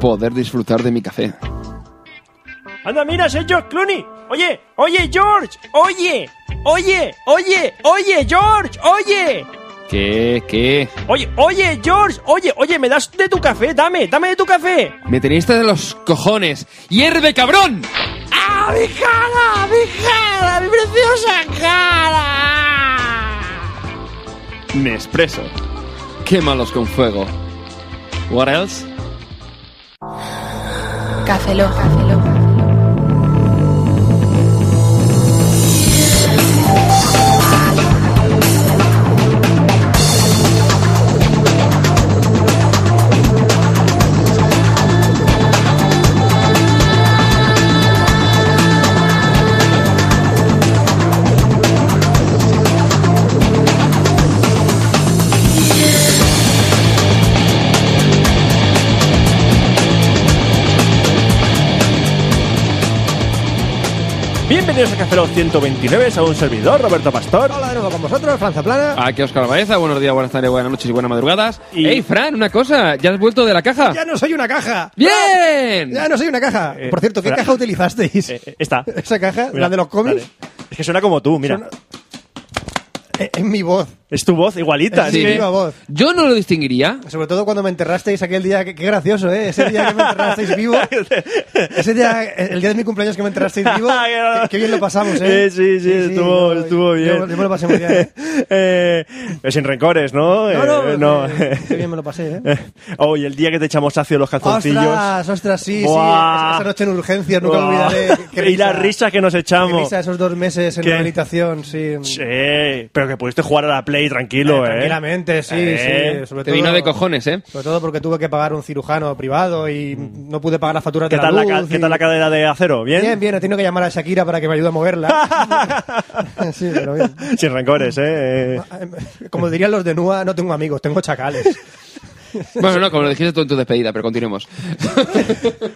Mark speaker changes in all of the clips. Speaker 1: poder disfrutar de mi café.
Speaker 2: Anda, mira, soy George Clooney. Oye, oye, George, oye, oye, oye, oye, George, oye.
Speaker 1: ¿Qué? ¿Qué?
Speaker 2: Oye, oye, George, oye, oye, me das de tu café, dame, dame de tu café.
Speaker 1: Me tenéis de los cojones. ¡Hierve, cabrón!
Speaker 2: ¡Ah, mi cara, mi cara, mi preciosa cara!
Speaker 1: Nespresso. Quémalos con fuego. What else?
Speaker 3: Café Lock.
Speaker 2: Bienvenidos a Café Lock 129, a un servidor, Roberto Pastor.
Speaker 4: Hola de nuevo con vosotros, Franza Plana.
Speaker 1: Aquí Oscar Baeza. Buenos días, buenas tardes, buenas noches y buenas madrugadas.
Speaker 2: Y-
Speaker 1: ¡Ey, Fran, una cosa! ¿Ya has vuelto de la caja?
Speaker 4: Ya no soy una caja.
Speaker 1: ¡Bien!
Speaker 4: Ya no soy una caja.
Speaker 2: Eh,
Speaker 4: Por cierto, ¿qué
Speaker 2: espera.
Speaker 4: caja utilizasteis?
Speaker 2: Eh, eh, esta.
Speaker 4: Esa caja,
Speaker 2: Mira,
Speaker 4: la de los cómics,
Speaker 2: dale. Es que suena como tú, mira.
Speaker 4: Suena- eh, es mi voz.
Speaker 2: Es tu voz igualita. es
Speaker 4: Es mi
Speaker 2: que-
Speaker 4: viva voz.
Speaker 1: Yo no lo distinguiría.
Speaker 4: Sobre todo cuando me enterrasteis aquel día, que- qué gracioso, ¿eh? Ese día que me enterrasteis vivo. Ese día, eh, el día de mi cumpleaños que me enterrasteis vivo. qué, qué bien lo pasamos, ¿eh?
Speaker 2: Eh, sí, sí, estuvo,
Speaker 4: yo-
Speaker 2: estuvo bien.
Speaker 4: Yo, yo me lo pasé muy bien, ¿eh?
Speaker 2: Eh, pero sin rencores, ¿no?
Speaker 4: No, no,
Speaker 2: Eh,
Speaker 4: eh, qué bien me lo pasé, ¿eh?
Speaker 2: Oh, y el día que te echamos ácido los calzoncillos.
Speaker 4: Ostras, ostras, sí,
Speaker 2: Buah.
Speaker 4: sí. Esa- Esa noche en urgencias, nunca
Speaker 2: Buah.
Speaker 4: olvidaré. Qué
Speaker 2: y las risas que nos
Speaker 4: Qué
Speaker 2: echamos.
Speaker 4: risa esos dos meses en
Speaker 2: ¿Qué?
Speaker 4: rehabilitación, sí.
Speaker 2: Sí, pero que pudiste jugar a la Play tranquilo, ¿eh?
Speaker 4: Tranquilamente, sí,
Speaker 2: Eh.
Speaker 4: sí. Sobre
Speaker 1: Te
Speaker 4: todo,
Speaker 1: vino de cojones, ¿eh?
Speaker 4: Sobre todo porque tuve que pagar un cirujano privado y no pude pagar las facturas
Speaker 2: Mm. ¿Qué
Speaker 4: de la
Speaker 2: tal la,
Speaker 4: luz
Speaker 2: ca- qué
Speaker 4: y-
Speaker 2: tal la cadena de acero? ¿Bien?
Speaker 4: Bien, bien, he tenido que llamar a Shakira para que me ayude a moverla. sí, pero bien.
Speaker 2: Sin rencores, ¿eh? Eh,
Speaker 4: Como dirían los de NUA, no tengo amigos, tengo chacales.
Speaker 1: Bueno, no, como lo dijiste tú en tu despedida, pero continuemos.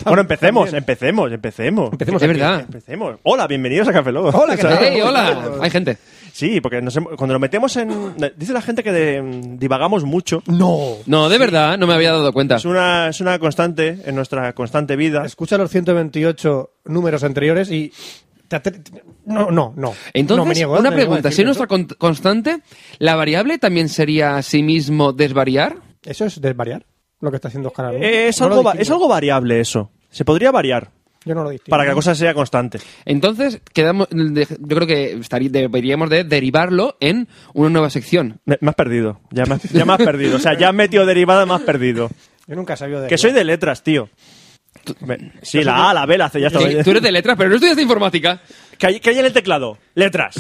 Speaker 2: Bueno, empecemos, empecemos, empecemos.
Speaker 1: Empecemos Es aquí. verdad.
Speaker 2: Empecemos. Hola, bienvenidos a Café Lock.
Speaker 4: Hola, ¿qué tal?
Speaker 1: ¡Ey, hola! Hay gente.
Speaker 2: Sí, porque nos hemos- cuando lo metemos en... Dice la gente que de- divagamos mucho.
Speaker 4: ¡No!
Speaker 1: No, de verdad, no me había dado cuenta.
Speaker 2: Es una, es una constante en nuestra constante vida.
Speaker 4: Escucha los 128 números anteriores y... te atre- te- No, no, no. No,
Speaker 1: Entonces,
Speaker 4: me niego, ¿eh?
Speaker 1: una
Speaker 4: me niego a
Speaker 1: pregunta. Si
Speaker 4: decirlo.
Speaker 1: es nuestra con- constante, ¿la variable también sería a sí mismo desvariar?
Speaker 4: ¿Eso es desvariar? Lo que está haciendo Oscar Alonso.
Speaker 2: Eh, es,
Speaker 4: No lo
Speaker 2: algo, va-
Speaker 4: distingo.
Speaker 2: es algo variable eso. Se podría variar
Speaker 4: Yo no lo distingo.
Speaker 2: para que la cosa sea constante.
Speaker 1: Entonces, quedamos, de- yo creo que estarí- deberíamos de derivarlo en una nueva sección.
Speaker 2: Me, me has perdido. Ya me, has- ya me has perdido. O sea, ya has metido derivada, me has perdido.
Speaker 4: Yo nunca he sabido de
Speaker 2: Que soy de letras, tío. Me- Sí, la A, la B, la C, ya está.
Speaker 1: Sí, tú eres de letras, pero no estudiaste informática.
Speaker 2: Que hay, que hay en el teclado. Letras.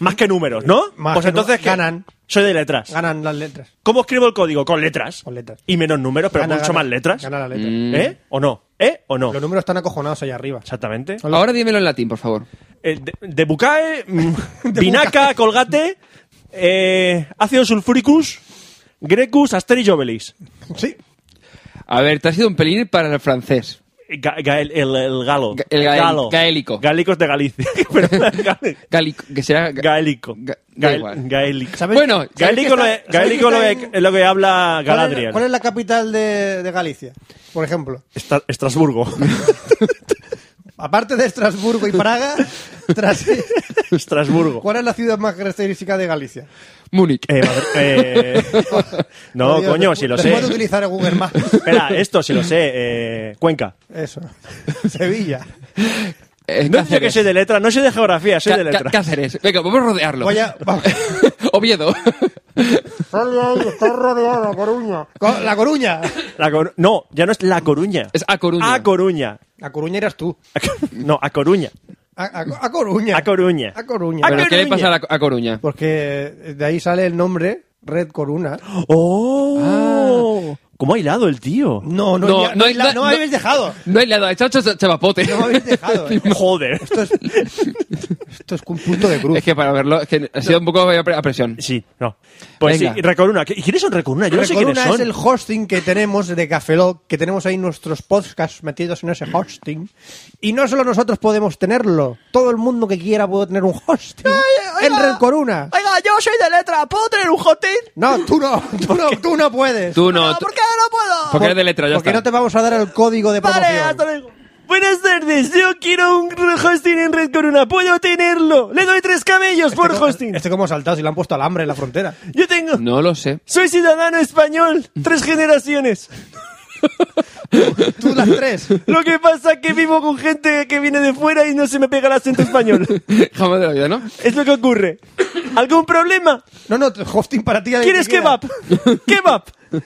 Speaker 2: Más que números, ¿no?
Speaker 4: Más
Speaker 2: pues
Speaker 4: que
Speaker 2: entonces
Speaker 4: nu-
Speaker 2: ¿qué?
Speaker 4: ganan.
Speaker 2: Soy de letras.
Speaker 4: Ganan las letras.
Speaker 2: ¿Cómo escribo el código? Con letras.
Speaker 4: Con letras.
Speaker 2: Y menos números, pero
Speaker 4: Gana,
Speaker 2: mucho
Speaker 4: gana.
Speaker 2: más letras.
Speaker 4: Gana la letra.
Speaker 2: ¿Eh? ¿O no? ¿Eh? ¿O no?
Speaker 4: Los números están acojonados allá arriba.
Speaker 2: Exactamente.
Speaker 1: Ahora dímelo en latín, por favor.
Speaker 2: Eh, de, de Bucae, mm, Vinaca, Colgate, eh, Ácido Sulfuricus, Grecus, Asterix y Obelix.
Speaker 4: Sí.
Speaker 1: A ver, te has ido un pelín para el francés.
Speaker 2: Ga- gael- el, el galo.
Speaker 1: Ga- el gael-
Speaker 2: galo.
Speaker 1: gaélico.
Speaker 2: Gaélicos de Galicia. Pero gael-
Speaker 1: Gali- que será... ga-
Speaker 2: gaélico.
Speaker 1: Ga- da
Speaker 2: Gael-
Speaker 1: igual.
Speaker 2: gaélico.
Speaker 4: ¿Sabes-
Speaker 1: Bueno,
Speaker 4: ¿sabes
Speaker 2: Gaélico
Speaker 4: qué
Speaker 2: lo,
Speaker 4: está-
Speaker 2: es-
Speaker 4: sabes
Speaker 2: gaélico
Speaker 4: qué
Speaker 2: lo,
Speaker 4: está
Speaker 2: es-
Speaker 4: en-
Speaker 2: es lo que habla
Speaker 4: ¿Cuál es-
Speaker 2: Galadriel.
Speaker 4: ¿Cuál es la capital de, de Galicia? Por ejemplo.
Speaker 2: Estra- Estrasburgo.
Speaker 4: Aparte de Estrasburgo y Praga, tras-
Speaker 2: Estrasburgo.
Speaker 4: ¿cuál es la ciudad más característica de Galicia?
Speaker 1: Múnich.
Speaker 2: Eh, madre- eh, no,
Speaker 4: Por Dios,
Speaker 2: coño,
Speaker 4: después-
Speaker 2: si lo sé.
Speaker 4: después de utilizar el Google Maps.
Speaker 2: Espera, esto si lo sé. eh, Cuenca.
Speaker 4: Eso. Sevilla.
Speaker 1: Eh,
Speaker 2: No sé que soy de letra, no soy de geografía, soy
Speaker 1: Ca-
Speaker 2: de
Speaker 1: Ca-
Speaker 2: letra.
Speaker 1: Cáceres. Venga, vamos a rodearlo.
Speaker 4: Voy a- vamos.
Speaker 1: Oviedo.
Speaker 4: Co- La Coruña.
Speaker 2: La Coru- no, ya no es La Coruña.
Speaker 1: Es A Coruña.
Speaker 2: A Coruña.
Speaker 4: La Coruña eras tú.
Speaker 2: A Co- No, A Coruña.
Speaker 4: A, a- a Coruña.
Speaker 2: A Coruña.
Speaker 4: A Coruña.
Speaker 1: ¿Pero qué le
Speaker 2: Coruña.
Speaker 1: pasa a, la- a Coruña?
Speaker 4: Porque de ahí sale el nombre Red Coruna.
Speaker 1: Ah.
Speaker 2: ¡Oh! ¿Cómo ha hilado el tío?
Speaker 4: No, no, ya-
Speaker 1: hay-
Speaker 4: la- no habéis dejado.
Speaker 1: No hay nada, echado chapapote.
Speaker 4: No habéis dejado. ¿eh?
Speaker 2: Joder.
Speaker 4: Esto es, esto es un punto de cruz.
Speaker 1: Es que para verlo, es que ha sido un poco a presión.
Speaker 2: Sí, no. Pues
Speaker 1: Venga.
Speaker 2: sí, Recoruna. ¿Qui- ¿Quiénes son Recoruna? Yo no sé quiénes
Speaker 4: Recoruna
Speaker 2: son.
Speaker 4: es el hosting que tenemos de Café Lock, que tenemos ahí nuestros podcasts metidos en ese hosting. Y no solo nosotros podemos tenerlo, todo el mundo que quiera puede tener un hosting en Red Coruna.
Speaker 2: Oiga, yo soy de letra, ¿puedo tener un hot take?
Speaker 4: No, tú no, tú no, tú no puedes.
Speaker 1: Tú no.
Speaker 2: Ah,
Speaker 1: tú-
Speaker 2: ¿Por qué no puedo?
Speaker 1: Porque eres de letra, ya
Speaker 4: Porque
Speaker 1: está.
Speaker 4: no te vamos a dar el código de
Speaker 2: Vale,
Speaker 4: promoción.
Speaker 2: hasta luego. Buenas tardes, yo quiero un hosting en red corona, ¿puedo tenerlo? Le doy tres camellos por
Speaker 4: Este como-
Speaker 2: hosting.
Speaker 4: Este como saltado, si le han puesto alambre en la frontera.
Speaker 2: Yo tengo...
Speaker 1: No lo sé.
Speaker 2: Soy ciudadano español, tres generaciones.
Speaker 4: Tú las tres.
Speaker 2: Lo que pasa es que vivo con gente que viene de fuera y no se me pega el acento español.
Speaker 1: Jamás de la vida, ¿no?
Speaker 2: Es lo que ocurre. ¿Algún problema?
Speaker 4: No, no, hosting para ti. alguien
Speaker 2: ¿Quieres
Speaker 4: que quiera.
Speaker 2: kebab? ¿Kebab?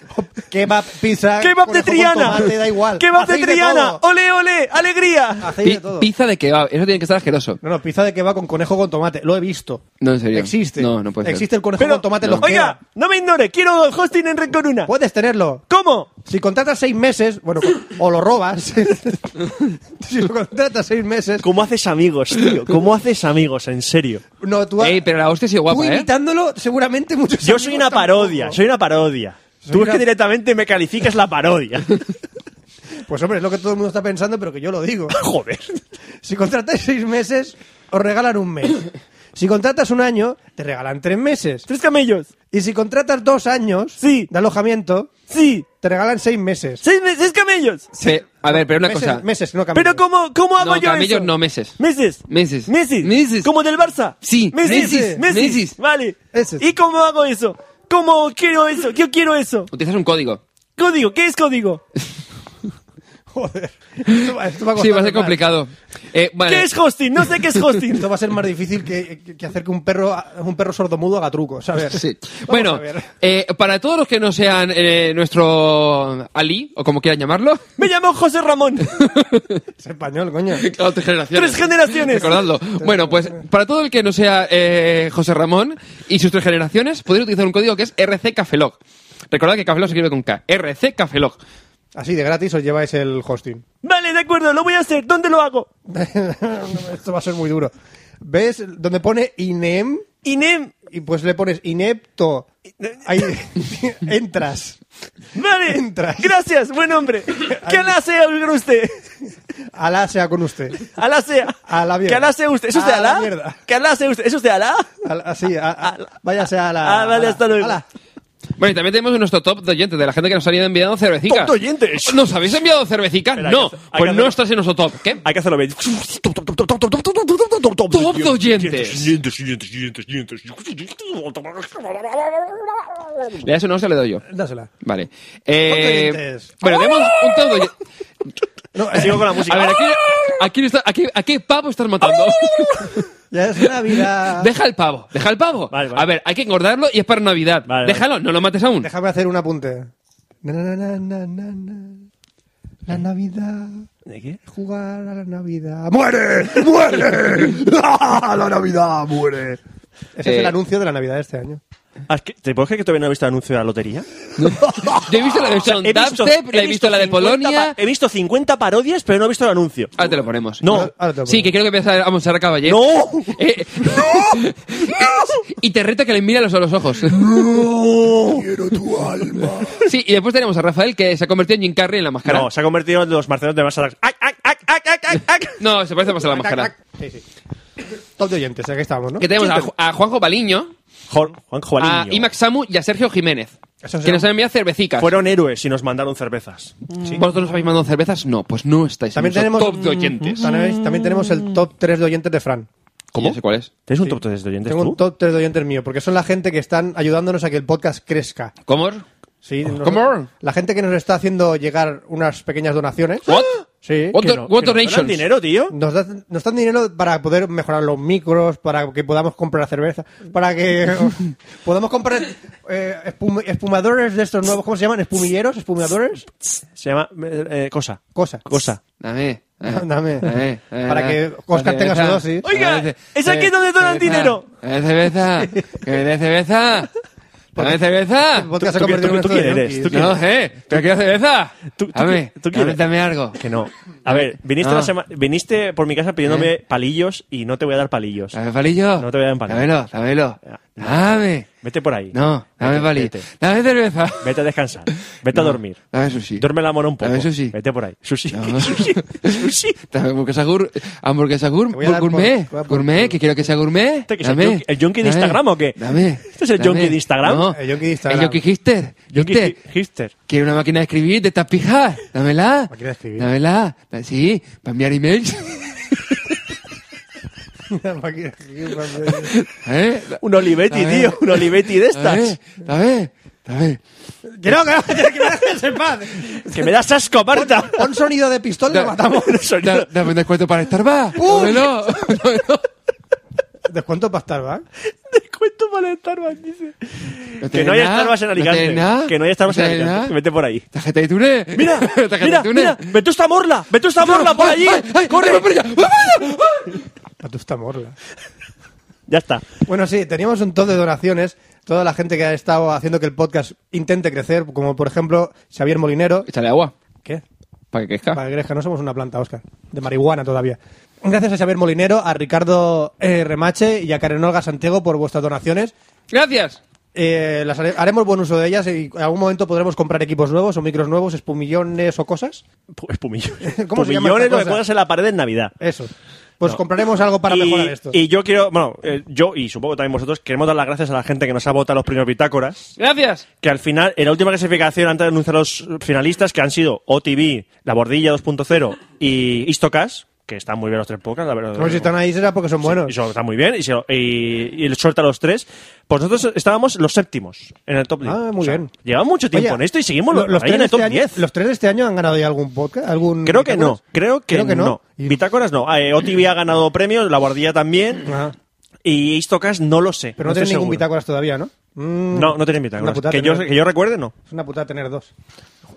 Speaker 4: Kebab, pizza.
Speaker 2: ¿Kebab de
Speaker 4: conejo con
Speaker 2: Triana?
Speaker 4: tomate, da igual.
Speaker 2: ¿Kebab de
Speaker 4: Hacéis
Speaker 2: Triana? Oh.
Speaker 4: todo.
Speaker 2: ¡Ole, ole! ¡Alegría!
Speaker 4: Hacéis de
Speaker 1: Pi-
Speaker 4: todo.
Speaker 1: pizza de kebab. Eso tiene que estar asqueroso.
Speaker 4: No, no, pizza de kebab con conejo con tomate. Lo he visto.
Speaker 1: No, en serio.
Speaker 4: Existe.
Speaker 1: No, no puede ser.
Speaker 4: Existe el conejo
Speaker 2: Pero,
Speaker 4: con tomate.
Speaker 1: no.
Speaker 4: Los
Speaker 2: oiga,
Speaker 4: kebab.
Speaker 2: no me ignore, quiero hosting en Red Corona.
Speaker 4: Puedes tenerlo.
Speaker 2: ¿Cómo?
Speaker 4: Si contratas seis meses, bueno, con- o lo robas. si lo contratas seis meses.
Speaker 2: ¿Cómo haces amigos, tío? ¿Cómo haces amigos, en serio?
Speaker 4: No, tú,
Speaker 1: Ey, pero la hostia ha sido
Speaker 4: tú
Speaker 1: guapa, ¿eh?
Speaker 4: imitándolo, seguramente muchos.
Speaker 2: Yo soy
Speaker 4: amigos
Speaker 2: una parodia,
Speaker 4: tampoco.
Speaker 2: soy una parodia. Tú es
Speaker 4: una-
Speaker 2: que directamente me calificas la parodia.
Speaker 4: Pues hombre, es lo que todo el mundo está pensando, pero que yo lo digo.
Speaker 2: Joder.
Speaker 4: Si contratas seis meses, os regalan un mes. Si contratas un año, te regalan tres meses.
Speaker 2: Tres camellos.
Speaker 4: Y si contratas dos años
Speaker 2: Sí.
Speaker 4: de alojamiento,
Speaker 2: Sí.
Speaker 4: te regalan seis meses.
Speaker 2: Seis, me- seis camellos.
Speaker 1: Pe- a ver, pero una
Speaker 4: meses,
Speaker 1: cosa.
Speaker 4: Meses, no cambios.
Speaker 2: Pero ¿cómo, cómo hago
Speaker 1: No,
Speaker 2: yo
Speaker 1: camellos
Speaker 2: eso?
Speaker 1: no, meses.
Speaker 2: Meses.
Speaker 1: Meses.
Speaker 2: Meses.
Speaker 1: Meses.
Speaker 2: Como del Barça.
Speaker 1: Sí,
Speaker 2: Meses.
Speaker 1: meses, meses.
Speaker 2: Vale.
Speaker 4: Meses.
Speaker 2: ¿Y cómo hago eso? ¿Cómo quiero eso? Yo quiero eso.
Speaker 1: Utilizas un código.
Speaker 2: Código. ¿Qué es código?
Speaker 4: Joder. Esto va, esto va a
Speaker 1: Sí, va a ser
Speaker 4: costar más.
Speaker 1: complicado. Eh, vale.
Speaker 2: ¿Qué es hosting? No sé qué es hosting.
Speaker 4: Esto va a ser más difícil que, que- que hacer que un perro, un perro sordomudo haga trucos. A ver.
Speaker 1: Sí.
Speaker 4: Vamos a
Speaker 1: Bueno,
Speaker 4: ver.
Speaker 1: eh, para todos los que no sean eh, nuestro Ali, o como quieran llamarlo,
Speaker 2: Me llamo José Ramón.
Speaker 4: Es español, coño.
Speaker 1: claro, tres generaciones.
Speaker 2: Tres generaciones.
Speaker 1: Recordadlo. Bueno, pues para todo el que no sea eh, José Ramón y sus tres generaciones, podéis utilizar un código que es RCCafelog. Recordad que Cafelog se escribe con K. RCCafelog.
Speaker 4: Así de gratis os lleváis el hosting.
Speaker 2: Vale, de acuerdo, lo voy a hacer. ¿Dónde lo hago?
Speaker 4: Esto va a ser muy duro. ¿Ves? Donde pone INEM,
Speaker 2: INEM.
Speaker 4: y pues le pones inepto. Ahí entras.
Speaker 2: Vale.
Speaker 4: Entras.
Speaker 2: Gracias, buen hombre. Que ala sea oiga usted.
Speaker 4: Alá sea con usted.
Speaker 2: Alá sea.
Speaker 4: A la mierda.
Speaker 2: Que alá sea usted. ¿Es usted
Speaker 4: A la
Speaker 2: alá?
Speaker 4: mierda.
Speaker 2: Que alá sea usted. ¿Es usted alá?
Speaker 4: Alá- Así, a- a- váyase a la.
Speaker 2: Ah, vale, hasta luego.
Speaker 4: Alá.
Speaker 1: Bueno, y también tenemos nuestro top de oyentes, de la gente que nos han ido enviando cervecicas.
Speaker 2: Top de oyentes.
Speaker 1: ¿Nos habéis enviado cervecicas?
Speaker 2: Espera,
Speaker 1: no,
Speaker 2: hay que hacer- hay que
Speaker 1: pues no
Speaker 2: hacer-
Speaker 1: estás en nuestro top. ¿Qué?
Speaker 2: Hay que hacerlo bien.
Speaker 1: Top de oyentes.
Speaker 2: Uh.
Speaker 1: ¿Le das o no se le doy yo?
Speaker 4: Dásela.
Speaker 1: Vale. Eh,
Speaker 4: oyentes.
Speaker 1: bueno, tenemos un top de oyen-
Speaker 4: No,
Speaker 2: Sigo con la
Speaker 1: A
Speaker 2: música.
Speaker 1: ver, ¿a qué, a quién está- a qué- a qué pavo estás matando?
Speaker 2: ¡Oh!
Speaker 4: ya es Navidad.
Speaker 1: Deja el pavo, deja el pavo.
Speaker 2: Vale, vale.
Speaker 1: A ver, hay que engordarlo y es para Navidad.
Speaker 2: Vale, vale.
Speaker 1: Déjalo, no lo mates aún.
Speaker 4: Déjame hacer un apunte. Na, na, na, na, na, na. La Navidad.
Speaker 2: ¿De qué?
Speaker 4: Jugar a la Navidad. ¡Muere! ¡Muere! ¡Ah, la Navidad muere. Ese es
Speaker 1: Eh,
Speaker 4: el anuncio de la Navidad de este año.
Speaker 2: Ah, es que- ¿Te puedes creer que todavía no he visto el anuncio de la lotería?
Speaker 1: Yo he visto la versión dubstep, la he visto la de
Speaker 2: 50
Speaker 1: Polonia.
Speaker 2: pa- He visto 50 parodias, pero no he visto el anuncio.
Speaker 1: Ahora te lo ponemos.
Speaker 2: No.
Speaker 4: Ahora- ahora te lo
Speaker 1: Sí,
Speaker 4: pongo.
Speaker 1: que creo que empieza a mostrar a Caballero.
Speaker 2: ¡No!
Speaker 1: Eh, y te reto que le mire a los, a los ojos.
Speaker 4: Quiero tu alma.
Speaker 1: Sí, y después tenemos a Rafael que se ha convertido en Jim Carrey en la máscara.
Speaker 2: No, se ha convertido en los marcenos de más ¡Ac, ac, ac, ac, ac, ac, ac!
Speaker 1: No, se parece más a la máscara.
Speaker 4: Sí, sí. Top de oyentes, aquí estábamos, ¿no?
Speaker 1: Que tenemos a, Ju- a Juanjo Baliño,
Speaker 2: Juan, Juan
Speaker 1: a
Speaker 2: Juaniño.
Speaker 1: Ah, Imax Samu y a Sergio Jiménez.
Speaker 4: Eso
Speaker 1: Que
Speaker 4: será-
Speaker 1: nos han enviado cervecicas.
Speaker 2: Fueron héroes y nos mandaron cervezas.
Speaker 1: ¿Vosotros nos habéis mandado cervezas? No, pues no estáis
Speaker 4: También
Speaker 1: en nuestro
Speaker 4: tenemos,
Speaker 1: top de oyentes.
Speaker 2: Ah.
Speaker 4: También, también tenemos el top 3 de oyentes de Fran.
Speaker 1: ¿Cómo? sé cuál es.
Speaker 2: ¿Tienes un top 3 de oyentes
Speaker 4: Tengo
Speaker 2: tú?
Speaker 4: un top 3 de oyentes mío, porque son la gente que están ayudándonos a que el podcast crezca.
Speaker 1: ¿Cómo?
Speaker 4: Sí,
Speaker 1: Ah,
Speaker 4: nos-
Speaker 1: ¿Cómo?
Speaker 4: La gente que nos está haciendo llegar unas pequeñas donaciones.
Speaker 1: ¿What?
Speaker 4: Sí.
Speaker 1: What,
Speaker 4: que
Speaker 1: do-
Speaker 4: no-
Speaker 1: what
Speaker 2: ¿Que nos donan
Speaker 1: donations?
Speaker 2: dinero, tío?
Speaker 4: Nos, dan- nos dan dinero para poder mejorar los micros, para que podamos comprar cerveza, para que podamos comprar eh, espum- espumadores de estos nuevos, ¿cómo se llaman? ¿Espumilleros? ¿Espumadores?
Speaker 2: Se llama... eh, eh, cosa.
Speaker 4: Cosa.
Speaker 2: Cosa.
Speaker 1: Dame. eh,
Speaker 4: Dame.
Speaker 1: eh, eh,
Speaker 4: Para
Speaker 1: eh,
Speaker 4: que Oscar
Speaker 1: cerveza,
Speaker 4: tenga su dosis.
Speaker 2: Oiga,
Speaker 1: cerveza,
Speaker 2: es aquí
Speaker 1: eh,
Speaker 2: donde donan
Speaker 1: cerveza,
Speaker 2: dinero.
Speaker 1: eh, cerveza. ¿Que me dé cerveza? ¿Dame cerveza?
Speaker 4: El podcast
Speaker 2: ¿Tú-
Speaker 4: se ha
Speaker 2: tú-
Speaker 4: convertido en
Speaker 2: tú- tú
Speaker 4: un estudio
Speaker 2: quién
Speaker 4: de
Speaker 2: eres?
Speaker 4: yonkis.
Speaker 2: ¿Tú
Speaker 1: No, eh. ¿Pero quiero cerveza?
Speaker 2: ¿Tú- tú
Speaker 1: Dame,
Speaker 2: qui- tú quieres?
Speaker 1: dame algo.
Speaker 2: Que no. A ver, viniste,
Speaker 1: No.
Speaker 2: la sema- viniste por mi casa pidiéndome palillos y no te voy a dar palillos.
Speaker 1: Ah. ¿Dame palillo?
Speaker 2: No te voy a dar un palillo.
Speaker 1: Dámelo, dámelo.
Speaker 2: Ya.
Speaker 1: Dame.
Speaker 2: Vete por ahí.
Speaker 1: No, dame
Speaker 2: Vete,
Speaker 1: bali.
Speaker 2: vete.
Speaker 1: Dame cerveza.
Speaker 2: Vete a descansar. Vete a
Speaker 1: No,
Speaker 2: dormir.
Speaker 1: Dame sushi.
Speaker 2: Duerme la mona un poco.
Speaker 1: Dame sushi.
Speaker 2: Vete por ahí. Sushi.
Speaker 1: No.
Speaker 2: Sushi. Sushi.
Speaker 1: Dame hamburguesa, gur- hamburguesa gur-
Speaker 4: Te voy a dar por-
Speaker 1: gourmet.
Speaker 4: te voy a por-
Speaker 1: gourmet, que quiero que sea gourmet.
Speaker 2: Este que es el
Speaker 1: Dame.
Speaker 2: yonki- el yonki de
Speaker 1: Dame.
Speaker 2: Instagram, ¿o qué?
Speaker 1: Dame.
Speaker 2: ¿Este es el
Speaker 1: Dame.
Speaker 2: yonki de Instagram?
Speaker 1: No,
Speaker 4: El yonki de
Speaker 1: El
Speaker 4: Instagram.
Speaker 1: yonki hister.
Speaker 2: Yonki
Speaker 1: Hister.
Speaker 2: hi- hipster.
Speaker 1: Quiero una máquina de escribir de estas pijas. Dámela.
Speaker 4: Máquina de escribir.
Speaker 1: Dámela. Da- Sí, para enviar emails. ¿Eh?
Speaker 2: Un Olivetti,
Speaker 1: Dame.
Speaker 2: tío. Un Olivetti de estas.
Speaker 1: Dame, dame.
Speaker 4: que no, que no, que me dejes en paz.
Speaker 2: Que me das asco, Marta.
Speaker 4: Pon sonido de pistola y lo matamos.
Speaker 2: Un sonido.
Speaker 1: Da- Dame un descuento para Starbucks. Dámelo. Dámelo.
Speaker 4: Descuento para estar, ¿va?
Speaker 2: Descuento para el Starbucks, dice. Que
Speaker 1: tiene
Speaker 2: no haya
Speaker 1: nada,
Speaker 2: Starbucks en
Speaker 1: no
Speaker 2: Alicante.
Speaker 1: tiene nada,
Speaker 2: que no haya Starbucks
Speaker 1: no
Speaker 2: en
Speaker 1: tiene
Speaker 2: Alicante.
Speaker 1: nada.
Speaker 2: Vete por ahí.
Speaker 1: Tarjeta de Tune.
Speaker 2: Mira,
Speaker 1: Tarjeta
Speaker 2: mira,
Speaker 1: de Tune.
Speaker 2: mira. Vetusta Morla. Vetusta Morla por allí.
Speaker 1: ¡Ay, ay,
Speaker 2: Corre.
Speaker 1: ay, para allá! ¡Ay, para allá!
Speaker 4: A tu morla.
Speaker 2: Ya está.
Speaker 4: Bueno, sí, teníamos un top de donaciones. Toda la gente que ha estado haciendo que el podcast intente crecer, como por ejemplo Xavier Molinero.
Speaker 1: Échale agua.
Speaker 4: ¿Qué?
Speaker 1: Para que
Speaker 2: Ah.
Speaker 1: crezca.
Speaker 4: Para que crezca, no somos una planta, Oscar. De marihuana todavía. Gracias a Xavier Molinero, a Ricardo eh, Remache y a Karen Olga Santiago por vuestras donaciones.
Speaker 1: Gracias.
Speaker 4: Eh, las hare- haremos buen uso de ellas y en algún momento podremos comprar equipos nuevos o micros nuevos, espumillones o cosas.
Speaker 2: Pu- Espumillones.
Speaker 4: ¿Cómo se llama
Speaker 2: Espumillones
Speaker 4: esta
Speaker 2: lo que
Speaker 4: cosa?
Speaker 2: pones en la pared en Navidad.
Speaker 4: Eso. Pues compraremos algo para
Speaker 2: y,
Speaker 4: mejorar esto.
Speaker 2: y yo quiero, bueno, eh, yo y supongo también vosotros, queremos dar las gracias a la gente que nos ha votado los primeros bitácoras.
Speaker 1: Gracias.
Speaker 2: Que al final, en la última clasificación, antes de anunciar los finalistas, que han sido OTV, La Bordilla 2.0 y Istocas, que están muy bien los tres pocas, la verdad.
Speaker 4: Bueno, Pues si están ahí será porque son buenos.
Speaker 2: Y eso está muy bien, y, se lo- y, y le suelta a los tres. Pues nosotros estábamos los séptimos en el top 10.
Speaker 4: Ah, muy bien.
Speaker 2: Lleva mucho tiempo
Speaker 4: Oye,
Speaker 2: en esto y seguimos
Speaker 4: lo-
Speaker 2: lo- ahí en el
Speaker 4: este
Speaker 2: top
Speaker 4: año-
Speaker 2: 10.
Speaker 4: ¿Los tres de este año han ganado ya algún podcast? ¿Algún
Speaker 2: Creo que no,
Speaker 4: bitácoras?
Speaker 2: creo que, no.
Speaker 4: Y-
Speaker 2: Bitácoras no. Ah, eh, OTV ha ganado premios, La Guardia también.
Speaker 4: Ajá.
Speaker 2: Y Istocas no lo sé.
Speaker 4: Pero no,
Speaker 2: estoy
Speaker 4: Ah, tienen ningún
Speaker 2: seguro.
Speaker 4: bitácoras todavía, ¿no? Mm,
Speaker 2: No, no tienen
Speaker 4: Una putada
Speaker 2: bitácoras. Que yo,
Speaker 4: tener-
Speaker 2: que yo recuerde, no.
Speaker 4: Es una putada tener dos.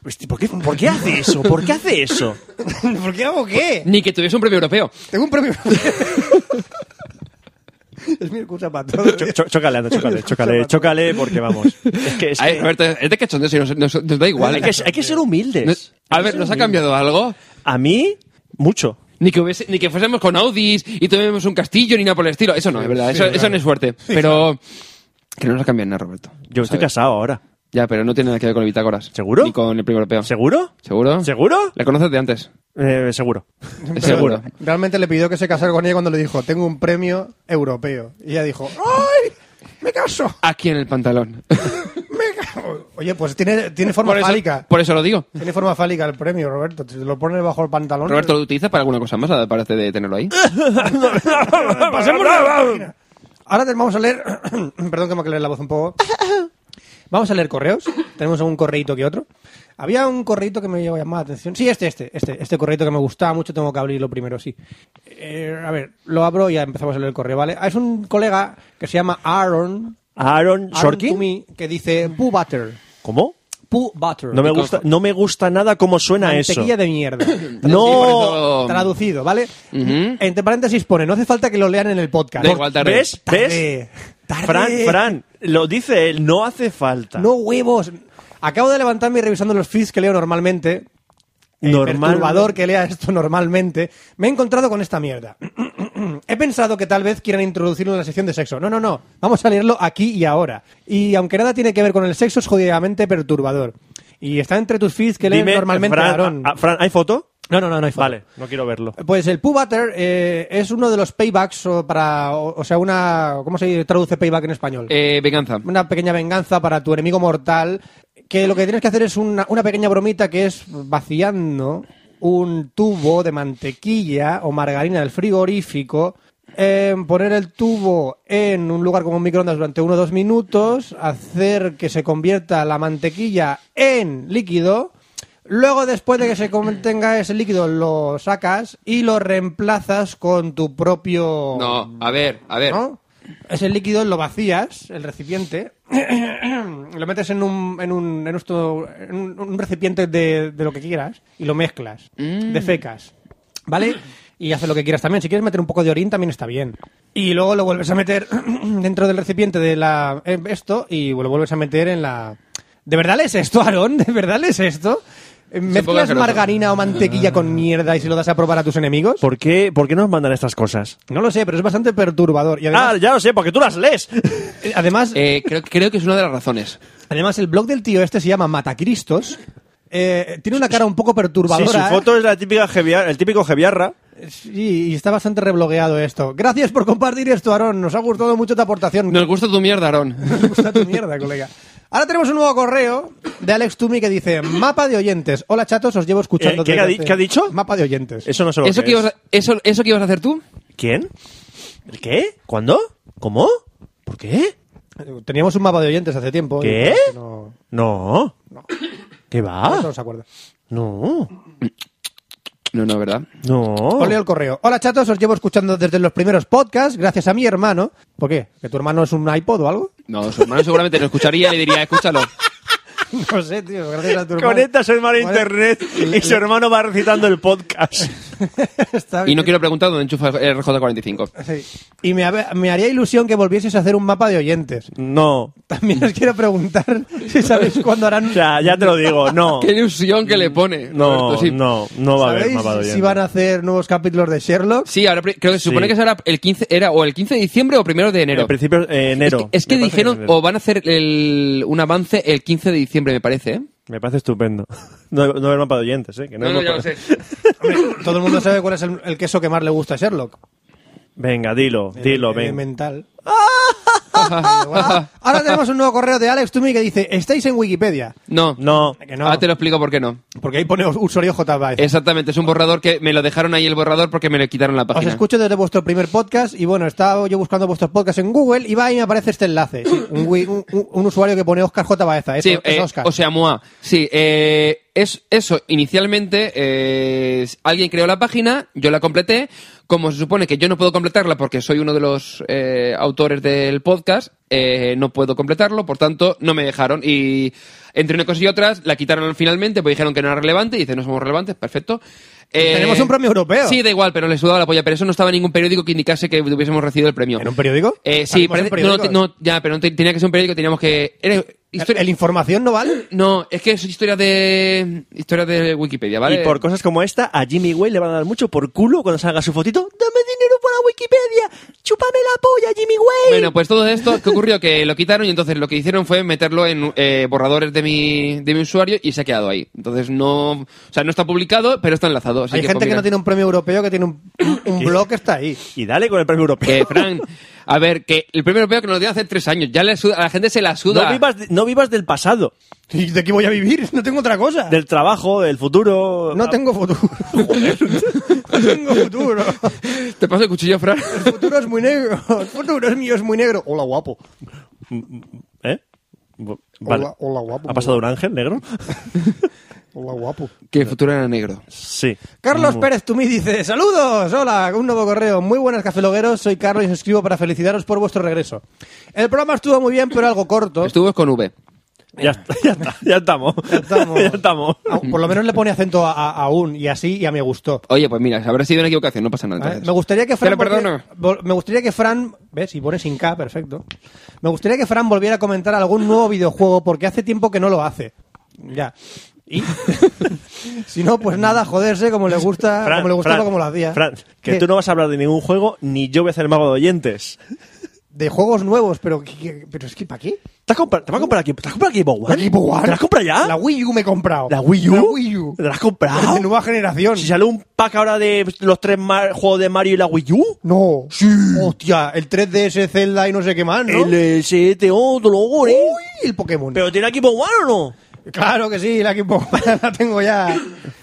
Speaker 2: Hostia, ¿Por qué, por qué hace eso? ¿Por qué hace eso?
Speaker 4: ¿Por qué hago qué?
Speaker 1: Ni que tuviese un premio europeo.
Speaker 4: Tengo un premio. es mi excusa para todo.
Speaker 2: Cho- cho- chócale, anda, chócale, chócale, chócale, porque vamos. Es que, es
Speaker 1: Ay,
Speaker 2: que-
Speaker 1: Roberto, es de cachondeo, si nos, nos- nos da igual. eh,
Speaker 2: hay, que hay que ser humildes.
Speaker 1: No- a
Speaker 2: Hay que
Speaker 1: ver,
Speaker 2: ser
Speaker 1: ¿nos ha
Speaker 2: humildes.
Speaker 1: cambiado algo?
Speaker 2: A mí, mucho.
Speaker 1: Ni que, hubiese- ni que fuésemos con Audis y tomemos un castillo ni nada por el estilo. Eso no, es verdad.
Speaker 4: sí,
Speaker 1: Eso,
Speaker 4: claro.
Speaker 1: eso no es fuerte. Pero que no nos ha cambiado nada, Roberto.
Speaker 2: Yo estoy
Speaker 1: ¿Sabes?
Speaker 2: casado ahora.
Speaker 1: Ya, pero no tiene nada que ver con el Bitácoras.
Speaker 2: ¿Seguro?
Speaker 1: Ni con el premio europeo.
Speaker 2: ¿Seguro?
Speaker 1: ¿Seguro?
Speaker 2: ¿Seguro?
Speaker 1: ¿La conoces de antes?
Speaker 2: Eh, seguro.
Speaker 1: Seguro.
Speaker 4: Realmente le pidió que se casara con ella cuando le dijo, tengo un premio europeo. Y ella dijo, "Oh, ¡ay! ¡Me caso!
Speaker 1: Aquí en el pantalón.
Speaker 4: ¡Me caso! Oye, pues tiene, tiene forma
Speaker 1: eso,
Speaker 4: fálica.
Speaker 1: por eso lo digo.
Speaker 4: Tiene forma fálica el premio, Roberto. Si te lo pones bajo el pantalón...
Speaker 1: Roberto, ¿lo utilizas para alguna cosa más? Parece de tenerlo ahí.
Speaker 4: Pasemos a la página. Ahora te- vamos a leer. Perdón que me ha que leer la voz un poco. Vamos a leer correos. Tenemos un correíto que otro. Había un correíto que me llamó la atención. Sí, este, este, este, este correíto que me gustaba mucho. Tengo que abrirlo primero, sí. Eh, a ver, lo abro y ya empezamos a leer el correo, ¿vale? Ah, Es un colega que se llama Aaron,
Speaker 2: Aaron
Speaker 4: Aaron
Speaker 2: Sorkin.
Speaker 4: Toomey, que dice Poo Butter.
Speaker 2: ¿Cómo?
Speaker 4: Poo Butter.
Speaker 2: No me gusta, no me gusta nada cómo suena eso.
Speaker 4: Mantequilla de mierda.
Speaker 1: No.
Speaker 4: Traducido, ¿vale?
Speaker 1: Ujú.
Speaker 4: Entre paréntesis pone, no hace falta que lo lean en el podcast.
Speaker 1: Da igual, tarde.
Speaker 2: ¿Ves? ¿Ves?
Speaker 4: Tarde. Tarde.
Speaker 2: Fran, Fran, lo dice él, no hace falta.
Speaker 4: No huevos. Acabo de levantarme y revisando los feeds que leo normalmente. El
Speaker 2: Normal-
Speaker 4: perturbador que lea esto normalmente. Me he encontrado con esta mierda. he pensado que tal vez quieran introducirlo en la sección de sexo. No, no, no. Vamos a leerlo aquí y ahora. Y aunque nada tiene que ver con el sexo, es jodidamente perturbador. Y está entre tus feeds que leen
Speaker 2: Dime,
Speaker 4: normalmente
Speaker 2: Fran,
Speaker 4: Aarón.
Speaker 3: ah,
Speaker 2: a- a- Fran, ¿hay foto?
Speaker 4: No, no, no, no hay foto.
Speaker 2: Vale, no quiero verlo.
Speaker 4: Pues el Poo Butter eh, es uno de los paybacks o para. O, o sea, una. ¿Cómo se traduce payback en español?
Speaker 1: Eh, venganza.
Speaker 4: una pequeña venganza para tu enemigo mortal, que lo que tienes que hacer es una, una pequeña bromita que es vaciando un tubo de mantequilla o margarina del frigorífico, eh, poner el tubo en un lugar como un microondas durante uno o dos minutos, hacer que se convierta la mantequilla en líquido. Luego, después de que se contenga ese líquido, lo sacas y lo reemplazas con tu propio...
Speaker 1: No, a ver, a ver.
Speaker 4: ¿no? Ese líquido lo vacías, el recipiente, lo metes en un, en un, en esto- en un- un recipiente de, de lo que quieras y lo mezclas, de fecas, ¿vale? Y haces lo que quieras también. Si quieres meter un poco de orín, también está bien. Y luego lo vuelves a meter dentro del recipiente de la eh, esto y lo vuelves a meter en la... ¿De verdad lees esto, Aarón? ¿De verdad lees esto? ¿Mezclas
Speaker 1: asqueroso.
Speaker 4: margarina o mantequilla con mierda y se lo das a probar a tus enemigos?
Speaker 2: ¿Por qué, por qué nos mandan estas cosas?
Speaker 4: No lo sé, pero es bastante perturbador. Y además,
Speaker 2: Ah, ya lo sé, porque tú las lees.
Speaker 4: Eh, Además,
Speaker 1: Eh, creo, creo que es una de las razones.
Speaker 4: además, el blog del tío este se llama Matacristos. Eh, tiene una cara un poco
Speaker 3: Sí, su
Speaker 4: perturbadora. ¿eh?
Speaker 3: foto es la típica jeviar- el típico Geviarra.
Speaker 4: Sí, y está bastante reblogueado esto. Gracias por compartir esto, Aarón. Nos ha gustado mucho tu aportación.
Speaker 1: Nos gusta tu mierda, Aarón.
Speaker 4: Me gusta tu mierda, colega. Ahora tenemos un nuevo correo de Alex Tumi que dice: Mapa de oyentes. Hola, chatos, os llevo escuchando.
Speaker 3: Eh, ¿qué
Speaker 4: desde
Speaker 3: ha di-
Speaker 4: hace-
Speaker 3: qué ha dicho?
Speaker 4: Mapa de oyentes.
Speaker 3: Eso no se lo
Speaker 1: ¿Eso que, ibas a, eso, ¿Eso que ibas a hacer tú?
Speaker 3: ¿Quién? ¿El qué? ¿Cuándo? ¿Cómo? ¿Por qué?
Speaker 4: Teníamos un mapa de oyentes hace tiempo. y
Speaker 3: ¿Qué? Ah.
Speaker 4: parece que No,
Speaker 3: No. ¿Qué va?
Speaker 4: no nos acuerda.
Speaker 3: No.
Speaker 1: No, no, ¿verdad?
Speaker 3: No.
Speaker 4: Os leo el correo. Hola, chatos, os llevo escuchando desde los primeros podcasts, gracias a mi hermano. ¿Por qué? ¿Que tu hermano es un iPod o algo?
Speaker 1: No, su hermano seguramente lo escucharía y le diría, escúchalo.
Speaker 4: No sé, tío, gracias a tu hermano.
Speaker 3: Conectas el mar a
Speaker 4: Vale.
Speaker 3: internet y su hermano va recitando el podcast.
Speaker 1: Y
Speaker 4: Está
Speaker 1: no
Speaker 4: bien.
Speaker 1: quiero preguntar dónde enchufa el RJ45.
Speaker 4: Sí. Y me, habe- me haría ilusión que volvieses a hacer un mapa de oyentes.
Speaker 3: No.
Speaker 4: También os quiero preguntar si sabéis cuándo harán.
Speaker 3: O sea, ya te lo digo, no.
Speaker 1: Qué ilusión que le pone.
Speaker 3: No,
Speaker 1: Roberto, sí.
Speaker 3: no, no va a haber
Speaker 4: ¿Sabéis
Speaker 3: mapa de
Speaker 4: si
Speaker 3: oyentes.
Speaker 4: van a hacer nuevos capítulos de Sherlock?
Speaker 1: Sí, ahora pri- creo que se supone
Speaker 3: Sí.
Speaker 1: que será el 15, era o el 15 de diciembre o primero de enero.
Speaker 3: En principio, eh,
Speaker 1: Es
Speaker 3: enero.
Speaker 1: que, es que
Speaker 3: Me parece
Speaker 1: dijeron,
Speaker 3: es enero.
Speaker 1: o van a hacer el- un avance el 15 de diciembre, me parece. ¿eh?
Speaker 3: Me parece estupendo. No, no haber mapa de oyentes, ¿eh? que no hay mapa-
Speaker 4: Todo el mundo sabe cuál es el, el queso que más le gusta a Sherlock.
Speaker 3: Venga, dilo, dilo,
Speaker 4: El- el
Speaker 3: venga.
Speaker 4: mental. Ahora tenemos un nuevo correo de Alex Toomey que dice: Estáis en Wikipedia.
Speaker 1: No.
Speaker 3: No.
Speaker 4: Que no.
Speaker 1: Ahora te lo explico por qué no.
Speaker 4: Porque ahí pone usuario J. Baez.
Speaker 1: Exactamente, es un borrador que me lo dejaron ahí el borrador porque me lo quitaron la
Speaker 4: Os
Speaker 1: página.
Speaker 4: escucho desde vuestro primer podcast y bueno, estaba yo buscando vuestros podcasts en Google y va y me aparece este enlace. Sí, un, wi- un- un- un usuario que pone Oscar J. Baeza. Es,
Speaker 1: Sí,
Speaker 4: es
Speaker 1: eh,
Speaker 4: Oscar.
Speaker 1: o sea, Moa. Sí, eh, es, eso, inicialmente eh, es- alguien creó la página, yo la completé. Como se supone que yo no puedo completarla porque soy uno de los eh, autores del podcast, eh, no puedo completarlo, por tanto, no me dejaron. Y entre una cosa y otras, la quitaron finalmente, pues dijeron que no era relevante, y dice, no somos relevantes, perfecto. Eh,
Speaker 4: Tenemos un premio europeo.
Speaker 1: Sí, da igual, pero le sudaba la polla, pero eso no estaba en ningún periódico que indicase que hubiésemos recibido el premio.
Speaker 4: ¿En un periódico?
Speaker 1: Eh, sí,
Speaker 4: Salimos en
Speaker 1: parece, no,
Speaker 4: periódicos.
Speaker 1: no, ya, pero no te- tenía que ser un periódico, teníamos que... era
Speaker 4: ¿El,
Speaker 1: histori-
Speaker 4: el información no vale?
Speaker 1: no, es que es historia de. Historia de Wikipedia, ¿vale?
Speaker 3: Y por cosas como esta, a Jimmy Way le van a dar mucho por culo cuando salga su fotito. ¡Dame dinero para Wikipedia! ¡Chúpame la polla, Jimmy Way!
Speaker 1: Bueno, pues todo esto, ¿qué ocurrió? Que lo quitaron y entonces lo que hicieron fue meterlo en eh, borradores de mi, de mi usuario y se ha quedado ahí. Entonces no. O sea, no está publicado, pero está enlazado. así
Speaker 4: Hay
Speaker 1: que,
Speaker 4: gente
Speaker 1: pues,
Speaker 4: que
Speaker 1: mira.
Speaker 4: no tiene un premio europeo que tiene un, un blog que está ahí.
Speaker 3: Y dale con el premio europeo.
Speaker 1: Que, Fran, a ver, que el primer europeo que nos dio hace tres años, ya le suda- a la gente se la suda.
Speaker 3: No vivas, de- no vivas del pasado,
Speaker 4: ¿Y de qué voy a vivir? No tengo otra cosa.
Speaker 3: del trabajo, del futuro.
Speaker 4: No tengo futuro. no tengo futuro.
Speaker 1: Te paso el cuchillo, Fran.
Speaker 4: El futuro es muy negro. El futuro es mío, es muy negro. Hola, guapo.
Speaker 3: ¿Eh? Bu- vale.
Speaker 4: Hola, hola, guapo.
Speaker 3: ¿Ha pasado un ángel negro?
Speaker 4: Hola, guapo.
Speaker 1: que el futuro era negro.
Speaker 3: sí.
Speaker 4: Carlos
Speaker 3: Mm.
Speaker 4: Pérez Tumí dice, saludos, hola, un nuevo correo. Muy buenas, cafelogueros, soy Carlos y os escribo para felicitaros por vuestro regreso. El programa estuvo muy bien, pero algo corto.
Speaker 1: Estuvo con V.
Speaker 3: Ya, está- ya, está- ya estamos.
Speaker 4: Ya estamos.
Speaker 3: ya estamos.
Speaker 4: Ah, Por lo menos le pone acento a, a- a un y así y a me gustó.
Speaker 1: Oye, pues mira, habrá sido una equivocación, no pasa nada.
Speaker 4: ¿Vale?
Speaker 1: entonces.
Speaker 4: Ah, Me gustaría que
Speaker 1: Te
Speaker 4: Fran
Speaker 1: lo perdono.
Speaker 4: volvi- vol- me gustaría que Fran, ves, y pone sin K, perfecto. Me gustaría que Fran volviera a comentar algún nuevo videojuego porque hace tiempo que no lo hace. Ya. Y si no, pues nada, joderse como le gusta,
Speaker 3: Fran,
Speaker 4: como le gustaba
Speaker 3: Fran,
Speaker 4: como lo hacía.
Speaker 3: Fran, que
Speaker 4: ¿Qué?
Speaker 3: tú no vas a hablar de ningún juego, ni yo voy a hacer el mago de oyentes.
Speaker 4: de juegos nuevos, pero ¿qué- qué- pero es que ¿para qué?
Speaker 3: ¿Te has comprado, te vas a comprar aquí? ¿Te has comprado aquí Bow One?
Speaker 4: ¿La Game Boy One?
Speaker 3: ¿Te la has comprado ya?
Speaker 4: La Wii U me he comprado.
Speaker 3: ¿La Wii U?
Speaker 4: La Wii U.
Speaker 3: ¿Te la has comprado?
Speaker 4: De nueva generación.
Speaker 3: Si sale un pack ahora de los tres mar- juegos de Mario y la Wii U.
Speaker 4: No. Sí. Hostia, el 3DS, Zelda y no sé qué más, ¿no?
Speaker 3: El eh, STO, luego,
Speaker 4: Uy,
Speaker 3: ¿eh?
Speaker 4: el Pokémon.
Speaker 3: ¿Pero tiene aquí Bow One o
Speaker 4: Claro que sí, la Xbox One la tengo ya.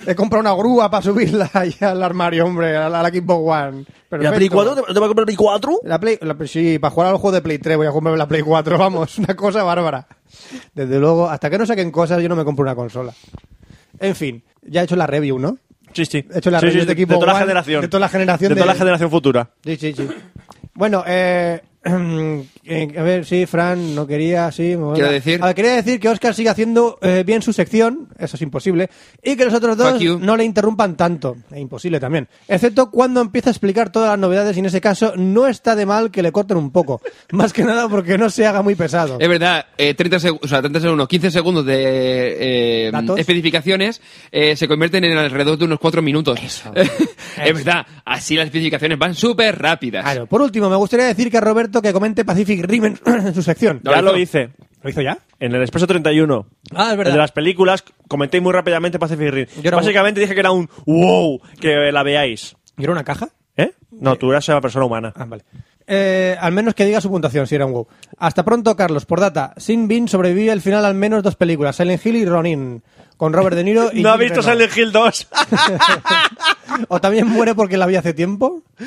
Speaker 4: He comprado una grúa para subirla ahí al armario, hombre, a la, a la Xbox One.
Speaker 3: no? ¿Y
Speaker 4: Perfecto.
Speaker 3: la Play 4? ¿Te, te vas a comprar Play 4?
Speaker 4: La Play, la- pues sí, para jugar a los juegos de Play 3 voy a comprarme la Play 4, vamos, una cosa bárbara. Desde luego, hasta que no saquen cosas, yo no me compro una consola. En fin, ya he hecho la review, ¿no?
Speaker 3: Sí, sí.
Speaker 4: He hecho la
Speaker 3: Sí, sí,
Speaker 4: review
Speaker 3: sí,
Speaker 4: de
Speaker 3: de,
Speaker 4: Xbox
Speaker 3: toda la
Speaker 4: One,
Speaker 3: generación.
Speaker 4: de toda la generación
Speaker 3: De toda
Speaker 4: de-
Speaker 3: la generación futura.
Speaker 4: Sí, sí, sí. Bueno, eh, eh, a ver, sí, Fran, no quería, sí. me voy a-
Speaker 1: Quiero decir-
Speaker 4: A ver, quería decir que Oscar sigue haciendo eh, bien su sección, eso es imposible, y que los otros
Speaker 1: Fuck
Speaker 4: dos
Speaker 1: you.
Speaker 4: no le interrumpan tanto, es imposible también. Excepto cuando empieza a explicar todas las novedades y en ese caso no está de mal que le corten un poco. Más que nada porque no se haga muy pesado.
Speaker 1: Es verdad, eh, 30 segundos, o sea, 30 segundos, 15 segundos de eh,
Speaker 4: Datos.
Speaker 1: especificaciones eh, se convierten en alrededor de unos 4 minutos. es verdad, así las especificaciones van súper rápidas.
Speaker 4: Claro, por último, me gustaría decir que a Roberto experto que comente Pacific Rim en, en su sección.
Speaker 1: Ya
Speaker 2: Ya
Speaker 1: lo
Speaker 2: lo hice.
Speaker 4: ¿Lo hizo ya?
Speaker 2: En el Expreso 31.
Speaker 4: Ah, es verdad.
Speaker 2: El De las películas, comenté muy rápidamente Pacific Rim.
Speaker 4: Yo era
Speaker 2: Básicamente dije que era un wow, que la veáis.
Speaker 4: ¿Y era una caja?
Speaker 2: ¿Eh? No, tú eras una persona humana.
Speaker 4: Ah, vale. Eh, al menos que diga su puntuación, si era un wow. Hasta pronto, Carlos. Por data, Sin Bin sobrevive al final al menos dos películas, Silent Hill y Ronin, con Robert De Niro y...
Speaker 2: no ha
Speaker 4: Jim
Speaker 2: visto
Speaker 4: Reno.
Speaker 2: Silent Hill 2.
Speaker 4: O también muere porque la vi hace tiempo.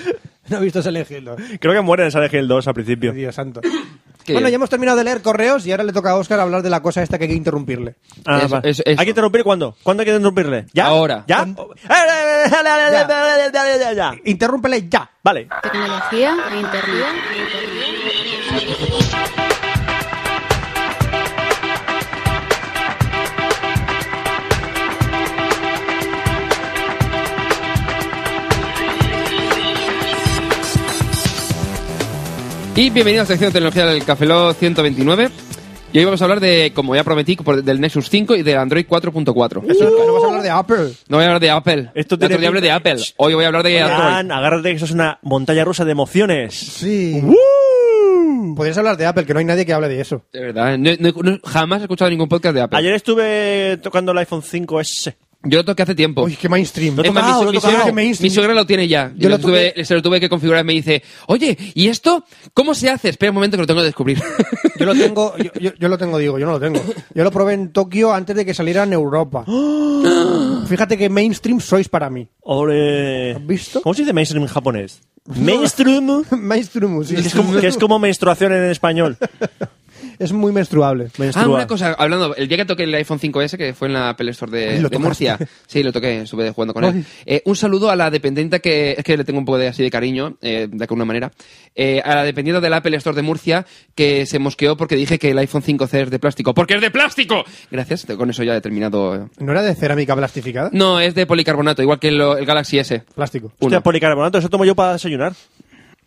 Speaker 4: No he visto Silent Hill. no.
Speaker 2: Creo que muere en Silent Hill 2 al principio.
Speaker 4: Dios santo.
Speaker 1: Qué
Speaker 4: Bueno,
Speaker 1: bien.
Speaker 4: ya hemos terminado de leer correos y ahora le toca a Oscar hablar de la cosa esta que hay que interrumpirle.
Speaker 2: Ah,
Speaker 1: Eso,
Speaker 2: va.
Speaker 1: eso, eso.
Speaker 2: ¿Hay que interrumpir cuándo? ¿Cuándo hay que interrumpirle? ¿Ya?
Speaker 1: Ahora.
Speaker 2: ¿Ya? Eh, Ya.
Speaker 4: Interrúmpele ya.
Speaker 2: Vale.
Speaker 5: Tecnología e Internet.
Speaker 1: Y bienvenidos a la sección de tecnología del Cafeló 129. Y hoy vamos a hablar de, como ya prometí, por- del Nexus 5 y del Android 4.4.
Speaker 4: Eso es que no vas a hablar de Apple.
Speaker 1: No voy a hablar de Apple.
Speaker 2: Uh. Esto
Speaker 1: El otro
Speaker 2: tiene
Speaker 1: día hablé de
Speaker 2: pinta-
Speaker 1: Apple. Hoy Eh, voy a hablar de Android.
Speaker 2: Dan, agárrate que eso es una montaña rusa de emociones.
Speaker 4: Sí.
Speaker 2: ¡Woo!
Speaker 4: Podrías hablar de Apple, que no hay nadie que hable de eso.
Speaker 1: De verdad, no- no- no- jamás he escuchado ningún podcast de Apple.
Speaker 2: Ayer estuve tocando el iPhone 5S.
Speaker 1: Yo lo toqué hace tiempo.
Speaker 4: Uy, qué Oh. mainstream.
Speaker 1: Es más, mi,
Speaker 4: tocado.
Speaker 1: suegra,
Speaker 4: Qué
Speaker 1: mi
Speaker 4: mainstream.
Speaker 1: suegra lo tiene ya.
Speaker 4: Yo
Speaker 1: Yo
Speaker 4: lo
Speaker 1: tuve, se lo tuve que configurar. Me dice, oye, ¿y esto cómo se hace? Espera un momento que lo tengo que descubrir. Ah,
Speaker 4: Yo lo tengo, yo, yo- yo lo tengo, digo, yo no lo tengo. Yo lo probé en Tokio antes de que saliera en Europa. Fíjate que mainstream sois para mí.
Speaker 2: Ole.
Speaker 4: ¿Has visto?
Speaker 2: eh, ¿Cómo se dice mainstream en japonés? Mainstream.
Speaker 4: mainstream, sí.
Speaker 2: que, es como, que es como menstruación en español.
Speaker 4: Es muy menstruable.
Speaker 1: ah,
Speaker 2: Menstrua.
Speaker 1: una Ah, cosa, hablando, el día que toqué el iPhone 5S, que fue en la Apple Store de,
Speaker 4: Lo
Speaker 1: de
Speaker 4: tocaste.
Speaker 1: Murcia. Sí, lo toqué, estuve jugando con él.
Speaker 4: Ay.
Speaker 1: Eh, un saludo a la dependiente que, es que le tengo un poco de, así de cariño, eh, de alguna manera, Eh, a la dependiente del Apple Store de Murcia, que se mosqueó porque dije que el iPhone 5C es de plástico. ¡Porque es de plástico! Gracias, con eso ya he terminado. eh.
Speaker 4: ¿No era de cerámica plastificada?
Speaker 1: No, es de policarbonato, igual que lo- el Galaxy S.
Speaker 4: Plástico.
Speaker 2: Hostia,
Speaker 1: Uno.
Speaker 2: policarbonato, eso tomo yo para desayunar.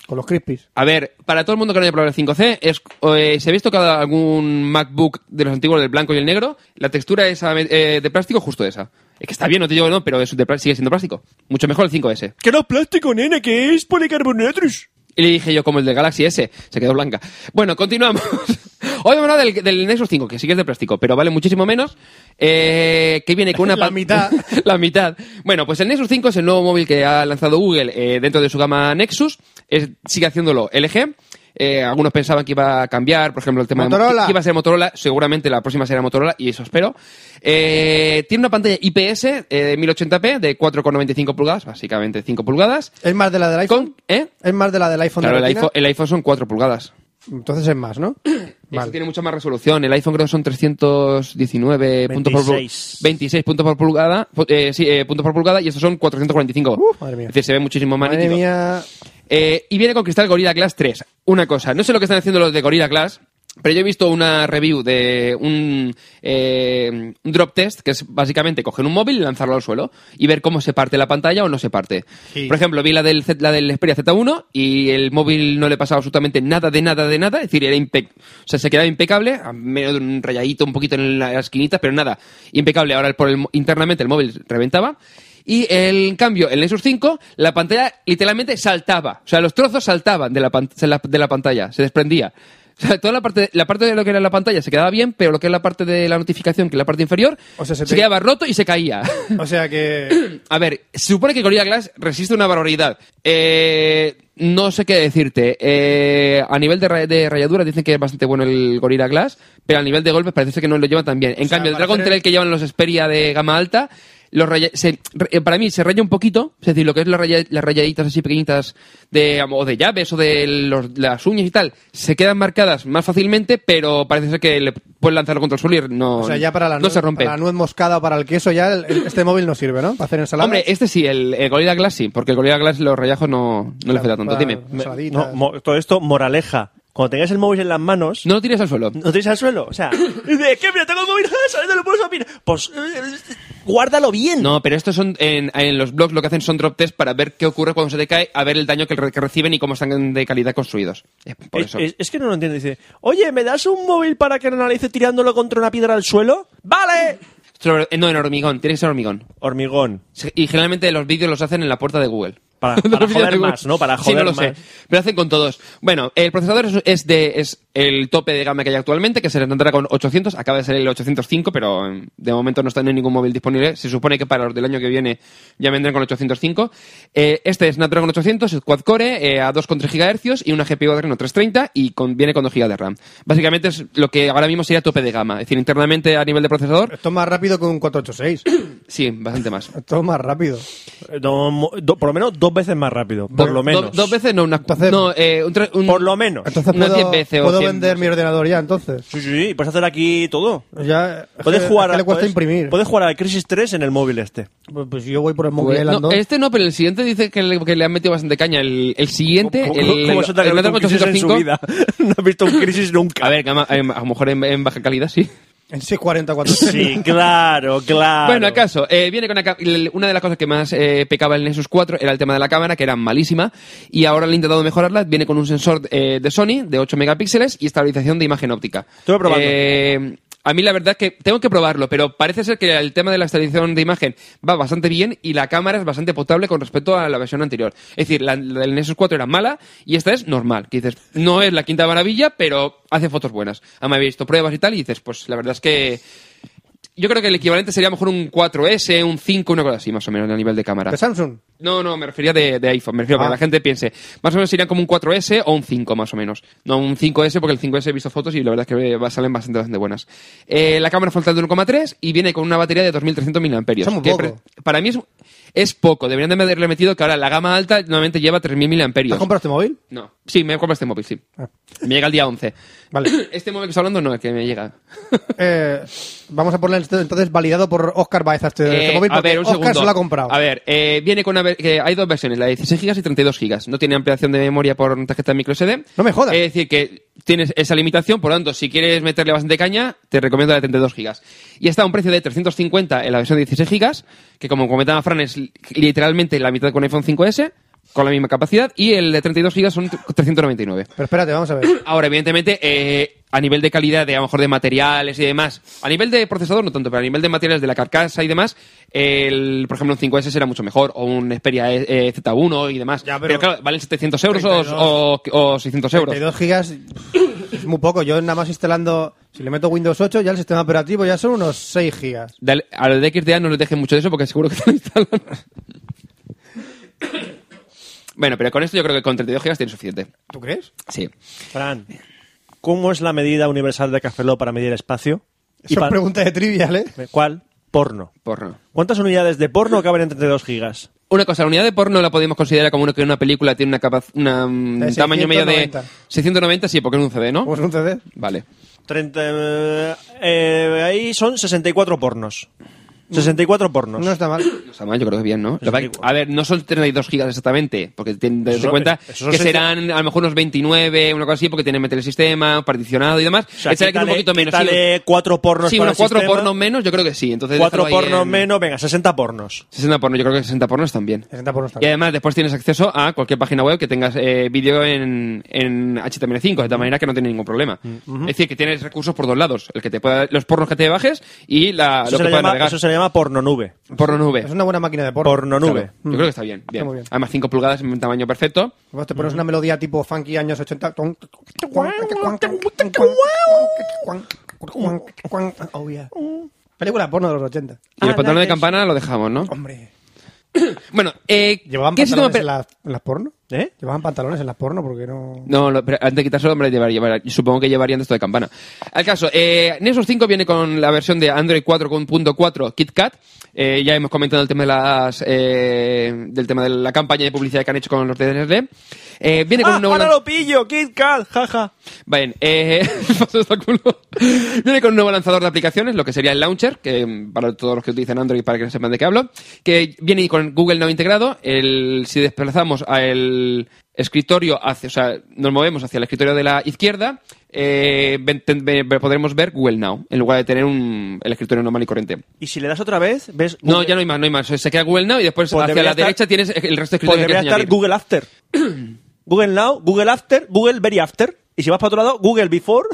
Speaker 4: Con los crispies.
Speaker 1: A ver, para todo el mundo que no haya probado el 5C, es, eh, si habéis tocado algún MacBook de los antiguos, del blanco y el negro, la textura es eh, de plástico justo esa. Es que está bien, no te digo que no, pero es de plá- sigue siendo plástico. Mucho mejor el 5S.
Speaker 2: Que no plástico, nene, que es policarbonatos.
Speaker 1: Y le dije yo, como el de Galaxy S, se quedó blanca. Bueno, continuamos. Hoy vamos a hablar del, del Nexus 5, que sí que es de plástico, pero vale muchísimo menos. Eh, que viene con una...
Speaker 4: La
Speaker 1: pa-
Speaker 4: mitad.
Speaker 1: la mitad. Bueno, pues el Nexus 5 es el nuevo móvil que ha lanzado Google eh, dentro de su gama Nexus. Es- sigue haciéndolo LG. Eh, algunos pensaban que iba a cambiar, por ejemplo, el tema de
Speaker 4: Motorola.
Speaker 1: que iba a ser Motorola. Seguramente la próxima será Motorola y eso espero. Eh, tiene una pantalla IPS eh, de 1080p de 4,95 pulgadas, básicamente 5 pulgadas.
Speaker 4: ¿Es más de la del iPhone?
Speaker 1: Con, ¿eh?
Speaker 4: ¿Es más de la del iPhone
Speaker 1: Claro,
Speaker 4: de
Speaker 1: el
Speaker 4: retina?
Speaker 1: iPhone, el iPhone son 4 pulgadas.
Speaker 4: Entonces es más, ¿no?
Speaker 1: Este
Speaker 4: vale.
Speaker 1: tiene mucha más resolución. El iPhone creo que son 319 puntos por pulgada.
Speaker 2: 26.
Speaker 1: 26 puntos por pulgada. pu- eh, sí, eh, puntos por pulgada y estos son 445.
Speaker 4: Uf, madre mía.
Speaker 1: Es decir, se ve muchísimo más
Speaker 4: Madre
Speaker 1: nítido.
Speaker 4: mía.
Speaker 1: Eh, y viene con cristal Gorilla Glass 3. Una cosa, no sé lo que están haciendo los de Gorilla Glass, pero yo he visto una review de un, eh, un drop test, que es básicamente coger un móvil y lanzarlo al suelo y ver cómo se parte la pantalla o no se parte.
Speaker 4: Sí.
Speaker 1: Por ejemplo, vi la del, Z- la del Xperia Z1 y el móvil no le pasaba absolutamente nada de nada de nada, es decir, era impec o sea, se quedaba impecable, a medio de un rayadito un poquito en la esquinita, pero nada, impecable. Ahora por el mo- internamente el móvil reventaba. Y el- en cambio, el Nexus 5, la pantalla literalmente saltaba. O sea, los trozos saltaban de la, pan- se la- de la pantalla, se desprendía. O sea, toda la parte, la parte de lo que era la pantalla se quedaba bien, pero lo que es la parte de la notificación, que es la parte inferior,
Speaker 4: O sea, se
Speaker 1: se,
Speaker 4: te-
Speaker 1: quedaba roto y se caía.
Speaker 4: O sea que...
Speaker 1: A ver, se supone que Gorilla Glass resiste una barbaridad. Eh, no sé qué decirte. Eh, a nivel de, ra- de rayadura dicen que es bastante bueno el Gorilla Glass, pero a nivel de golpes parece que no lo lleva tan bien. En
Speaker 4: sea,
Speaker 1: cambio, el
Speaker 4: para
Speaker 1: Dragon
Speaker 4: hacer el-
Speaker 1: Trail que llevan los Xperia de gama alta, los raya- se- re- eh, para mí se raya un poquito, es decir, lo que es la raya- las rayaditas así pequeñitas de, o de llaves o de los- las uñas y tal, se quedan marcadas más fácilmente, pero parece ser que le puedes lanzarlo contra el suelo y no,
Speaker 4: O sea, ya para la,
Speaker 1: no
Speaker 4: nuez,
Speaker 1: se rompe.
Speaker 4: para la nuez moscada o para el queso ya el- el- este móvil no sirve, ¿no? Para hacer ensaladas.
Speaker 1: Hombre, este sí, el, el Gorilla Glass sí, porque el Gorilla Glass los rayajos no, no le afecta tanto.
Speaker 4: para-
Speaker 1: Dime,
Speaker 4: Me- Ensaladitas.
Speaker 2: No, mo- todo esto, moraleja. Cuando tengáis el móvil en las manos,
Speaker 1: no lo tires al suelo.
Speaker 2: no tenéis al suelo. O sea, de que mira, tengo el móvil, sale del bolso, mira. Pues eh, guárdalo bien.
Speaker 1: No, pero estos son en, en los blogs lo que hacen son drop tests para ver qué ocurre cuando se te cae, a ver el daño que, re- que reciben y cómo están de calidad construidos. Es por
Speaker 3: eh,
Speaker 2: es,
Speaker 1: eso.
Speaker 2: es- es que no lo entiendo. Dice, oye, ¿me das un móvil para que lo analice tirándolo contra una piedra al suelo? ¡Vale!
Speaker 1: Sobre- eh, no, en hormigón, tiene que ser hormigón.
Speaker 2: Hormigón.
Speaker 1: Se- Y generalmente los vídeos los hacen en la puerta de Google.
Speaker 3: Para,
Speaker 1: No
Speaker 3: para
Speaker 1: oficial de
Speaker 3: joder
Speaker 1: Google.
Speaker 3: más, ¿no? Para
Speaker 1: Sí,
Speaker 3: joder
Speaker 1: no lo
Speaker 3: más.
Speaker 1: sé. Pero hacen con todos. Bueno, el procesador es, es de, es el tope de gama que hay actualmente, que se le tendrá con 800. Acaba de ser el 805, pero mm, de momento no está en ningún móvil disponible. Se supone que para los del año que viene ya vendrán con 805. Eh, este es Snapdragon 800, es quad-core, eh, a 2,3 GHz y una GPU Adreno 330 y con- viene con 2 GB de RAM. Básicamente es lo que ahora mismo sería tope de gama. Es decir, internamente a nivel de procesador,
Speaker 4: Esto es más rápido que un 486.
Speaker 1: sí, bastante más.
Speaker 4: Esto es más rápido.
Speaker 3: Eh, do- mo- do- por lo menos dos veces más rápido. Por lo
Speaker 1: Do-
Speaker 3: menos.
Speaker 1: dos veces, no, una.
Speaker 4: Entonces-
Speaker 1: no, eh, un tre- un-
Speaker 3: Por lo menos.
Speaker 4: Entonces
Speaker 1: Unas 10
Speaker 4: puedo,
Speaker 1: veces o
Speaker 4: puedo
Speaker 1: 100.
Speaker 4: vender mi ordenador ya, entonces.
Speaker 3: Sí, sí, sí. Puedes hacer aquí todo.
Speaker 4: Ya,
Speaker 3: Puedes
Speaker 4: es que-
Speaker 3: jugar,
Speaker 4: es que le cuesta
Speaker 3: puedes-
Speaker 4: imprimir.
Speaker 3: puedes jugar al Crisis 3 en el móvil este.
Speaker 4: Pues, pues yo voy por el móvil
Speaker 1: Pues, no,
Speaker 4: Island 2.
Speaker 1: este no, pero el siguiente dice que le, que le han metido bastante caña. El, el siguiente,
Speaker 3: ¿Cómo-
Speaker 1: Eh, el,
Speaker 3: cómo se te ha
Speaker 1: el
Speaker 3: acabado
Speaker 1: Snapdragon
Speaker 3: un crisis en su
Speaker 1: 805.
Speaker 3: vida? No has visto un crisis nunca.
Speaker 1: A ver, que a, ma- em, a lo mejor en, en baja calidad, sí.
Speaker 4: En 640, 400.
Speaker 3: Sí, claro, claro.
Speaker 1: Bueno, acaso, eh, viene con una, ca- el- una de las cosas que más eh, pecaba el Nexus 4 era el tema de la cámara, que era malísima, y ahora le he intentado mejorarla. Viene con un sensor eh, de Sony de 8 megapíxeles y estabilización de imagen óptica.
Speaker 3: Estuve probando.
Speaker 1: Eh, a mí la verdad es que tengo que probarlo, pero parece ser que el tema de la estabilización de imagen va bastante bien y la cámara es bastante potable con respecto a la versión anterior. Es decir, la, la del Nexus 4 era mala y esta es normal. Que dices, no es la quinta maravilla, pero hace fotos buenas. Además, he visto pruebas y tal y dices, pues la verdad es que yo creo que el equivalente sería a lo mejor un 4S, un 5, una cosa así, más o menos, a nivel de cámara.
Speaker 4: De Samsung.
Speaker 1: No, no, me refería de, de iPhone, me refiero para
Speaker 4: Ah.
Speaker 1: que la gente piense. Más o menos serían como un 4S o un 5, más o menos. No un 5S, porque el 5S he visto fotos y la verdad es que eh, va- salen bastante, bastante buenas. Eh, la cámara frontal de 1,3 y viene con una batería de 2.300 mAh.
Speaker 4: Eso es muy
Speaker 1: que
Speaker 4: poco.
Speaker 1: pre- Para mí es, es poco, deberían de haberle metido que ahora la gama alta normalmente lleva 3.000
Speaker 4: ¿Has
Speaker 1: mAh.
Speaker 4: comprado este móvil?
Speaker 1: No, sí, me he comprado este móvil, sí.
Speaker 4: Ah.
Speaker 1: Me llega el día 11.
Speaker 4: Vale.
Speaker 1: Este móvil que estoy hablando no es que me llega.
Speaker 4: Eh, vamos a ponerle este- entonces validado por Oscar Baeza este, este
Speaker 1: Eh,
Speaker 4: móvil.
Speaker 1: a
Speaker 4: porque
Speaker 1: ver, un
Speaker 4: Oscar
Speaker 1: segundo.
Speaker 4: se lo ha comprado.
Speaker 1: A ver, eh, viene con una ver- que hay dos versiones, la de 16 GB y 32 GB. No tiene ampliación de memoria por tarjeta micro SD.
Speaker 4: No me jodas.
Speaker 1: Es decir, que tienes esa limitación, por lo tanto, si quieres meterle bastante caña, te recomiendo la de 32 GB. Y está a un precio de 350 en la versión de 16 GB, que como comentaba Fran, es li- literalmente la mitad con iPhone 5S, con la misma capacidad, y el de 32 GB son 399.
Speaker 4: Pero espérate, vamos a ver.
Speaker 1: Ahora, evidentemente, eh, a nivel de calidad, de, a lo mejor de materiales y demás, a nivel de procesador no tanto, pero a nivel de materiales de la carcasa y demás, el, por ejemplo, un 5S será mucho mejor, o un Xperia eh, Z1 y demás.
Speaker 4: Ya,
Speaker 1: pero,
Speaker 4: pero
Speaker 1: claro, valen 700 euros o-
Speaker 4: 32.
Speaker 1: o, o 600 euros.
Speaker 4: 32 gigas pff, es muy poco. Yo nada más instalando, si le meto Windows 8, ya el sistema operativo ya son unos 6 gigas.
Speaker 1: Dale- a los de XDA no les dejen mucho de eso porque seguro que te lo instalan. bueno, pero con esto yo creo que con 32 GB tiene suficiente.
Speaker 4: ¿Tú crees?
Speaker 1: Sí.
Speaker 3: Fran, ¿cómo es la medida universal de Cafeló para medir espacio?
Speaker 4: Eso es
Speaker 3: para-
Speaker 4: pregunta de trivial, ¿eh?
Speaker 3: ¿Cuál? Porno.
Speaker 1: Porno.
Speaker 3: ¿Cuántas unidades de porno caben en 32 gigas?
Speaker 1: Una cosa, la unidad de porno la podemos considerar como una, que una película tiene una capaz, una, mm,
Speaker 3: Eh,
Speaker 4: De
Speaker 1: tamaño medio de
Speaker 4: 690.
Speaker 1: 690, sí, porque es un CD, ¿no?
Speaker 4: ¿Cómo es un CD?
Speaker 1: Vale.
Speaker 3: 30, eh, eh, ahí son 64 pornos.
Speaker 1: Mm.
Speaker 3: 64 pornos.
Speaker 4: No está mal.
Speaker 1: O sea, mal, yo creo que bien, ¿no? Lo que-
Speaker 3: 64.
Speaker 1: A ver, no son 32 gigas exactamente, porque ten-
Speaker 3: Eso
Speaker 1: ten en
Speaker 3: son-
Speaker 1: cuenta
Speaker 3: eso son
Speaker 1: que
Speaker 3: 60.
Speaker 1: serán a lo mejor unos 29, una cosa así, porque tienen meter el sistema, particionado y demás.
Speaker 3: O sea,
Speaker 1: Échale que es un
Speaker 3: quítale-
Speaker 1: poquito menos.
Speaker 3: quítale
Speaker 1: sí,
Speaker 3: cuatro pornos
Speaker 1: Sí,
Speaker 3: para
Speaker 1: unos
Speaker 3: el
Speaker 1: cuatro
Speaker 3: sistema,
Speaker 1: pornos menos, yo creo que sí. Entonces
Speaker 3: Cuatro
Speaker 1: déjalo ahí
Speaker 3: pornos
Speaker 1: en-
Speaker 3: menos, venga, 60 pornos.
Speaker 1: 60 pornos, yo creo que 60 pornos también.
Speaker 4: 60 por no está
Speaker 1: Y
Speaker 4: mal.
Speaker 1: además después tienes acceso a cualquier página web que tengas eh, vídeo en, en HTML5, de tal manera que no tiene ningún problema.
Speaker 4: Mm,
Speaker 1: Es decir, que tienes recursos por dos lados, el que te pueda, los pornos que te bajes y la,
Speaker 3: Eso
Speaker 1: lo
Speaker 3: se,
Speaker 1: que
Speaker 3: le
Speaker 1: puedas
Speaker 3: llama,
Speaker 1: navegar.
Speaker 3: eso se le llama porno nube.
Speaker 1: Porno nube.
Speaker 4: Es una buena máquina de porno.
Speaker 3: Porno
Speaker 1: Claro.
Speaker 3: nube.
Speaker 1: Yo creo que está bien. bien.
Speaker 4: muy bien.
Speaker 1: Además, 5 pulgadas en un tamaño perfecto.
Speaker 4: Vamos, te pones una melodía tipo funky años 80. Oh, yeah. Película porno de los 80.
Speaker 1: Y el pantalón de campana lo dejamos, ¿no?
Speaker 4: Ah, Hombre.
Speaker 1: Bueno, eh,
Speaker 4: ¿Llevaban
Speaker 1: ¿qué sistema
Speaker 4: pantalones
Speaker 1: oper-
Speaker 4: en, las- en las porno?
Speaker 3: ¿Eh?
Speaker 4: ¿Llevaban pantalones en las porno? Porque no...
Speaker 1: No, lo- pero antes de quitárselo, hombre, llevar, llevar- supongo que llevarían de esto de campana. Al caso, eh, Nexus 5 viene con la versión de Android 4.4 KitKat. Eh, ya hemos comentado el tema de las, eh, del tema de la campaña de publicidad que han hecho con los DNRD. Eh, viene con
Speaker 3: Ah,
Speaker 1: un nuevo
Speaker 3: ahora lo pillo, Kit Kat, jaja.
Speaker 1: Bien, eh, paso esto al culo. Viene con un nuevo lanzador de aplicaciones, lo que sería el launcher, que mm, para todos los que utilizan Android, para que sepan de qué hablo, que viene con Google Now integrado. El, si desplazamos al escritorio, hacia, o sea, nos movemos hacia el escritorio de la izquierda, eh, ven- ten- ve- ve- podremos ver Google Now, en lugar de tener un, el escritorio normal y corriente.
Speaker 3: Y si le das otra vez, ves.
Speaker 1: No,
Speaker 3: Google-
Speaker 1: ya no hay más, no hay más. Se queda Google Now y después
Speaker 3: Pues
Speaker 1: hacia la
Speaker 3: debería estar-
Speaker 1: derecha tienes el resto de
Speaker 3: Pues
Speaker 1: escritorios que
Speaker 3: debería
Speaker 1: tienes que
Speaker 3: estar
Speaker 1: añadir.
Speaker 3: Google After. Google Now, Google After, Google Very After. Y si vas para otro lado, Google Before.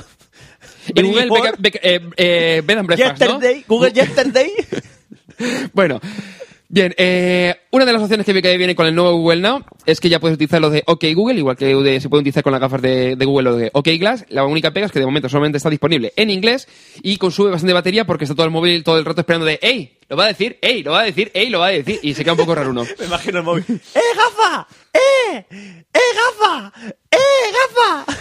Speaker 1: Y
Speaker 3: Very
Speaker 1: Google
Speaker 3: Before,
Speaker 1: Beca- Beca- eh, eh, Bed and Breakfast, ¿no?
Speaker 3: Yesterday, Google Yesterday.
Speaker 1: Bueno, Bien, eh, una de las opciones que vi que viene con el nuevo Google Now es que ya puedes utilizar lo de OK Google, igual que de- se puede utilizar con las gafas de, de Google o de OK Glass. La única pega es que de momento solamente está disponible en inglés y consume bastante batería porque está todo el móvil todo el rato esperando de ¡Ey! Lo va a decir, ¡Ey! Lo va a decir, ¡Ey! Lo va a decir y se queda un poco raro uno.
Speaker 3: Me imagino el móvil. ¡Eh, gafa! ¡Eh! ¡Eh, gafa! ¡Eh,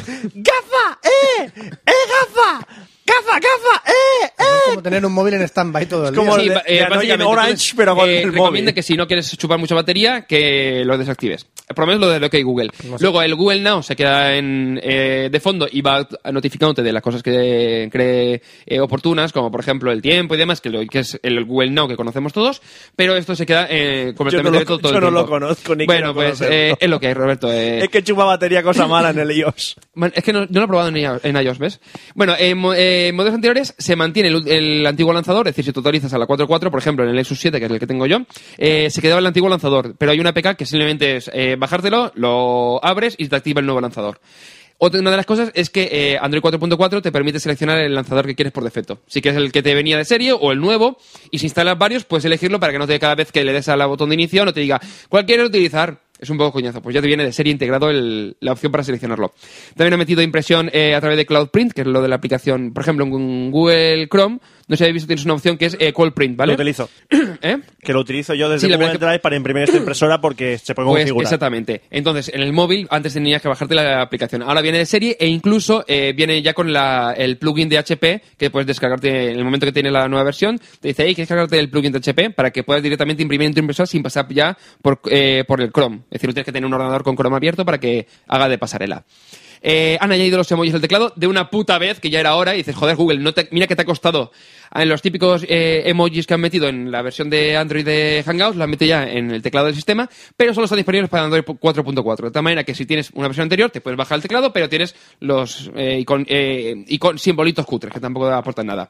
Speaker 3: gafa! ¡Gafa! ¡Eh! ¡Eh, gafa! ¡Gafa, gafa! ¡Eh,
Speaker 4: Es
Speaker 3: eh!
Speaker 4: como tener un móvil en stand-by todo el
Speaker 3: Es como-
Speaker 4: día.
Speaker 3: de- de
Speaker 1: eh,
Speaker 3: Annoying Orange, pero con el móvil.
Speaker 1: recomienda que si no quieres chupar mucha batería, que lo desactives. Por lo menos lo de OK Google. Luego el Google Now se queda en, eh, de fondo y va notificándote de las cosas que cree eh, oportunas, como por ejemplo el tiempo y demás, que, lo- que es el Google Now que conocemos todos, pero esto se queda eh, completamente
Speaker 3: Yo no lo-
Speaker 1: abierto todo el
Speaker 3: yo no lo
Speaker 1: tiempo.
Speaker 3: conozco, ni
Speaker 1: Bueno,
Speaker 3: quiero
Speaker 1: pues
Speaker 3: conocerlo.
Speaker 1: eh, es lo que hay, Roberto. eh.
Speaker 3: Es que chupa batería cosa mala en el iOS.
Speaker 1: Man, es que no, no lo he probado en, iOS- en iOS, ¿ves? Bueno, en mo- eh, modelos anteriores se mantiene el, u- el antiguo lanzador, es decir, si tú actualizas a la 4.4, por ejemplo, en el Nexus 7, que es el que tengo yo, eh, se quedaba el antiguo lanzador, pero hay una APK que simplemente es eh, bajártelo, lo abres y te activa el nuevo lanzador. Otra, una de las cosas es que eh, Android 4.4 te permite seleccionar el lanzador que quieres por defecto. Si quieres el que te venía de serie o el nuevo, y si instalas varios, puedes elegirlo para que no te cada vez que le des al botón de inicio no te diga cuál quieres utilizar. Es un poco coñazo, pues ya te viene de serie integrado el- la opción para seleccionarlo. También he metido impresión eh, a través de Cloud Print, que es lo de la aplicación, por ejemplo, en Google Chrome. No sé si habéis visto, tienes una opción que es eh, Call Print, ¿vale?
Speaker 3: Lo utilizo.
Speaker 1: ¿Eh?
Speaker 3: Que lo utilizo yo
Speaker 1: Sí,
Speaker 3: desde
Speaker 1: la verdad
Speaker 3: Google
Speaker 1: es que-
Speaker 3: Drive para imprimir esta impresora porque se puede
Speaker 1: Pues,
Speaker 3: configurar.
Speaker 1: exactamente. Entonces, en el móvil antes tenías que bajarte la aplicación. Ahora viene de serie e incluso eh, viene ya con la- el plugin de HP que puedes descargarte en el momento que tiene la nueva versión. Te dice, hey, ¿quieres cargarte el plugin de HP para que puedas directamente imprimir en tu impresora sin pasar ya por, eh, por el Chrome? Es decir, no tienes que tener un ordenador con Chrome abierto para que haga de pasarela. Eh, han añadido los emojis al teclado de una puta vez que ya era hora y dices, joder, Google, no te- mira que te ha costado. Ah, En los típicos eh, emojis que han metido en la versión de Android de Hangouts, los han metido ya en el teclado del sistema, pero solo están disponibles para Android 4.4. De tal manera que si tienes una versión anterior, te puedes bajar el teclado, pero tienes los eh, icon- eh, icon- simbolitos cutres que tampoco aportan nada.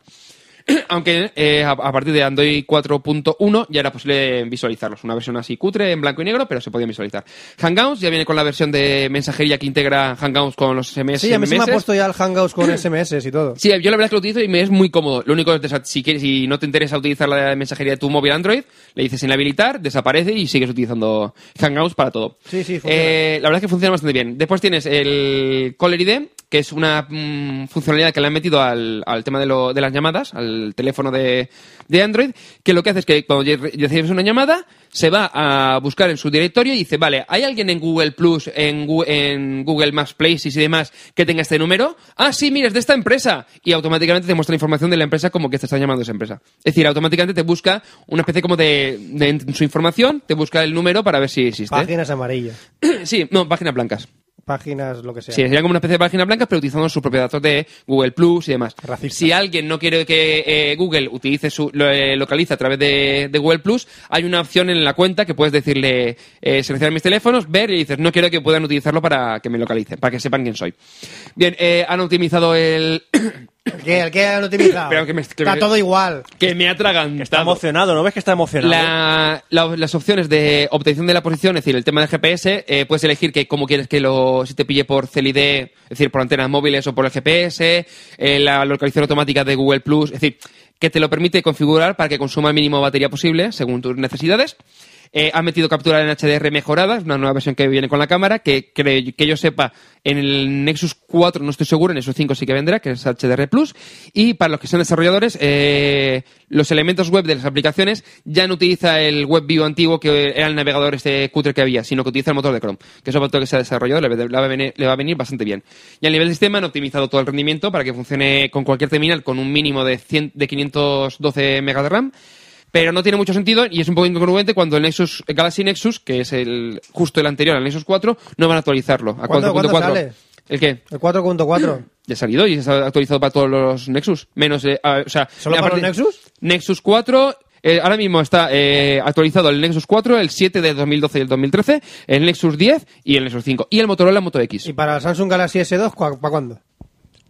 Speaker 1: Aunque eh, a, a partir de Android 4.1 ya era posible visualizarlos. Una versión así cutre, en blanco y negro, pero se podían visualizar. Hangouts ya viene con la versión de mensajería que integra Hangouts con los SMS.
Speaker 4: Sí, a mí se me ha
Speaker 1: SMS.
Speaker 4: puesto ya el Hangouts con SMS y todo.
Speaker 1: Sí, yo la verdad es que lo utilizo y me es muy cómodo. Lo único es, desa- si, quieres, si no te interesa utilizar la mensajería de tu móvil Android, le dices inhabilitar, desaparece y sigues utilizando Hangouts para todo.
Speaker 4: Sí, sí, funciona.
Speaker 1: Eh, la verdad es que funciona bastante bien. Después tienes el Caller ID, que es una mm, funcionalidad que le han metido al, al tema de, lo- de las llamadas, al teléfono de, de Android, que lo que hace es que cuando re- recibes una llamada, se va a buscar en su directorio y dice, vale, ¿hay alguien en Google Plus, en, Gu- en Google Maps Places y demás que tenga este número? Ah, sí, mira, es de esta empresa. Y automáticamente te muestra información de la empresa como que te está llamando esa empresa. Es decir, automáticamente te busca una especie como de, de en su información, te busca el número para ver si existe.
Speaker 4: Páginas amarillas,
Speaker 1: Sí, no, páginas blancas.
Speaker 4: páginas lo que sea.
Speaker 1: Sí, sería como una especie de páginas blancas, pero utilizando sus propios datos de Google Plus y demás.
Speaker 4: Racistas.
Speaker 1: Si alguien no quiere que eh, Google utilice su, lo, eh, localiza a través de, de Google Plus, hay una opción en la cuenta que puedes decirle, eh, seleccionar mis teléfonos, ver y dices, no quiero que puedan utilizarlo para que me localicen, para que sepan quién soy. Bien, eh, han optimizado el.
Speaker 4: ¿Qué, el qué han utilizado?
Speaker 1: Pero que me- que
Speaker 4: Está
Speaker 1: me-
Speaker 4: todo igual.
Speaker 1: que me atragan.
Speaker 3: Está emocionado, ¿no ves que está emocionado?
Speaker 1: La- la- las opciones de obtención de la posición, es decir, el tema del GPS, eh, puedes elegir que cómo quieres que lo, si te pille por CLID, es decir, por antenas móviles o por el GPS, eh, la localización automática de Google Plus, es decir, que te lo permite configurar para que consuma el mínimo batería posible según tus necesidades. Eh, ha metido captura en HDR mejorada, es una nueva versión que viene con la cámara, que cre- que yo sepa, en el Nexus 4 no estoy seguro, en el Nexus 5 sí que vendrá, que es HDR Plus. Y para los que son desarrolladores, eh, los elementos web de las aplicaciones ya no utiliza el WebView antiguo que era el navegador este cutre que había, sino que utiliza el motor de Chrome, que eso para todo que sea desarrollador le, va a venir- le va a venir bastante bien. Y a nivel de sistema han optimizado todo el rendimiento para que funcione con cualquier terminal con un mínimo de, 100 de 512 MB de RAM pero no tiene mucho sentido y es un poco incongruente cuando el Nexus el Galaxy Nexus, que es el justo el anterior al Nexus 4, no van a actualizarlo a
Speaker 4: ¿Cuándo-
Speaker 1: 4.4.
Speaker 4: cuándo sale?
Speaker 1: ¿El qué?
Speaker 4: El 4.4.
Speaker 1: Ya ha salido y se ha actualizado para todos los Nexus, menos eh, ah, o sea,
Speaker 4: ¿Solo
Speaker 1: mira,
Speaker 4: para
Speaker 1: aparte-
Speaker 4: los Nexus?
Speaker 1: Nexus 4 eh, ahora mismo está eh, actualizado el Nexus 4, el 7 de 2012 y el 2013, el Nexus 10 y el Nexus 5 y el Motorola Moto X.
Speaker 4: ¿Y para el Samsung Galaxy S2, ¿cu- para cuándo?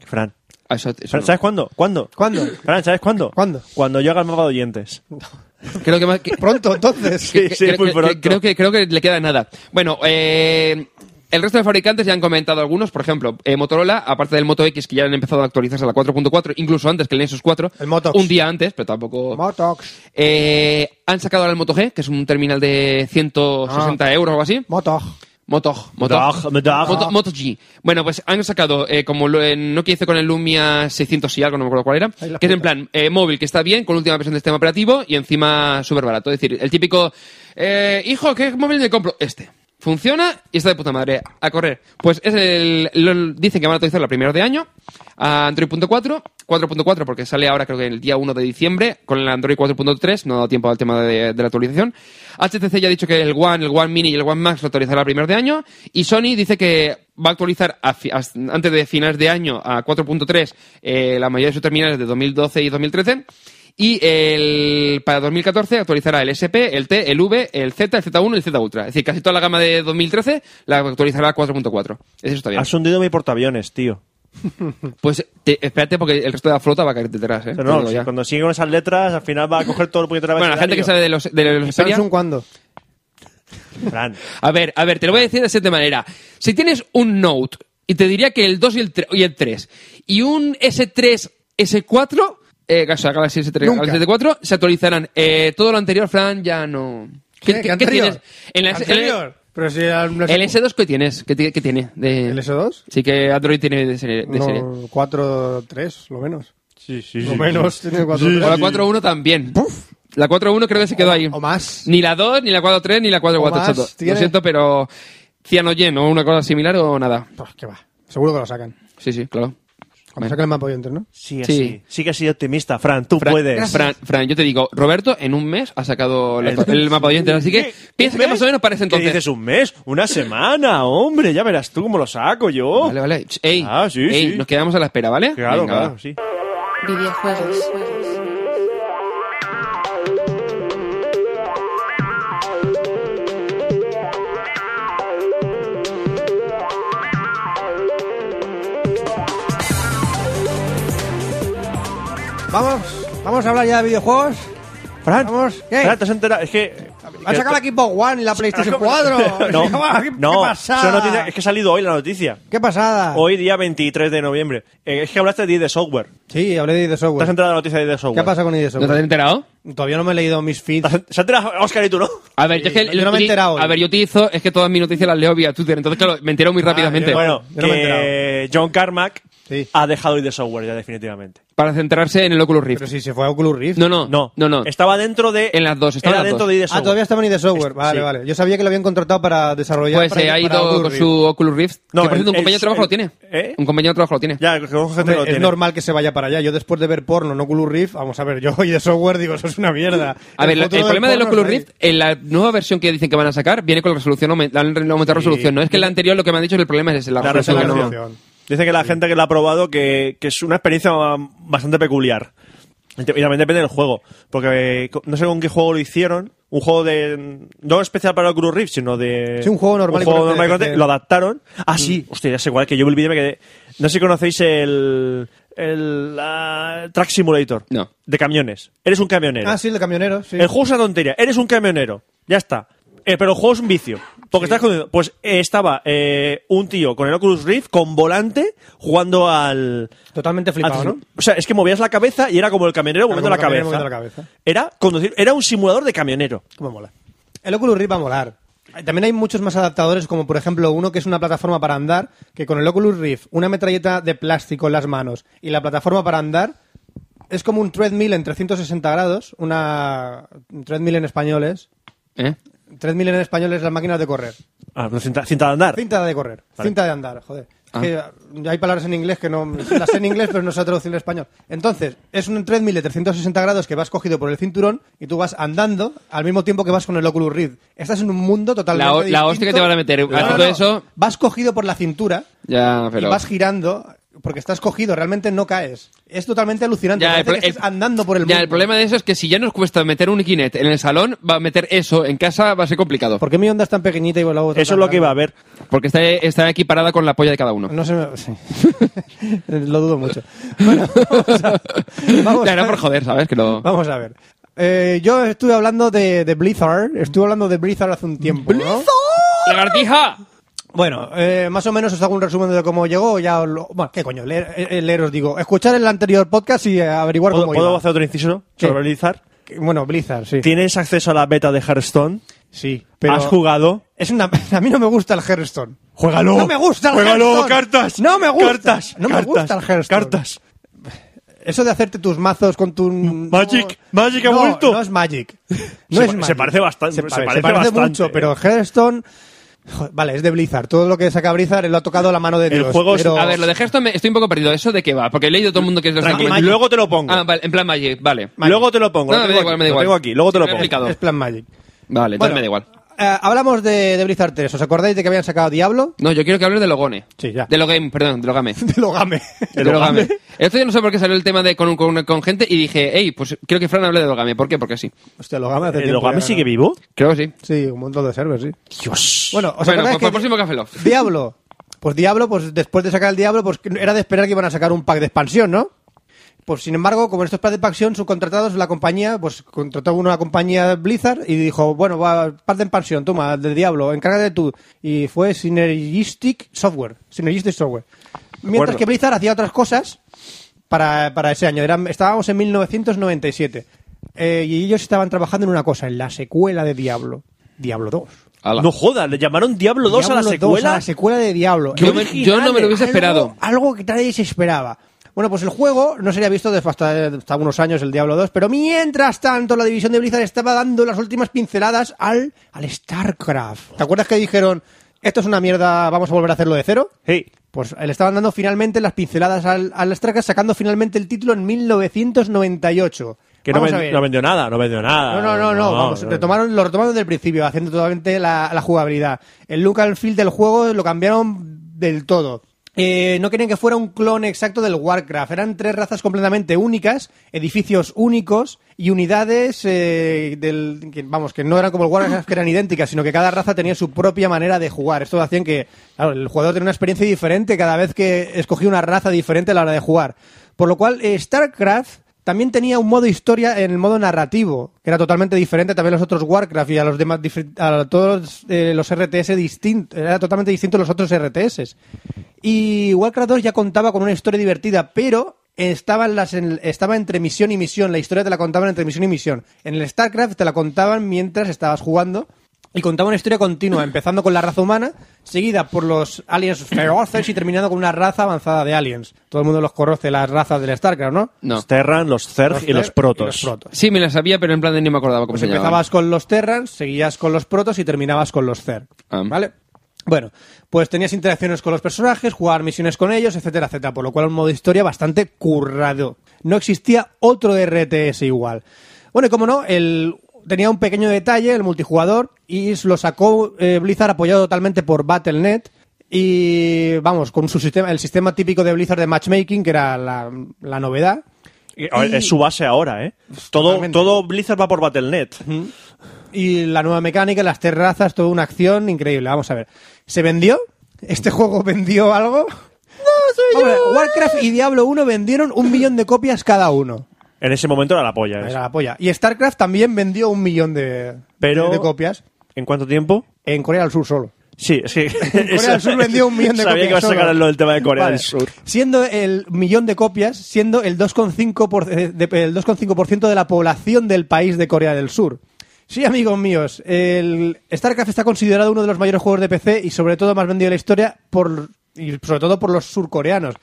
Speaker 3: Fran.
Speaker 1: Ah, eso- eso
Speaker 3: Fran,
Speaker 1: no.
Speaker 3: ¿sabes cuándo? ¿Cuándo?
Speaker 4: ¿Cuándo?
Speaker 3: Fran, ¿sabes cuándo?
Speaker 4: ¿Cuándo?
Speaker 3: Cuando yo haga el mapa de oyentes.
Speaker 1: Creo que más que-
Speaker 4: Pronto, entonces.
Speaker 3: Sí, sí,
Speaker 1: creo,
Speaker 3: muy
Speaker 1: que-
Speaker 3: pronto.
Speaker 1: creo que creo que le queda nada. Bueno, eh, El resto de fabricantes ya han comentado algunos, por ejemplo, eh, Motorola, aparte del Moto X que ya han empezado a actualizarse a la 4.4, incluso antes que el Nexus 4,
Speaker 4: El Motox.
Speaker 1: un día antes, pero tampoco...
Speaker 4: Motox.
Speaker 1: Eh, han sacado ahora el Moto G, que es un terminal de 160
Speaker 3: Ah.
Speaker 1: euros o algo así.
Speaker 4: Motox.
Speaker 1: Motog,
Speaker 2: Motog,
Speaker 1: Motog,
Speaker 2: Motog.
Speaker 1: Moto, Moto G. Bueno, pues han sacado, eh, como lo, eh, no que hice con el Lumia 600 y algo, no me acuerdo cuál era, que
Speaker 4: Ay, la
Speaker 1: es en
Speaker 4: puta.
Speaker 1: plan eh, móvil, que está bien, con última versión del sistema operativo y encima súper barato. Es decir, el típico, eh, hijo, ¿qué móvil me compro? Este. Funciona y está de puta madre. A correr. Pues es el, lo- dicen que van a actualizar la primera de año a Android 4.4, 4.4 porque sale ahora creo que el día 1 de diciembre con el Android 4.3, no ha dado tiempo al tema de, de la actualización. HTC ya ha dicho que el One, el One Mini y el One Max lo actualizará a primer de año y Sony dice que va a actualizar a fi- as- antes de finales de año a 4.3 eh, la mayoría de sus terminales de 2012 y 2013 y el, para 2014 actualizará el SP, el T, el V, el Z, el Z1 y el Z Ultra. Es decir, casi toda la gama de 2013 la actualizará a 4.4. Eso está bien.
Speaker 2: Has hundido mi portaaviones, tío.
Speaker 1: Pues te- espérate porque el resto de la flota va a caer detrás, ¿eh? Te
Speaker 2: Pero no,
Speaker 1: digo
Speaker 2: si
Speaker 1: ya.
Speaker 2: cuando sigue con esas letras, al final va a coger todo el puñetero
Speaker 1: Bueno, la gente que sabe de los, de los Xperia-
Speaker 4: Samsung cuándo?
Speaker 2: Fran,
Speaker 1: A ver, a ver, te lo voy a decir de siguiente manera. Si tienes un Note, y te diría que el 2 y el, tre- y el 3, y un S3, S4, eh, o sea, Galaxy S3,
Speaker 4: Nunca.
Speaker 1: Galaxy S4, se actualizarán. Eh, todo lo anterior, Fran, ya no.
Speaker 4: ¿Qué? ¿Qué Eh, anterior?
Speaker 1: En la-
Speaker 4: Anterior. Pero si era un-
Speaker 1: El S2 que tienes, que, ti- que tiene. De...
Speaker 4: ¿El S2?
Speaker 1: Sí que Android tiene de serie. De serie.
Speaker 4: No, 4, 3, lo menos.
Speaker 2: Sí, sí,
Speaker 4: Lo menos, tiene 4,
Speaker 1: O la 4.1 también. La 4.1 creo que se quedó ahí.
Speaker 4: O más.
Speaker 1: Ni la 2, ni la 4.3, ni la 4.4.
Speaker 4: O
Speaker 1: chato.
Speaker 4: más, tiene-
Speaker 1: Lo siento, pero Cyanogen o una cosa similar o nada.
Speaker 4: Pues que va. Seguro que lo sacan.
Speaker 1: Sí, sí, claro.
Speaker 4: Cuando saquen el mapa hoy entro, ¿no?
Speaker 2: Sigue
Speaker 1: Sí.
Speaker 2: así. Sigue así optimista, Fran. Tú
Speaker 1: Fran,
Speaker 2: puedes.
Speaker 1: Fran, Fran, yo te digo, Roberto en un mes ha sacado la- el, mapa de oyentes, así que piensa
Speaker 2: ¿Un
Speaker 1: que
Speaker 2: mes?
Speaker 1: más o menos parece entonces.
Speaker 2: ¿Qué dices un mes? Una semana, hombre. Ya verás tú cómo lo saco yo.
Speaker 1: Vale, vale. Ch, Ey,
Speaker 2: Ah, sí,
Speaker 1: ey,
Speaker 2: sí.
Speaker 1: nos quedamos a la espera, ¿vale?
Speaker 2: Claro,
Speaker 1: Venga,
Speaker 2: claro,
Speaker 1: va.
Speaker 2: sí.
Speaker 5: videojuegos,
Speaker 4: Vamos, vamos a hablar ya de videojuegos.
Speaker 2: Fran,
Speaker 4: Vamos, ¿qué?
Speaker 2: Fran, ¿te has enterado? Es que...
Speaker 4: Han sacado la Xbox One y la PlayStation 4.
Speaker 2: No,
Speaker 4: ¿Qué, Ah.
Speaker 2: no,
Speaker 4: qué
Speaker 2: son
Speaker 4: pasada?
Speaker 2: noticias- es que ha salido hoy la noticia.
Speaker 4: ¿Qué pasada?
Speaker 2: Hoy día 23 de noviembre. Eh, es que hablaste de ID software.
Speaker 4: Sí, hablé de ID
Speaker 2: ¿Te has
Speaker 4: Software.
Speaker 2: enterado de la noticia de ID
Speaker 4: ¿Qué
Speaker 2: software?
Speaker 4: pasa con ID
Speaker 1: ¿No te has
Speaker 4: Software?
Speaker 1: enterado?
Speaker 4: Todavía no me he leído mis feeds.
Speaker 2: ¿Se ha enterado Oscar y tú no?
Speaker 1: A ver, yo, es que
Speaker 4: yo no me he enterado hoy.
Speaker 1: A ver, yo te hizo, es que todas mis noticias las leo vía Twitter, entonces claro, me entero muy rápidamente.
Speaker 4: yo-
Speaker 2: Ah, Bueno,
Speaker 4: yo no me he
Speaker 2: que John Carmack
Speaker 4: Sí.
Speaker 2: ha dejado ID software ya definitivamente.
Speaker 1: Para centrarse en el Oculus Rift.
Speaker 4: Pero si se fue a Oculus Rift.
Speaker 1: No, no,
Speaker 2: No,
Speaker 1: no, no. no.
Speaker 2: Estaba dentro de.
Speaker 1: En las dos, estaba
Speaker 2: Era
Speaker 1: en las
Speaker 2: dentro
Speaker 1: dos.
Speaker 2: de ID
Speaker 4: Ah,
Speaker 2: Software.
Speaker 4: todavía estaba en ID Software.
Speaker 2: Es-
Speaker 4: Vale,
Speaker 2: sí.
Speaker 4: vale. Yo sabía que lo habían contratado para desarrollar.
Speaker 1: Pues
Speaker 4: para-
Speaker 1: se ha
Speaker 4: para
Speaker 1: ido
Speaker 4: Oculus
Speaker 1: con
Speaker 4: Rift.
Speaker 1: su Oculus Rift.
Speaker 2: No,
Speaker 1: que por cierto,
Speaker 2: el-
Speaker 1: un compañero de trabajo
Speaker 2: el-
Speaker 1: lo tiene.
Speaker 2: ¿Eh?
Speaker 1: Un compañero de trabajo lo tiene.
Speaker 2: Ya, que con gente
Speaker 4: Hombre,
Speaker 2: lo
Speaker 4: es
Speaker 2: tiene.
Speaker 4: normal que se vaya para allá. Yo después de ver porno, no Oculus Rift, vamos a ver, yo y de software digo, eso es una mierda.
Speaker 1: A ver, la- el,
Speaker 4: futuro
Speaker 1: problema del
Speaker 4: porno
Speaker 1: Oculus
Speaker 4: es ahí.
Speaker 1: Rift, en la nueva versión que dicen que van a sacar, viene con la resolución, aumen- la han re- aumentado la resolución. No es que en la anterior lo que me han dicho es el problema es ese, la,
Speaker 2: La
Speaker 1: resolución. que no-
Speaker 2: resolución. Dice que la gente que lo ha probado que, que es una experiencia bastante peculiar. Y también depende del juego. Porque eh, co- no sé con qué juego lo hicieron. Un juego de. No especial para Oculus Rift, sino de.
Speaker 4: Sí, un juego normal y
Speaker 2: juego
Speaker 4: corriente
Speaker 2: normal y
Speaker 4: de Mm.
Speaker 2: corriente,
Speaker 4: PC.
Speaker 2: Lo adaptaron. Ah, sí. Hostia, ya sé igual que yo vi el vídeo y me quedé. No sé si conocéis el. El. ah, Track Simulator.
Speaker 1: No.
Speaker 2: De camiones. Eres un camionero.
Speaker 4: Ah, sí, el de camionero, sí.
Speaker 2: El juego es una tontería. Eres un camionero. Ya está. Eh, pero el juego es un vicio. Porque estás conduciendo. Pues eh, estaba eh, un tío con el Oculus Rift, con volante, jugando al.
Speaker 1: Ah,
Speaker 4: Totalmente flipado,
Speaker 2: al-
Speaker 4: ¿no?
Speaker 2: O sea, es que movías la cabeza y era como el camionero
Speaker 4: Claro,
Speaker 2: moviendo la,
Speaker 4: como el camionero
Speaker 2: cabeza.
Speaker 4: moviendo la cabeza.
Speaker 2: Era conducir. Era un simulador de camionero.
Speaker 4: Cómo mola. El Oculus Rift va a molar. Eh, También hay muchos más adaptadores, como por ejemplo uno que es una plataforma para andar, que con el Oculus Rift, una metralleta de plástico en las manos y la plataforma para andar, es como un treadmill en 360 grados, una... un treadmill en español es...
Speaker 1: ¿Eh?
Speaker 4: Treadmill en español es las máquinas de correr.
Speaker 2: Ah, una cinta, cinta de andar.
Speaker 4: Cinta de correr,
Speaker 2: Vale.
Speaker 4: cinta de andar, joder. Es
Speaker 1: Ah.
Speaker 4: que ah, hay palabras en inglés que no las sé en inglés, pero no sé traducir al español. Entonces, es un treadmill de 360 grados que vas cogido por el cinturón y tú vas andando al mismo tiempo que vas con el Oculus Rift. Estás en un mundo totalmente
Speaker 1: La ho- la
Speaker 4: distinto.
Speaker 1: hostia que te van a meter. Haciendo eso-
Speaker 4: Vas cogido por la cintura
Speaker 1: Ya, pero.
Speaker 4: y vas girando porque estás cogido, realmente no caes. Es totalmente alucinante,
Speaker 1: Ya,
Speaker 4: parece
Speaker 1: pro-
Speaker 4: que estás andando por el mundo.
Speaker 1: Ya, el problema de eso es que si ya nos cuesta meter un Kinect en el salón, va a meter eso en casa va a ser complicado.
Speaker 4: ¿Por qué mi onda es tan pequeñita y la otra
Speaker 2: Eso
Speaker 4: tan
Speaker 2: es lo que
Speaker 4: grande?
Speaker 2: iba a ver.
Speaker 1: Porque está, está aquí parada con la polla de cada uno.
Speaker 4: No se me... sí. Lo dudo mucho. Bueno, vamos a... vamos
Speaker 1: Ya, era
Speaker 4: a-
Speaker 1: por joder, ¿sabes? Que lo...
Speaker 4: Vamos a ver. Eh, yo estuve hablando de, de Blizzard. Estuve hablando de Blizzard hace un tiempo. ¿no?
Speaker 1: ¡Lagartija!
Speaker 4: Bueno, eh, más o menos os hago un resumen de cómo llegó. Ya, os lo- bueno, qué coño, leer, eh, leeros digo. Escuchar el anterior podcast y eh, averiguar
Speaker 2: ¿Puedo,
Speaker 4: cómo
Speaker 2: puedo
Speaker 4: iba.
Speaker 2: hacer otro inciso
Speaker 4: ¿Qué?
Speaker 2: sobre Blizzard?
Speaker 4: Que- Bueno, Blizzard, sí.
Speaker 2: ¿Tienes acceso a la beta de Hearthstone?
Speaker 4: Sí, pero
Speaker 2: ¿Has jugado?
Speaker 4: es una, a mí no me gusta el Hearthstone.
Speaker 2: ¡Juégalo!
Speaker 4: No me gusta el
Speaker 2: ¡Juégalo!
Speaker 4: Hearthstone.
Speaker 2: ¡Cartas!
Speaker 4: No me gusta.
Speaker 2: ¡Cartas!
Speaker 4: No me
Speaker 2: cartas,
Speaker 4: gusta el Hearthstone.
Speaker 2: ¡Cartas!
Speaker 4: Eso de hacerte tus mazos con tu...
Speaker 2: Magic, Magic ha
Speaker 4: no,
Speaker 2: vuelto.
Speaker 4: No es Magic. No
Speaker 2: Se
Speaker 4: es
Speaker 2: pa- se
Speaker 4: Magic.
Speaker 2: parece bastan- se
Speaker 4: pa-
Speaker 2: parece bastante,
Speaker 4: mucho,
Speaker 2: eh.
Speaker 4: pero Hearthstone... Joder, Vale, es de Blizzard. Todo lo que saca Blizzard lo ha tocado la mano de
Speaker 2: El
Speaker 4: Dios.
Speaker 2: juego es-
Speaker 4: pero-
Speaker 1: A ver, lo de Hearthstone me- estoy un poco perdido. ¿Eso de qué va? Porque he leído todo el mundo que es de
Speaker 2: Tranquilo,
Speaker 1: Magic.
Speaker 2: luego te lo pongo.
Speaker 1: Ah, vale, en plan Magic, vale.
Speaker 2: Luego te lo pongo.
Speaker 1: No,
Speaker 2: lo
Speaker 1: me
Speaker 2: tengo
Speaker 1: da igual,
Speaker 2: aquí,
Speaker 1: me da
Speaker 2: lo
Speaker 1: igual.
Speaker 2: tengo aquí, luego te lo
Speaker 1: Me he
Speaker 2: pongo.
Speaker 1: explicado.
Speaker 4: Es plan Magic.
Speaker 1: Vale, entonces
Speaker 4: Bueno,
Speaker 1: me da igual.
Speaker 4: eh, hablamos de, de Blizzard 3. ¿Os acordáis de que habían sacado Diablo?
Speaker 1: No, yo quiero que hables de Logone.
Speaker 4: Sí, ya.
Speaker 1: De Logame, perdón, de Logame.
Speaker 4: De Logame.
Speaker 1: De Logame. Esto yo no sé por qué salió el tema de con, con, con gente y dije, hey, pues quiero que Fran hable de Logame. ¿Por qué? Porque sí.
Speaker 4: Hostia, Logame hace
Speaker 2: ¿El
Speaker 4: tiempo
Speaker 2: Ogami
Speaker 4: ya,
Speaker 2: Eh, sigue
Speaker 4: ¿no?
Speaker 2: vivo?
Speaker 1: Creo que sí.
Speaker 4: Sí, un montón de servers, sí.
Speaker 2: Dios.
Speaker 4: Bueno, ¿os
Speaker 1: bueno,
Speaker 4: acordáis
Speaker 1: pues
Speaker 4: que
Speaker 1: para el próximo Café Lock.
Speaker 4: Diablo. Pues Diablo, pues después de sacar el Diablo, pues era de esperar que iban a sacar un pack de expansión, ¿no? Pues sin embargo, como en estos packs de expansión, subcontratados, la compañía, pues contrató una compañía Blizzard y dijo, bueno, va, pack de expansión, toma, de Diablo, encárgate tú. Y fue Synergistic Software. Synergistic Software. Mientras
Speaker 2: acuerdo.
Speaker 4: que Blizzard hacía otras cosas para, para ese año. Eran- estábamos en 1997. Eh, y ellos estaban trabajando en una cosa, en la secuela de Diablo. Diablo 2.
Speaker 1: Ala.
Speaker 2: No jodas, le llamaron Diablo 2 a la
Speaker 4: Diablo 2, a
Speaker 2: secuela.
Speaker 4: la secuela de Diablo.
Speaker 1: Yo me- yo no me lo hubiese
Speaker 4: Algo-
Speaker 1: esperado.
Speaker 4: Algo que nadie se esperaba. Bueno, pues el juego no se había visto desde hasta, hasta unos años el Diablo 2, pero mientras tanto la división de Blizzard estaba dando las últimas pinceladas al, al StarCraft. ¿Te acuerdas que dijeron, esto es una mierda, vamos a volver a hacerlo de cero?
Speaker 2: Hey,
Speaker 4: Pues le estaban dando finalmente las pinceladas al, al StarCraft, sacando finalmente el título en 1998.
Speaker 2: que no,
Speaker 4: Vamos
Speaker 2: ven-
Speaker 4: a ver.
Speaker 2: no vendió nada, no vendió nada.
Speaker 4: No, no, no, no. Vamos,
Speaker 2: Ah, no.
Speaker 4: retomaron, lo retomaron desde el principio, haciendo totalmente la, la jugabilidad. El look and feel del juego lo cambiaron del todo. Eh, no querían que fuera un clon exacto del Warcraft. Eran tres razas completamente únicas, edificios únicos y unidades eh, del, que, vamos, que no eran como el Warcraft, que eran idénticas, sino que cada raza tenía su propia manera de jugar. Esto hacían que claro, el jugador tenía una experiencia diferente cada vez que escogía una raza diferente a la hora de jugar. Por lo cual, eh, StarCraft también tenía un modo historia en el modo narrativo, que era totalmente diferente también a los otros Warcraft y a los demás difer- a todos eh, los RTS distintos, era totalmente distinto a los otros RTS. Y Warcraft 2 ya contaba con una historia divertida, pero estaban las en- estaba entre misión y misión, la historia te la contaban entre misión y misión. En el StarCraft te la contaban mientras estabas jugando y contaba una historia continua, empezando con la raza humana, seguida por los aliens feroces y terminando con una raza avanzada de aliens. Todo el mundo los conoce las razas del StarCraft, ¿no?
Speaker 1: No.
Speaker 2: Los Terran, los Zerg y los Protos.
Speaker 1: Sí, me la sabía, pero en plan de ni me acordaba cómo
Speaker 4: Pues
Speaker 1: se llamaba.
Speaker 4: empezabas con los Terrans, seguías con los Protos y terminabas con los Zerg.
Speaker 1: Ah.
Speaker 4: ¿Vale? Bueno, pues tenías interacciones con los personajes, jugar misiones con ellos, etcétera, etcétera. Por lo cual, un modo historia bastante currado. No existía otro RTS igual. Bueno, y como no, el. Tenía un pequeño detalle, el multijugador, y lo sacó eh, Blizzard apoyado totalmente por Battle.net, y vamos, con su sistema, el sistema típico de Blizzard de matchmaking, que era la, la novedad.
Speaker 2: Y- a ver,
Speaker 4: Y-
Speaker 2: Es su base ahora, ¿eh? Todo,
Speaker 4: Totalmente.
Speaker 2: todo Blizzard va por Battle.net.
Speaker 4: y la nueva mecánica, las terrazas, toda una acción increíble. Vamos a ver. ¿Se vendió? ¿Este juego vendió algo? No, soy Warcraft y Diablo 1 vendieron un millón de copias cada uno.
Speaker 2: En ese momento era la polla. ¿eh?
Speaker 4: Era la polla. Y StarCraft también vendió un millón de,
Speaker 2: Pero-
Speaker 4: de copias
Speaker 2: ¿En cuánto tiempo?
Speaker 4: en Corea del Sur solo.
Speaker 2: Sí, sí.
Speaker 4: Corea del Sur vendió un millón de
Speaker 2: Sabía
Speaker 4: copias.
Speaker 2: que ibas a
Speaker 4: solo.
Speaker 2: sacar lo del tema de Corea
Speaker 4: Vale.
Speaker 2: del Sur.
Speaker 4: Siendo el millón de copias, siendo el 2,5% por- eh, de- el 2,5% de la población del país de Corea del Sur. Sí, amigos míos, el StarCraft está considerado uno de los mayores juegos de PC y sobre todo más vendido de la historia por y sobre todo por los surcoreanos.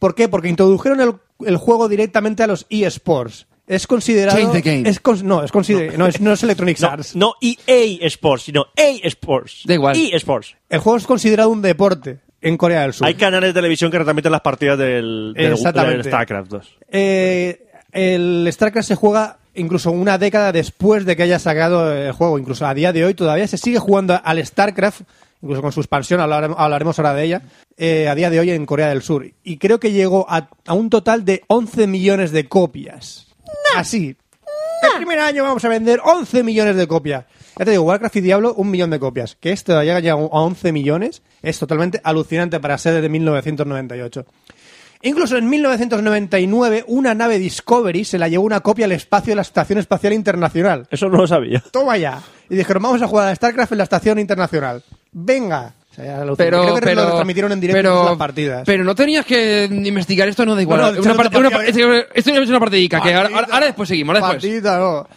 Speaker 4: ¿Por qué? Porque introdujeron el, el juego directamente a los eSports. Es considerado
Speaker 1: Change the game.
Speaker 4: es cons- no, es considerado no es, no es Electronic
Speaker 2: No,
Speaker 4: Arts.
Speaker 2: no EA Sports, sino EA Sports.
Speaker 1: Da igual.
Speaker 2: EA Sports.
Speaker 4: El juego es considerado un deporte en Corea del Sur.
Speaker 2: Hay canales de televisión que retransmiten las partidas del, del-
Speaker 4: Exactamente.
Speaker 2: del StarCraft 2.
Speaker 4: Eh, el StarCraft se juega incluso una década después de que haya sacado el juego. Incluso a día de hoy todavía se sigue jugando al StarCraft, incluso con su expansión, hablaremos, hablaremos ahora de ella, eh, a día de hoy en Corea del Sur. Y creo que llegó a, a un total de 11 millones de copias. Así. El primer año vamos a vender 11 millones de copias. Ya te digo, Warcraft y Diablo, un millón de copias. Que esto haya llegado a 11 millones es totalmente alucinante para ser de 1998. Incluso en 1999, una nave Discovery se la llevó una copia al espacio de la Estación Espacial Internacional.
Speaker 2: Eso no lo sabía.
Speaker 4: Toma ya. Y dijeron, vamos a jugar a StarCraft en la Estación Internacional. Venga. O sea, era alucinante.
Speaker 1: Pero,
Speaker 4: Creo que
Speaker 1: pero,
Speaker 4: lo transmitieron en directo
Speaker 1: pero,
Speaker 4: en las partidas.
Speaker 1: pero no tenías que investigar esto, no da igual.
Speaker 4: No, no,
Speaker 1: una
Speaker 4: yo
Speaker 1: parte-
Speaker 4: no
Speaker 1: una
Speaker 4: tengo
Speaker 1: par-
Speaker 4: que-
Speaker 1: esto esto es una partida que ahora, ahora-
Speaker 4: Partida.
Speaker 1: ahora después seguimos, ahora después.
Speaker 4: Partida, no.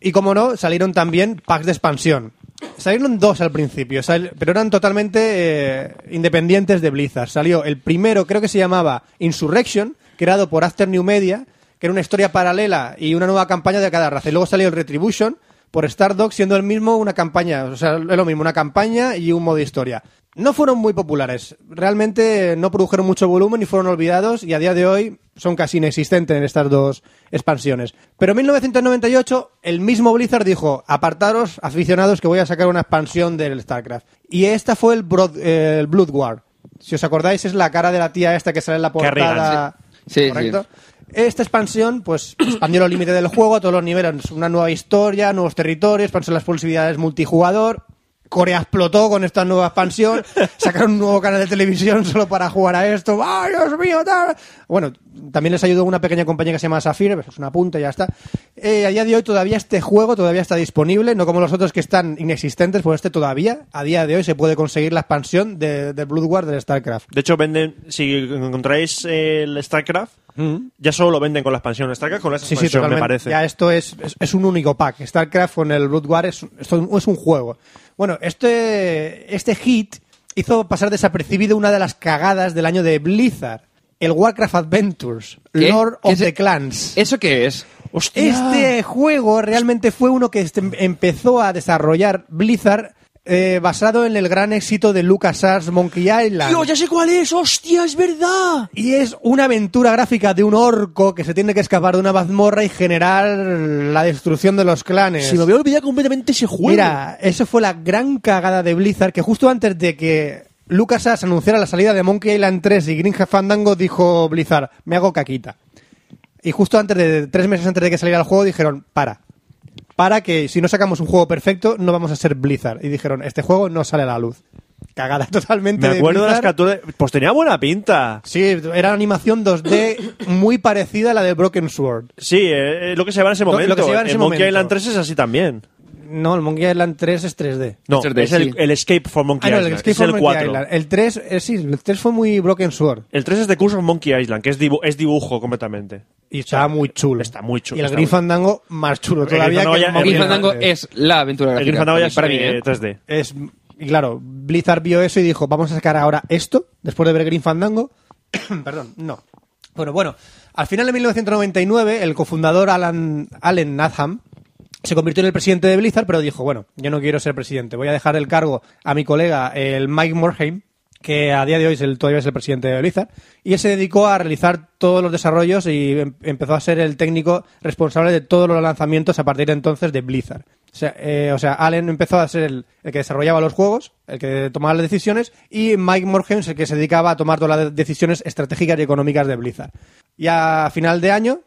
Speaker 4: Y como no, salieron también packs de expansión. Salieron dos al principio, sal- pero eran totalmente eh, independientes de Blizzard. Salió el primero, creo que se llamaba Insurrection, creado por After New Media, que era una historia paralela y una nueva campaña de cada raza. Y luego salió el Retribution por Stardog, siendo el mismo una campaña, o sea, es lo mismo, una campaña y un modo historia. No fueron muy populares, realmente eh, no produjeron mucho volumen y fueron olvidados y a día de hoy son casi inexistentes en estas dos expansiones. Pero en 1998 el mismo Blizzard dijo, apartaros aficionados que voy a sacar una expansión del StarCraft. Y esta fue el, Broad- eh, el Blood War. Si os acordáis es la cara de la tía esta que sale en la
Speaker 2: Kerrigan,
Speaker 4: portada.
Speaker 1: sí. Sí,
Speaker 4: ¿correcto? Esta expansión, pues, expandió los límites del juego a todos los niveles. Una nueva historia, nuevos territorios, expansión de las posibilidades multijugador. Corea explotó con esta nueva expansión. Sacaron un nuevo canal de televisión solo para jugar a esto. ¡Ay, Dios mío! tal! Bueno, también les ayudó una pequeña compañía que se llama Sapphire, pues es una punta y ya está. Eh, a día de hoy todavía este juego todavía está disponible, no como los otros que están inexistentes, pues este todavía, a día de hoy, se puede conseguir la expansión de, de Blood War del StarCraft.
Speaker 2: De hecho, venden, si encontráis el StarCraft, ya solo lo venden con la expansión. StarCraft con la
Speaker 4: Mm. Sí, sí,
Speaker 2: expansión, Pues me
Speaker 4: totalmente.
Speaker 2: parece.
Speaker 4: Ya esto es, es, es un único pack. StarCraft con el Blood War es, esto es un juego. Bueno, este, este hit hizo pasar desapercibido una de las cagadas del año de Blizzard. El Warcraft Adventures,
Speaker 1: ¿Qué?
Speaker 4: Lord
Speaker 1: ¿Qué
Speaker 4: of
Speaker 1: es
Speaker 4: the
Speaker 1: e-
Speaker 4: Clans.
Speaker 1: ¿Eso qué
Speaker 4: Eh,
Speaker 1: es?
Speaker 4: Este juego realmente fue uno que este- empezó a desarrollar Blizzard eh, basado en el gran éxito de LucasArts Monkey Island.
Speaker 3: sé cuál es! ¡Hostia, es verdad!
Speaker 4: Y es una aventura gráfica de un orco que se tiene que escapar de una mazmorra y generar la destrucción de los clanes.
Speaker 3: Se me había olvidado completamente ese juego.
Speaker 4: Mira, eso fue la gran cagada de Blizzard que justo antes de que LucasArts anunciara la salida de Monkey Island 3 y Green Fandango dijo Blizzard, me hago caquita. Y justo antes de tres meses antes de que saliera el juego dijeron, para. Para que si no sacamos un juego perfecto no vamos a ser Blizzard. Y dijeron, este juego no sale a la luz. Cagada totalmente.
Speaker 2: Me acuerdo de las
Speaker 4: Blizzard.
Speaker 2: capturas. Pues tenía buena pinta.
Speaker 4: Sí, era animación 2D muy parecida a la de Broken Sword.
Speaker 2: Sí, eh, eh, lo que se lleva en ese
Speaker 4: Lo- lo que
Speaker 2: momento.
Speaker 4: se lleva en ese
Speaker 2: el Monkey
Speaker 4: momento.
Speaker 2: Island 3 es así también.
Speaker 4: No, el Monkey Island 3 es 3D.
Speaker 2: No,
Speaker 1: Es el de-
Speaker 2: es el,
Speaker 1: sí.
Speaker 2: el Escape from Monkey
Speaker 4: Ah, no, el
Speaker 2: Island.
Speaker 4: Escape
Speaker 2: es
Speaker 4: from
Speaker 2: el
Speaker 4: Monkey
Speaker 2: 4.
Speaker 4: Island. El 3, eh, sí, el 3 fue muy Broken Sword.
Speaker 2: El 3 es de Curse of Monkey Island, que es, dibu- es dibujo completamente.
Speaker 4: Y estaba muy chulo.
Speaker 2: está muy chulo,
Speaker 4: Y el
Speaker 2: está
Speaker 4: Green
Speaker 2: muy-
Speaker 4: Fandango más chulo
Speaker 2: El
Speaker 4: todavía
Speaker 2: Grim
Speaker 4: que el
Speaker 2: Fandango
Speaker 4: Monkey
Speaker 2: ya-
Speaker 1: Green
Speaker 2: Green
Speaker 1: Fandango
Speaker 4: Island.
Speaker 1: es la aventura
Speaker 2: El
Speaker 1: gráfica.
Speaker 2: Green Fandango ya es
Speaker 1: para mí,
Speaker 2: eh,
Speaker 1: ¿eh?
Speaker 2: 3D.
Speaker 4: Es, y claro, Blizzard vio eso y dijo, vamos a sacar ahora esto, después de ver Green Fandango. Perdón, no. Bueno, bueno, al final de 1999, el cofundador Alan, Allen Natham se convirtió en el presidente de Blizzard, pero dijo, bueno, yo no quiero ser presidente, voy a dejar el cargo a mi colega, el Mike Morhaime, que a día de hoy es el- todavía es el presidente de Blizzard, y él se dedicó a realizar todos los desarrollos y em- empezó a ser el técnico responsable de todos los lanzamientos a partir de entonces de Blizzard. O sea, eh, o sea, Allen empezó a ser el, el que desarrollaba los juegos, el que tomaba las decisiones, y Mike Morhaime es el que se dedicaba a tomar todas las de- decisiones estratégicas y económicas de Blizzard. Y a final de año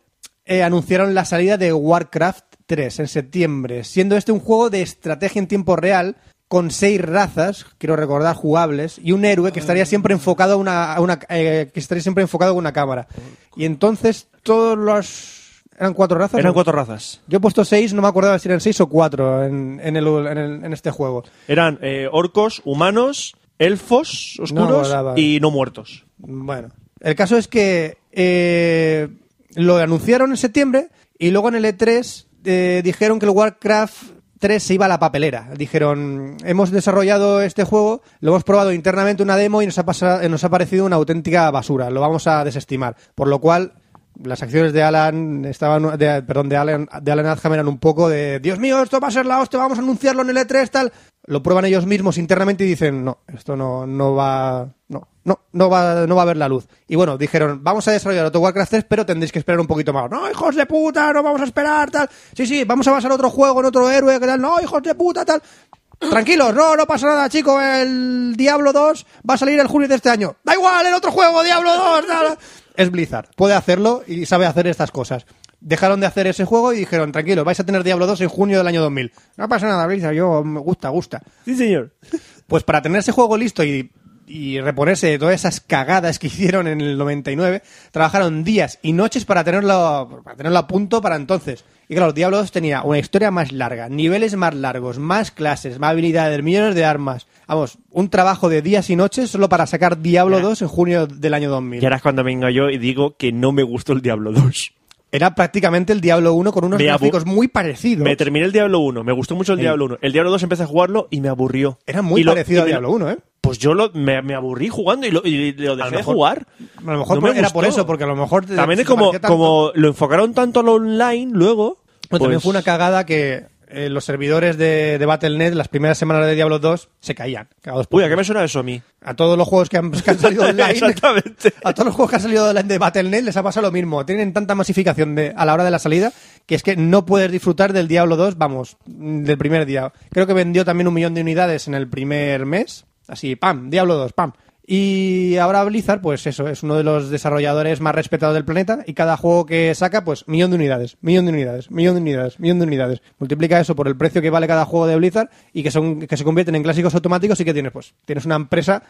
Speaker 4: eh, anunciaron la salida de Warcraft 3 en septiembre, siendo este un juego de estrategia en tiempo real con seis razas, quiero recordar, jugables, y un héroe que estaría siempre enfocado a una, a una- eh, que estaría siempre enfocado a una cámara. Y entonces todos los eran cuatro razas.
Speaker 2: Eran
Speaker 4: ¿no?
Speaker 2: cuatro razas.
Speaker 4: Yo he puesto seis, no me acordaba si eran seis o cuatro en, en, el, en, el- en este juego.
Speaker 2: Eran eh, orcos, humanos, elfos oscuros
Speaker 4: acordaba.
Speaker 2: y no muertos.
Speaker 4: Bueno, el caso es que eh, lo anunciaron en septiembre y luego en el E3 eh, dijeron que el Warcraft 3 se iba a la papelera. Dijeron, hemos desarrollado este juego, lo hemos probado internamente una demo y nos ha, pasa- eh, nos ha parecido una auténtica basura, lo vamos a desestimar. Por lo cual... Las acciones de Alan estaban, de- perdón, de Alan, de Alan Adham eran un poco de Dios mío, esto va a ser la hostia, vamos a anunciarlo en el E3, tal. Lo prueban ellos mismos internamente y dicen, no, esto no, no va, no, no, no va, no va a ver la luz. Y bueno, dijeron, vamos a desarrollar otro Warcraft 3, pero tendréis que esperar un poquito más. No, hijos de puta, no vamos a esperar, tal. Sí, sí, vamos a basar otro juego en otro héroe, que tal. No, hijos de puta, tal. Tranquilos, no, no pasa nada, chicos. El Diablo 2 va a salir el junio de este año. Da igual, el otro juego, Diablo 2. tal. Es Blizzard, puede hacerlo y sabe hacer estas cosas. Dejaron de hacer ese juego y dijeron, tranquilos, vais a tener Diablo 2 en junio del año 2000. No pasa nada, Blizzard, yo me gusta, gusta.
Speaker 2: Sí, señor.
Speaker 4: Pues para tener ese juego listo y y reponerse de todas esas cagadas que hicieron en el 99, trabajaron días y noches para tenerlo, para tenerlo a punto para entonces. Y claro, Diablos tenía una historia más larga, niveles más largos, más clases, más habilidades, millones de armas. Vamos, un trabajo de días y noches solo para sacar Diablo 2 en junio del año 2000.
Speaker 2: Y ahora es cuando vengo yo y digo que no me gustó el Diablo 2.
Speaker 4: Era prácticamente el Diablo 1 con unos
Speaker 2: Me abu-
Speaker 4: gráficos muy parecidos.
Speaker 2: Me terminé el Diablo 1, me gustó mucho el Diablo 1. El Diablo 2 empecé a jugarlo y me aburrió.
Speaker 4: Era muy
Speaker 2: Y lo-
Speaker 4: parecido
Speaker 2: y
Speaker 4: al
Speaker 2: me-
Speaker 4: Diablo 1, ¿eh?
Speaker 2: Pues yo lo- me, me aburrí jugando y lo, y lo dejé de
Speaker 4: mejor-
Speaker 2: jugar.
Speaker 4: A lo mejor
Speaker 2: No me
Speaker 4: era por
Speaker 2: gustó.
Speaker 4: eso, porque a lo mejor... te-
Speaker 2: También
Speaker 4: se
Speaker 2: es como,
Speaker 4: parecía tanto.
Speaker 2: como lo enfocaron tanto a lo online luego.
Speaker 4: Bueno, también
Speaker 2: pues-
Speaker 4: fue una cagada que eh, los servidores de, de Battle.net las primeras semanas de Diablo 2 se caían. cagados por
Speaker 2: Uy, ¿a qué
Speaker 4: Dios.
Speaker 2: me suena eso a mí?
Speaker 4: A todos los juegos que han, que han salido online.
Speaker 2: Exactamente.
Speaker 4: A todos los juegos que han salido online de Battle.net les ha pasado lo mismo. Tienen tanta masificación de- a la hora de la salida que es que no puedes disfrutar del Diablo 2, vamos, mm, del primer día. Creo que vendió también un millón de unidades en el primer mes. Así, pam, Diablo 2, pam. Y ahora Blizzard, pues eso, es uno de los desarrolladores más respetados del planeta y cada juego que saca, pues millón de unidades, millón de unidades, millón de unidades, millón de unidades. Multiplica eso por el precio que vale cada juego de Blizzard y que, son, que se convierten en clásicos automáticos y que tienes, pues, tienes una empresa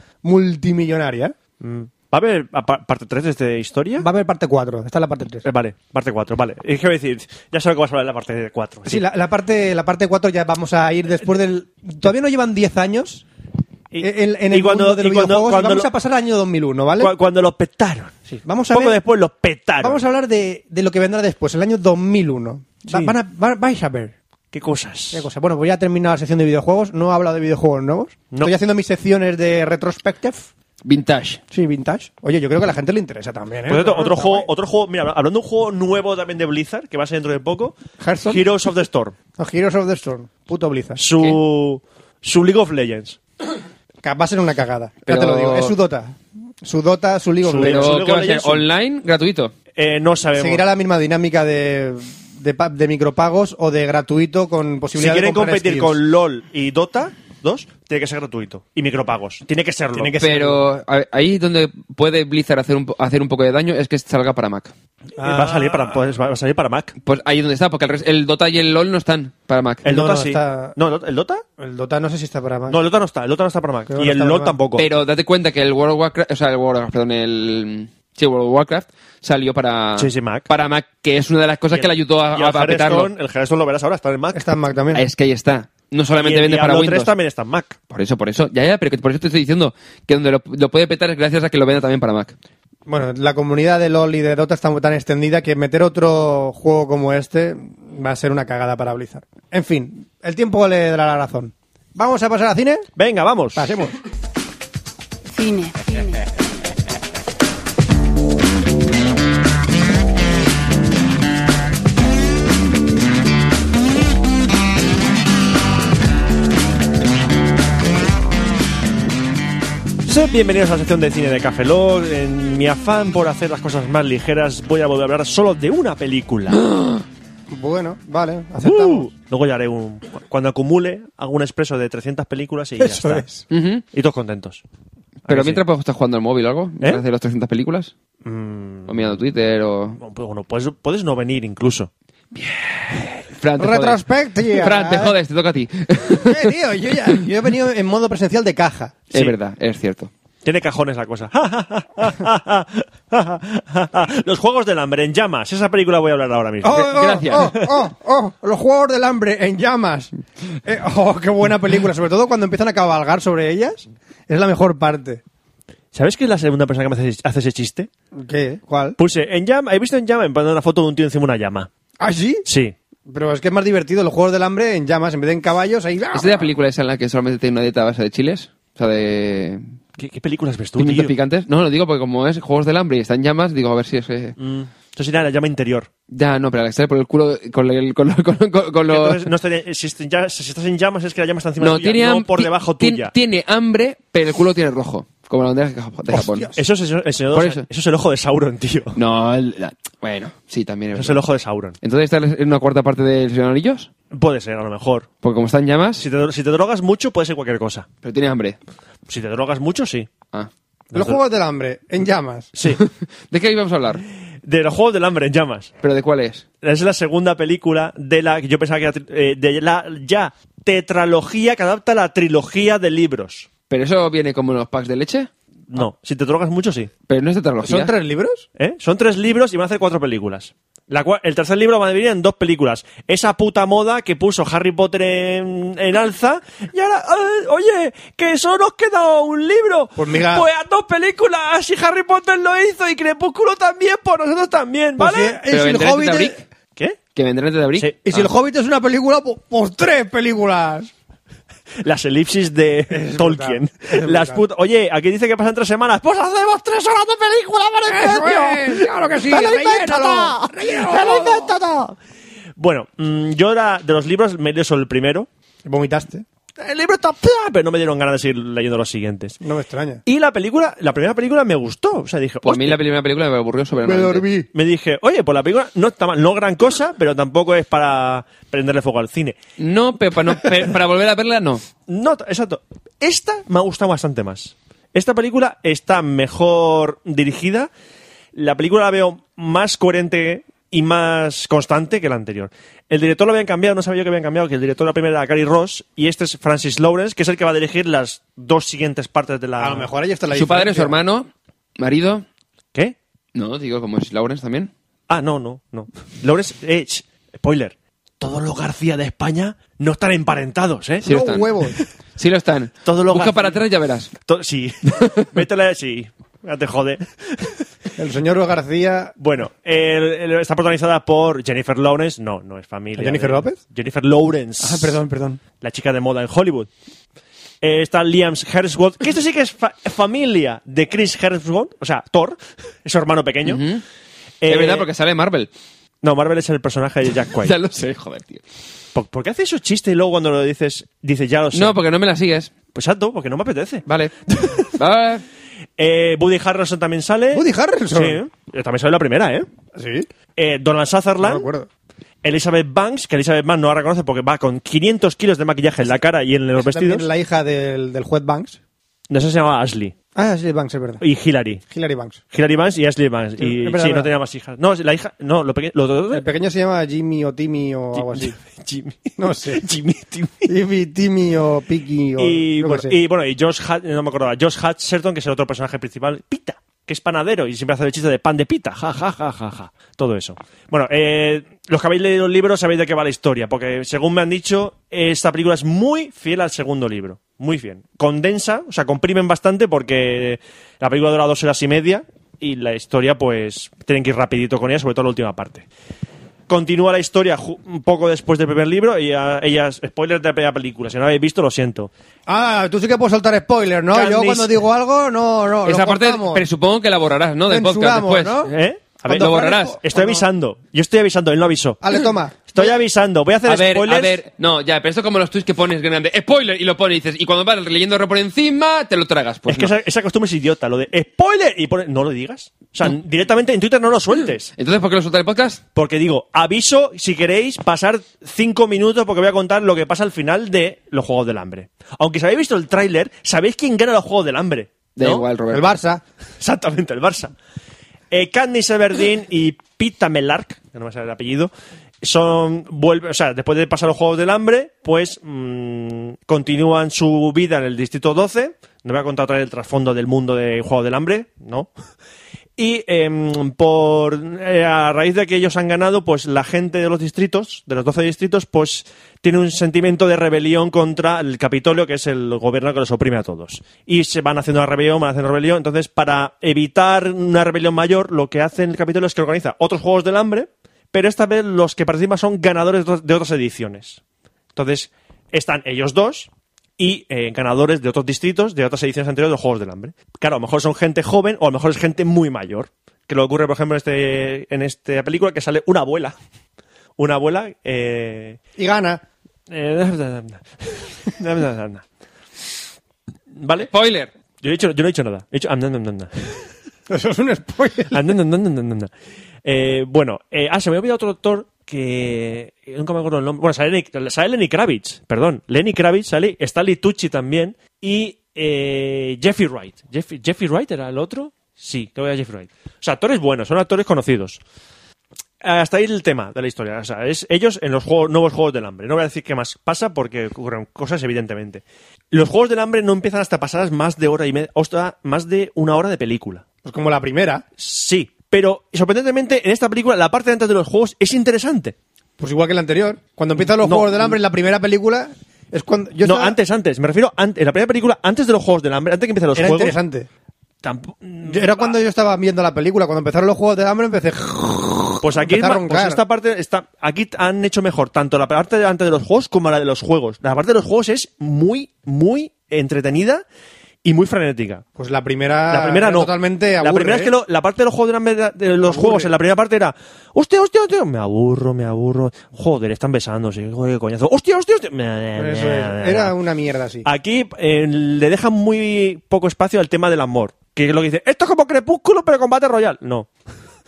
Speaker 4: multimillonaria.
Speaker 2: ¿Va a haber a pa- parte 3 de esta historia?
Speaker 4: Va a haber parte 4, esta es la parte 3.
Speaker 2: Eh, vale, parte 4, vale. Es que voy a decir, ya sabes que vas a hablar de la parte 4.
Speaker 4: Sí, la, la parte, la parte 4 ya vamos a ir después del... Todavía no llevan 10 años
Speaker 2: Y-
Speaker 4: en, en
Speaker 2: y
Speaker 4: el
Speaker 2: cuando-
Speaker 4: mundo de los
Speaker 2: y cuando-
Speaker 4: videojuegos y
Speaker 2: cuando
Speaker 4: vamos
Speaker 2: lo-
Speaker 4: a pasar al año 2001, ¿vale?
Speaker 2: Cu- Cuando los petaron.
Speaker 4: Vamos a
Speaker 2: Poco
Speaker 4: ver-
Speaker 2: después los petaron.
Speaker 4: Vamos a hablar de, de lo que vendrá después, el año 2001. Va-
Speaker 2: Sí.
Speaker 4: van a- va- vais a ver
Speaker 2: ¿Qué cosas?
Speaker 4: qué cosa. Bueno, pues ya he terminado la sección de videojuegos, no he hablado de videojuegos nuevos.
Speaker 2: No.
Speaker 4: Estoy haciendo mis secciones de retrospective,
Speaker 1: Vintage.
Speaker 4: sí, vintage. Oye, yo creo que a la gente le interesa también, ¿eh?
Speaker 2: Por cierto, otro juego, otro juego, mira, hablando de un juego nuevo también de Blizzard, que va a ser dentro de poco,
Speaker 4: Hearthstone.
Speaker 2: Heroes of the Storm,
Speaker 4: Los Heroes of the Storm, puto Blizzard.
Speaker 2: su, su League of Legends.
Speaker 4: Que Va a ser una cagada,
Speaker 1: Pero-
Speaker 4: ya te lo digo. Es su Dota. Su Dota, su League of
Speaker 2: Su
Speaker 4: Legends.
Speaker 2: League
Speaker 1: Pero,
Speaker 2: luego
Speaker 1: ¿qué va a ser?
Speaker 2: leyes un-
Speaker 1: ¿Online? ¿Gratuito?
Speaker 2: Eh, no sabemos.
Speaker 4: Seguirá la misma dinámica de, de, pa- de micropagos o de gratuito con
Speaker 2: si
Speaker 4: posibilidad de
Speaker 2: quieren
Speaker 4: comprar
Speaker 2: competir
Speaker 4: skins.
Speaker 2: con LOL y Dota 2, tiene que ser gratuito. Y micropagos. Tiene que serlo.
Speaker 4: Tiene que ser-
Speaker 1: Pero a- ahí donde puede Blizzard hacer un, po- hacer un poco de daño es que salga para Mac.
Speaker 2: Eh, Va, a salir para, pues, va a salir para Mac.
Speaker 1: Pues ahí donde está, porque el, res- el Dota y el LoL no están para Mac.
Speaker 2: El
Speaker 4: No,
Speaker 2: Dota
Speaker 4: no,
Speaker 2: sí.
Speaker 4: está-
Speaker 2: No, ¿el Dota?
Speaker 4: El Dota no sé si está para más.
Speaker 2: No, el Dota no está. El Dota no está para Mac.
Speaker 4: Creo que
Speaker 2: Y
Speaker 4: no
Speaker 2: el
Speaker 4: está para
Speaker 2: LOL
Speaker 4: Mac.
Speaker 2: tampoco.
Speaker 1: Pero date cuenta que el World of Warcraft, o sea, el World of Warcraft, perdón, el sí, World of Warcraft salió para
Speaker 2: Sí, sí, Mac.
Speaker 1: para Mac, que es una de las cosas que le ayudó a,
Speaker 2: Y
Speaker 1: a-
Speaker 2: el
Speaker 1: a petarlo.
Speaker 2: Hearthstone, el Hearthstone lo verás ahora, está en Mac.
Speaker 4: Está en Mac también.
Speaker 1: Es que ahí está. No
Speaker 2: Y
Speaker 1: solamente
Speaker 2: el
Speaker 1: vende para
Speaker 2: Diablo
Speaker 1: Windows.
Speaker 2: 3 también está en Mac.
Speaker 1: Por eso, por eso. Ya, ya, pero que por eso te estoy diciendo que donde lo, lo puede petar es gracias a que lo venda también para Mac.
Speaker 4: Bueno, la comunidad de LoL y de Dota está tan extendida que meter otro juego como este va a ser una cagada para Blizzard. En fin, el tiempo le dará la razón. ¿Vamos a pasar a cine?
Speaker 2: Venga, vamos.
Speaker 4: Pasemos.
Speaker 5: Cine.
Speaker 2: Sed bienvenidos a la sección de cine de Café Lock. En mi afán por hacer las cosas más ligeras, voy a volver a hablar solo de una película.
Speaker 4: Bueno, vale, aceptamos.
Speaker 2: Uh, Luego ya haré un. Cuando acumule, hago un expreso de 300 películas y ya
Speaker 4: Eso
Speaker 2: está.
Speaker 4: es.
Speaker 1: Ujú.
Speaker 2: Y todos contentos. ¿A
Speaker 1: Pero
Speaker 2: que sí?
Speaker 1: mientras puedes estar jugando al móvil o algo,
Speaker 2: ¿Eh?
Speaker 1: hacer las 300 películas,
Speaker 2: Mm,
Speaker 1: o mirando Twitter, o...
Speaker 2: bueno, puedes, puedes no venir incluso.
Speaker 1: Fran, te jodes.
Speaker 4: Retrospectiva.
Speaker 1: Fran, te jodes, te toca a ti.
Speaker 4: Eh, tío, yo, ya- yo he venido en modo presencial de caja.
Speaker 1: Es
Speaker 2: Sí.
Speaker 1: verdad, es cierto.
Speaker 2: Tiene cajones la cosa. Los juegos del hambre en llamas. Esa película voy a hablar ahora mismo.
Speaker 4: Oh, oh,
Speaker 1: Gracias.
Speaker 4: oh, oh, oh, los juegos del hambre en llamas. Eh, oh, qué buena película. Sobre todo cuando empiezan a cabalgar sobre ellas. Es la mejor parte.
Speaker 2: ¿Sabes que es la segunda persona que me hace, hace ese chiste?
Speaker 4: ¿Qué? ¿Cuál?
Speaker 2: Puse en llama. ¿He visto en llama? Me ponen una foto de un tío encima de una llama.
Speaker 4: ¿Ah, sí?
Speaker 2: Sí.
Speaker 4: Pero es que es más divertido los juegos del hambre en llamas. En vez de en caballos, ahí.
Speaker 1: ¿Es de la película esa en la que solamente tiene una dieta a base de chiles? O sea, de
Speaker 2: ¿Qué, qué películas ves tú,
Speaker 1: pimientos
Speaker 2: tío?
Speaker 1: picantes. No, lo digo porque como es Juegos del Hambre y está en llamas, digo, a ver si es... eh,
Speaker 2: Mm, Eso sería la llama interior.
Speaker 1: Ya, no, pero al extraer por el culo con, el- con, lo- con, con- con lo-
Speaker 2: Entonces, no estaría- si, est- ya- si estás en llamas es que la llama está encima
Speaker 1: No,
Speaker 2: tuya,
Speaker 1: tiene
Speaker 2: no
Speaker 1: ham-
Speaker 2: por
Speaker 1: ti-
Speaker 2: debajo
Speaker 1: ti-
Speaker 2: tuya.
Speaker 1: Tiene hambre, pero el culo tiene rojo, como la bandera de Jap- de Japón.
Speaker 2: Eso es, el señor-
Speaker 1: Por
Speaker 2: eso.
Speaker 1: eso.
Speaker 2: es el ojo de Sauron, tío. Eso
Speaker 1: No, el- la- bueno, sí, también es
Speaker 2: es
Speaker 1: verdad.
Speaker 2: el ojo de Sauron.
Speaker 1: Entonces, ¿esta es una cuarta parte del Señor de los Anillos?
Speaker 2: Puede ser, a lo mejor.
Speaker 1: Porque como está en llamas,
Speaker 2: Si te, si te drogas mucho, puede ser cualquier cosa.
Speaker 1: pero tiene hambre.
Speaker 2: Si te drogas mucho, sí.
Speaker 1: Ah.
Speaker 4: Los juegos del hambre en llamas.
Speaker 2: Sí.
Speaker 1: ¿De qué íbamos a hablar?
Speaker 2: de los Juegos del Hambre en Llamas.
Speaker 1: ¿Pero de cuál es?
Speaker 2: Es la segunda película de la que yo pensaba que era tri- eh, de la ya tetralogía que adapta la trilogía de libros.
Speaker 1: ¿Pero eso viene como en los packs de leche?
Speaker 2: No, si te drogas mucho, sí.
Speaker 1: Pero no es de tetralogía.
Speaker 4: ¿Son tres libros?
Speaker 2: ¿Eh? Son tres libros y van a hacer cuatro películas. La cua- el tercer libro va a dividir en dos películas. Esa puta moda que puso Harry Potter en, en alza. Y ahora, eh, oye, que solo nos queda un libro.
Speaker 4: Pues mira-
Speaker 2: Pues haz dos películas. Así Harry Potter lo hizo y Crepúsculo también, por nosotros también,
Speaker 4: Pues
Speaker 2: ¿vale?
Speaker 4: sí, y
Speaker 1: Pero
Speaker 4: si el
Speaker 1: vendrán
Speaker 4: Hobbit
Speaker 1: de
Speaker 4: es-
Speaker 1: Brick. Ah.
Speaker 2: ¿Qué?
Speaker 1: Que vendrán de abril.
Speaker 2: Sí.
Speaker 4: y si el Hobbit es una película, pues, pues tres películas.
Speaker 2: Las elipsis de Tolkien.
Speaker 4: brutal, es
Speaker 2: Las
Speaker 4: brutal.
Speaker 2: put- Oye, aquí dice que pasan tres semanas. Pues hacemos tres horas de película, Maricón.
Speaker 4: es! ¡Claro que sí!
Speaker 2: ¡Me lo
Speaker 4: rellénalo,
Speaker 2: invento todo!
Speaker 4: rellénalo.
Speaker 2: ¡Me lo invento todo! Bueno, mm, yo era- de los libros me leí solo el primero.
Speaker 4: Vomitaste.
Speaker 2: El libro está... ¡pla! Pero no me dieron ganas de seguir leyendo los siguientes.
Speaker 4: No me extraña.
Speaker 2: Y la película, la primera película me gustó. O sea, dije...
Speaker 1: Pues a
Speaker 2: "Hostia".
Speaker 1: mí la primera película me aburrió sobre
Speaker 2: Me dije, oye, pues la película no está mal, no gran cosa, pero tampoco es para prenderle fuego al cine.
Speaker 1: No, pero para, no- pe- para volver a verla, no.
Speaker 2: No, t- exacto. Esta me ha gustado bastante más. Esta película está mejor dirigida. La película la veo más coherente y más constante que la anterior. El director lo habían cambiado, no sabía yo que habían cambiado, que el director de la primera era Gary Ross y este es Francis Lawrence, que es el que va a dirigir las dos siguientes partes de la...
Speaker 4: A lo mejor ahí está la
Speaker 1: Su padre, su
Speaker 4: diferencia.
Speaker 1: hermano, marido.
Speaker 2: ¿Qué?
Speaker 1: No, digo, como es Lawrence también.
Speaker 2: Ah, no, no, no. Lawrence... eh, ch, spoiler. Todos los García de España no están emparentados, ¿eh?
Speaker 1: Sí lo
Speaker 4: No,
Speaker 1: están.
Speaker 4: huevos.
Speaker 1: Sí lo están.
Speaker 2: Todo lo
Speaker 1: Busca
Speaker 2: gafo.
Speaker 1: para atrás y ya verás.
Speaker 2: To- sí. Métela, sí. Ya te jode.
Speaker 4: El señor García...
Speaker 2: Bueno, el- el- está protagonizada por Jennifer Lawrence. No, no es familia.
Speaker 4: ¿Jennifer
Speaker 2: de-
Speaker 4: López?
Speaker 2: Jennifer Lawrence.
Speaker 4: Ah, perdón, perdón.
Speaker 2: La chica de moda en Hollywood. Eh, está Liam Hemsworth, que esto sí que es fa- familia de Chris Hemsworth, o sea, Thor, es su hermano pequeño.
Speaker 1: Ujú.
Speaker 2: Eh,
Speaker 1: es verdad, porque sale Marvel.
Speaker 2: No, Marvel es el personaje de Jack
Speaker 1: Ya
Speaker 2: White.
Speaker 1: lo sé, joder, tío.
Speaker 2: ¿Por, por qué hace esos chistes y luego cuando lo dices, dices ya lo sé?
Speaker 1: No, porque no me la sigues.
Speaker 2: Pues alto, porque no me apetece.
Speaker 1: Vale. Vale.
Speaker 2: Eh, Woody Harrelson también sale.
Speaker 4: Woody Harrelson.
Speaker 2: Sí, también sale la primera, ¿eh?
Speaker 4: ¿Sí?
Speaker 2: Eh, Donald
Speaker 4: No
Speaker 2: Sutherland.
Speaker 4: recuerdo.
Speaker 2: Elizabeth Banks, que Elizabeth Banks no la reconoce porque va con 500 kilos de maquillaje en la cara y en los vestidos.
Speaker 4: También la hija del, del juez Banks.
Speaker 2: No sé, se llamaba Ashley.
Speaker 4: Ah, sí, Banks, es verdad.
Speaker 2: Y Hillary.
Speaker 4: Hillary Banks.
Speaker 2: Hillary Banks y Ashley Banks.
Speaker 4: Sí,
Speaker 2: y
Speaker 4: es verdad,
Speaker 2: sí, no
Speaker 4: verdad.
Speaker 2: tenía más hijas. No, la hija. No, lo pequeño. Lo,
Speaker 4: El pequeño se llama Jimmy o Timmy o algo así.
Speaker 2: Jimmy.
Speaker 4: No sé.
Speaker 2: Jimmy, Timmy.
Speaker 4: Jimmy, Timmy o Piggy o...
Speaker 2: Y,
Speaker 4: yo qué
Speaker 2: bueno,
Speaker 4: sé.
Speaker 2: y bueno, y Josh Hut- no me acordaba, Josh Hutcherton, que es el otro personaje principal, Pita, que es panadero y siempre hace el chiste de pan de pita, ja, ja, ja, ja, ja. Todo eso. Bueno, eh, los que habéis leído el libro sabéis de qué va la historia, porque según me han dicho, esta película es muy fiel al segundo libro. Muy bien. Condensa, o sea, comprimen bastante porque la película dura dos horas y media y la historia, pues, tienen que ir rapidito con ella, sobre todo la última parte. Continúa la historia ju- un poco después del primer libro y ya- ellas, spoilers de la primera película, si no lo habéis visto, lo siento.
Speaker 4: Ah, tú sí que puedes soltar spoilers, ¿no? Yo
Speaker 2: Candice-
Speaker 4: cuando digo algo, no, no,
Speaker 1: Esa
Speaker 4: lo
Speaker 1: parte
Speaker 4: cortamos.
Speaker 1: presupongo que la borrarás, ¿no? Del podcast
Speaker 4: Censuramos,
Speaker 1: después.
Speaker 4: ¿no?
Speaker 2: ¿Eh? A ver,
Speaker 4: Cuando
Speaker 1: lo borrarás.
Speaker 4: Fran-
Speaker 2: Estoy
Speaker 4: ¿o no?
Speaker 2: avisando. Yo estoy avisando, él no avisó.
Speaker 4: Ale, toma.
Speaker 2: Estoy avisando. Voy a hacer
Speaker 1: A ver,
Speaker 2: spoilers.
Speaker 1: a ver. No, ya, pero esto es como los tweets que pones grande. Spoiler y lo pones y dices. Y cuando vas leyendo por encima, te lo tragas. Pues
Speaker 2: es que
Speaker 1: no.
Speaker 2: esa, esa costumbre es idiota, lo de spoiler y pone, no lo digas. O sea, directamente en Twitter no lo sueltes.
Speaker 1: Entonces, ¿por qué lo suelta el podcast?
Speaker 2: Porque digo, aviso si queréis pasar cinco minutos porque voy a contar lo que pasa al final de los Juegos del Hambre. Aunque si habéis visto el tráiler, sabéis quién gana los Juegos del Hambre.
Speaker 1: Da
Speaker 2: ¿no?
Speaker 1: igual, Roberto.
Speaker 4: El Barça.
Speaker 2: Exactamente, el Barça. Eh, Candice Everdeen y Pita Melark, que no me sale el apellido, son vuelve, o sea, después de pasar los Juegos del Hambre, pues mm, continúan su vida en el Distrito 12. No voy a contar otra vez el trasfondo del mundo de Juegos del Hambre, ¿no? Y em, por eh, a raíz de que ellos han ganado, pues la gente de los distritos, de los 12 distritos, pues tiene un sentimiento de rebelión contra el Capitolio, que es el gobierno que los oprime a todos. Y se van haciendo una rebelión, van haciendo rebelión. Entonces, para evitar una rebelión mayor, lo que hace el Capitolio es que organiza otros Juegos del Hambre, pero esta vez los que participan son ganadores de otras- de otras ediciones. Entonces, están ellos dos y eh, ganadores de otros distritos, de otras ediciones anteriores de los Juegos del Hambre. Claro, a lo mejor son gente joven o a lo mejor es gente muy mayor. Que lo ocurre, por ejemplo, en, este, en esta película que sale una abuela. Una abuela... eh,
Speaker 4: Y gana.
Speaker 2: eh, ¿Vale?
Speaker 1: Spoiler.
Speaker 2: Yo, no he dicho, yo no he dicho nada. He dicho... "Am, nam, nam, nam, nam".
Speaker 4: Eso es un spoiler.
Speaker 2: Ah, no, no, no, no, no, no, no. Eh, bueno, eh, ah, se me olvidó otro doctor que eh, nunca me acuerdo el nombre. Bueno, sale, Nick- sale Lenny Kravitz, perdón. Lenny Kravitz sale, está Litucci también y eh, Jeffrey Wright. Jeffrey, Jeffrey Wright era el otro? Sí, creo que era Jeffrey Wright. O sea, actores buenos, son actores conocidos. Hasta ahí el tema de la historia. O sea, es ellos en los juegos, nuevos juegos del hambre. No voy a decir qué más pasa porque ocurren cosas, evidentemente. Los juegos del hambre no empiezan hasta pasadas más de hora y media, hasta más de una hora de película.
Speaker 4: Pues como la primera.
Speaker 2: Sí. Pero sorprendentemente, en esta película, la parte de antes de los juegos es interesante.
Speaker 4: Pues igual que la anterior. Cuando empiezan los
Speaker 2: No.
Speaker 4: Juegos del Hambre en la primera película, es cuando... Yo
Speaker 2: no,
Speaker 4: estaba-
Speaker 2: antes, antes. Me refiero a en la primera película, antes de los juegos del hambre, antes que empiecen los
Speaker 4: Era
Speaker 2: juegos.
Speaker 4: interesante.
Speaker 2: tampo-
Speaker 4: Yo- Era cuando yo estaba viendo la película. Cuando empezaron los Juegos del Hambre empecé...
Speaker 2: Pues aquí es
Speaker 4: Empezar a
Speaker 2: ma- pues
Speaker 4: roncar.
Speaker 2: esta parte está aquí han hecho mejor tanto la parte de antes de los juegos como la de los juegos. La parte de los juegos es muy muy entretenida y muy frenética.
Speaker 4: Pues la primera...
Speaker 2: La primera
Speaker 4: era
Speaker 2: no.
Speaker 4: Totalmente
Speaker 2: la
Speaker 4: aburre,
Speaker 2: primera es
Speaker 4: ¿eh?
Speaker 2: que lo- la parte de los juegos eran verdad- de los juegos en la primera parte era hostia, hostia, hostia, me aburro, me aburro. Joder, están besándose, joder, qué coñazo. Hostia, hostia, hostia.
Speaker 4: ¿eh? Pues Eso es. Era una mierda así.
Speaker 2: Aquí eh, le dejan muy poco espacio al tema del amor. Que es lo que dice, esto es como Crepúsculo, pero combate royal. No.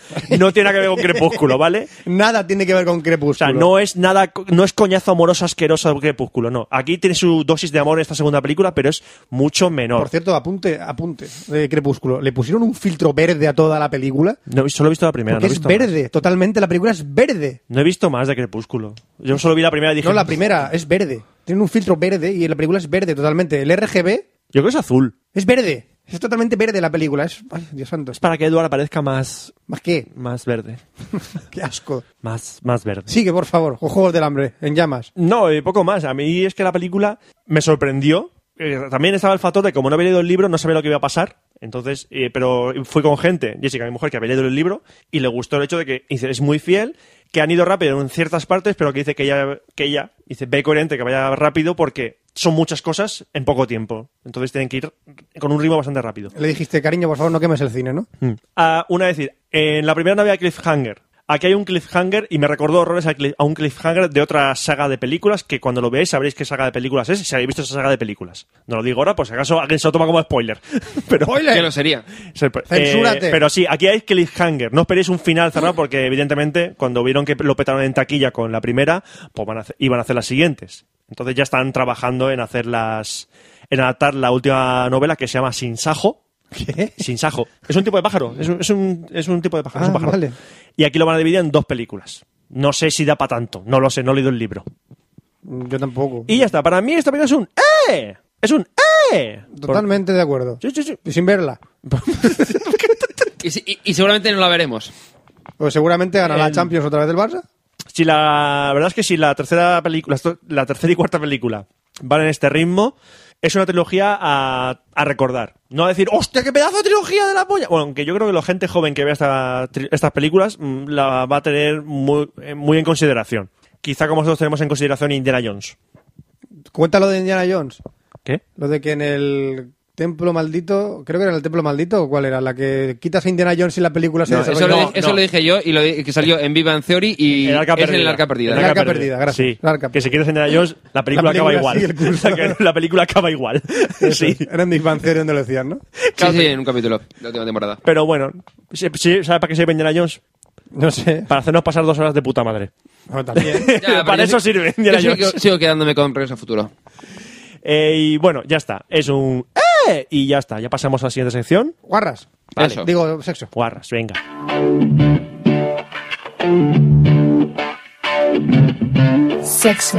Speaker 2: No tiene nada que ver con Crepúsculo, ¿vale?
Speaker 4: Nada tiene que ver con Crepúsculo.
Speaker 2: O sea, no es nada, no es coñazo amoroso asqueroso de crepúsculo, no. Aquí tiene su dosis de amor en esta segunda película, pero es mucho menor.
Speaker 4: Por cierto, apunte, apunte de Crepúsculo. Le pusieron un filtro verde a toda la película.
Speaker 2: No, solo he visto la primera,
Speaker 4: Porque
Speaker 2: no he
Speaker 4: es
Speaker 2: visto
Speaker 4: verde, totalmente. La película es verde.
Speaker 2: más. No he visto más de crepúsculo. Yo solo vi la primera y dije.
Speaker 4: No, la primera es verde. Tiene un filtro verde y la película es verde totalmente. El RGB
Speaker 2: Yo creo que es azul.
Speaker 4: es verde. Es totalmente verde la película. Es, ay, Dios santo.
Speaker 2: Es para que Eduard parezca más,
Speaker 4: ¿Más qué?
Speaker 2: más verde.
Speaker 4: Qué asco.
Speaker 2: Más, más verde.
Speaker 4: Sigue, por favor. O Juegos del Hambre, en llamas.
Speaker 2: No, y poco más. A mí es que la película me sorprendió. Eh, también estaba el factor de como no había leído el libro, no sabía lo que iba a pasar. Entonces, eh, pero fui con gente, Jessica, mi mujer, que había leído el libro y le gustó el hecho de que dice, es muy fiel, que han ido rápido en ciertas partes, pero que dice que ella, que ella dice, ve coherente, que vaya rápido porque son muchas cosas en poco tiempo. Entonces tienen que ir con un ritmo bastante rápido.
Speaker 4: Le dijiste, cariño, por favor, no quemes el cine, ¿no?
Speaker 2: Ah, una decir, en la primera no había cliffhanger. Aquí hay un cliffhanger y me recordó horrores al cli- a un cliffhanger de otra saga de películas que cuando lo veáis sabréis qué saga de películas es si habéis visto esa saga de películas. No lo digo ahora, pues si acaso alguien se lo toma como spoiler. Pero,
Speaker 1: Que lo sería.
Speaker 2: Se- eh,
Speaker 4: Censúrate.
Speaker 2: pero sí, aquí hay cliffhanger. No esperéis un final cerrado porque evidentemente cuando vieron que lo petaron en taquilla con la primera, pues van a hacer- iban a hacer las siguientes. Entonces ya están trabajando en hacer las... en adaptar la última novela que se llama Sin Sajo.
Speaker 4: ¿Qué?
Speaker 2: Sin sajo. Es un tipo de pájaro. Es un, es un- es un tipo de pájaro. es un
Speaker 4: Ah,
Speaker 2: pájaro.
Speaker 4: vale.
Speaker 2: Y aquí lo van a dividir en dos películas. No sé si da para tanto. No lo sé, no he leído el libro.
Speaker 4: Yo tampoco.
Speaker 2: Y ya está. Para mí esta película es un ¡Eh! Es un ¡Eh! Por-
Speaker 4: Totalmente de acuerdo.
Speaker 2: Sí, sí, sí.
Speaker 4: Y sin verla.
Speaker 1: Y, si- y- y seguramente no la veremos.
Speaker 4: Pues seguramente ganará la Champions otra vez del Barça.
Speaker 2: Si la, la verdad es que si la tercera película, la tercera y cuarta película van en este ritmo, es una trilogía a, a recordar. No a decir, ¡hostia, qué pedazo de trilogía de la polla! Bueno, aunque yo creo que la gente joven que vea esta tri- estas películas mm, la va a tener muy, eh, muy en consideración. Quizá como nosotros tenemos en consideración Indiana Jones.
Speaker 4: Cuéntalo de Indiana Jones.
Speaker 2: ¿Qué?
Speaker 4: Lo de que en el templo maldito, creo que era en el templo maldito, ¿cuál era? La que quitas a Indiana Jones y la película se
Speaker 2: No,
Speaker 1: Eso,
Speaker 4: desarrolla.
Speaker 1: lo,
Speaker 2: no,
Speaker 1: di- eso
Speaker 2: no.
Speaker 1: lo dije yo y lo di- que salió en Viva en Theory y es en el arca perdida.
Speaker 4: El arca perdida, gracias.
Speaker 2: Sí.
Speaker 4: El arca
Speaker 2: que si quieres Indiana Jones, la película, acaba igual.
Speaker 4: película sigue el curso.
Speaker 2: La que- la película acaba igual. sí.
Speaker 4: Era en Dispancer donde lo decían, ¿no?
Speaker 1: Sí, sí, en un capítulo de la última temporada.
Speaker 2: Pero bueno, ¿sí- sí- ¿sabes para qué sirve Indiana Jones?
Speaker 4: No sé.
Speaker 2: Para hacernos pasar dos horas de puta madre.
Speaker 4: No, también.
Speaker 1: Ya, pero
Speaker 2: Para
Speaker 1: yo
Speaker 2: eso
Speaker 1: sí-
Speaker 2: sirve Indiana
Speaker 1: yo sí que-
Speaker 2: Jones.
Speaker 1: sigo quedándome con Regreso al Futuro.
Speaker 2: Eh, y bueno, ya está. Es un... ¡Eh! Y ya está. Ya pasamos a la siguiente sección.
Speaker 4: Guarras.
Speaker 1: Vale.
Speaker 4: Eso. Digo, sexo.
Speaker 2: Guarras, venga.
Speaker 5: Sexo.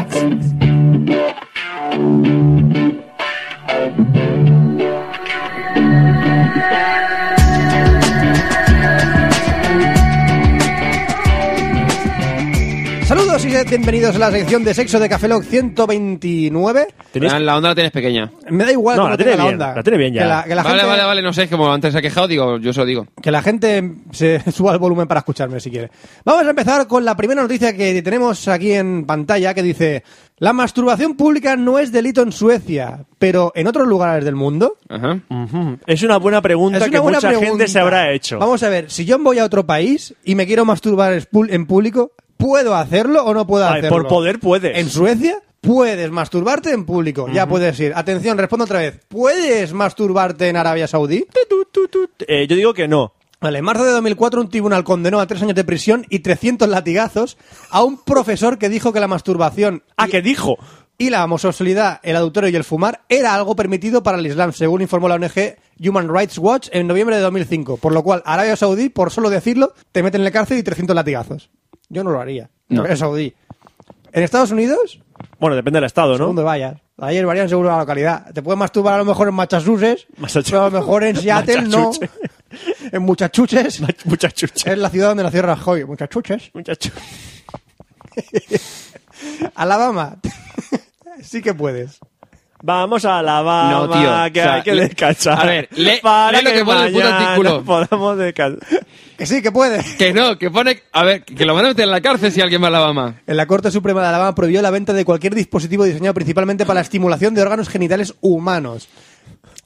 Speaker 4: Saludos y sed bienvenidos a la sección de sexo de Café Lock 129.
Speaker 2: ¿Tenéis-
Speaker 1: La onda la tienes pequeña.
Speaker 4: Me da igual
Speaker 2: No,
Speaker 4: cómo
Speaker 2: la tiene
Speaker 4: tenga
Speaker 2: bien,
Speaker 4: onda.
Speaker 2: la tiene bien ya.
Speaker 4: Que la, que la
Speaker 1: vale,
Speaker 4: gente,
Speaker 1: vale, vale, no sé, es como antes se ha quejado, digo, yo se lo digo.
Speaker 4: Que la gente se suba el volumen para escucharme si quiere. Vamos a empezar con la primera noticia que tenemos aquí en pantalla que dice: La masturbación pública no es delito en Suecia, pero en otros lugares del mundo.
Speaker 1: Ajá.
Speaker 2: Ujú. Es una buena pregunta
Speaker 4: Es
Speaker 2: que
Speaker 4: una buena
Speaker 2: mucha gente
Speaker 4: pregunta.
Speaker 2: se habrá hecho.
Speaker 4: Vamos a ver, si yo voy a otro país y me quiero masturbar es pul- en público, ¿puedo hacerlo o no puedo
Speaker 2: Vale,
Speaker 4: hacerlo?
Speaker 2: por poder puedes.
Speaker 4: En Suecia puedes masturbarte en público, ya puedes ir. Atención, respondo otra vez. ¿Puedes masturbarte en Arabia Saudí?
Speaker 2: Eh, yo digo que no.
Speaker 4: Vale, en marzo de 2004 un tribunal condenó a tres años de prisión y 300 latigazos a un profesor que dijo que la masturbación
Speaker 2: Ah, que dijo.
Speaker 4: y la homosexualidad, el adulterio y el fumar era algo permitido para el Islam, según informó la ONG Human Rights Watch en noviembre de 2005. Por lo cual, Arabia Saudí, por solo decirlo, te meten en la cárcel y 300 latigazos. Yo no lo haría.
Speaker 1: No.
Speaker 4: En Saudí. En Estados Unidos,
Speaker 2: Bueno, depende del estado, ¿no?
Speaker 4: donde vayas. Ayer varían seguro la localidad. Te puedes masturbar a lo mejor en Massachusetts,
Speaker 2: Massachusetts.
Speaker 4: pero a lo mejor en Seattle no.
Speaker 2: Massachusetts.
Speaker 4: En Muchachuches.
Speaker 2: Muchas chuches.
Speaker 4: Es la ciudad donde nació Rajoy. Muchachuches.
Speaker 2: Muchas chuches.
Speaker 4: Alabama. sí que puedes.
Speaker 2: Vamos a lavar.
Speaker 1: No, tío,
Speaker 2: Que
Speaker 1: o sea,
Speaker 2: hay que
Speaker 1: le-
Speaker 2: descansar.
Speaker 1: a ver, lee-
Speaker 2: para
Speaker 1: lee lo que pone el puto
Speaker 2: mañana
Speaker 1: artículo.
Speaker 2: Podamos descansar.
Speaker 4: Que sí que puedes.
Speaker 1: Que no, que pone. A ver, que lo van a meter en la cárcel si alguien va a Alabama.
Speaker 4: En la Corte Suprema de Alabama prohibió la venta de cualquier dispositivo diseñado principalmente para la estimulación de órganos genitales humanos.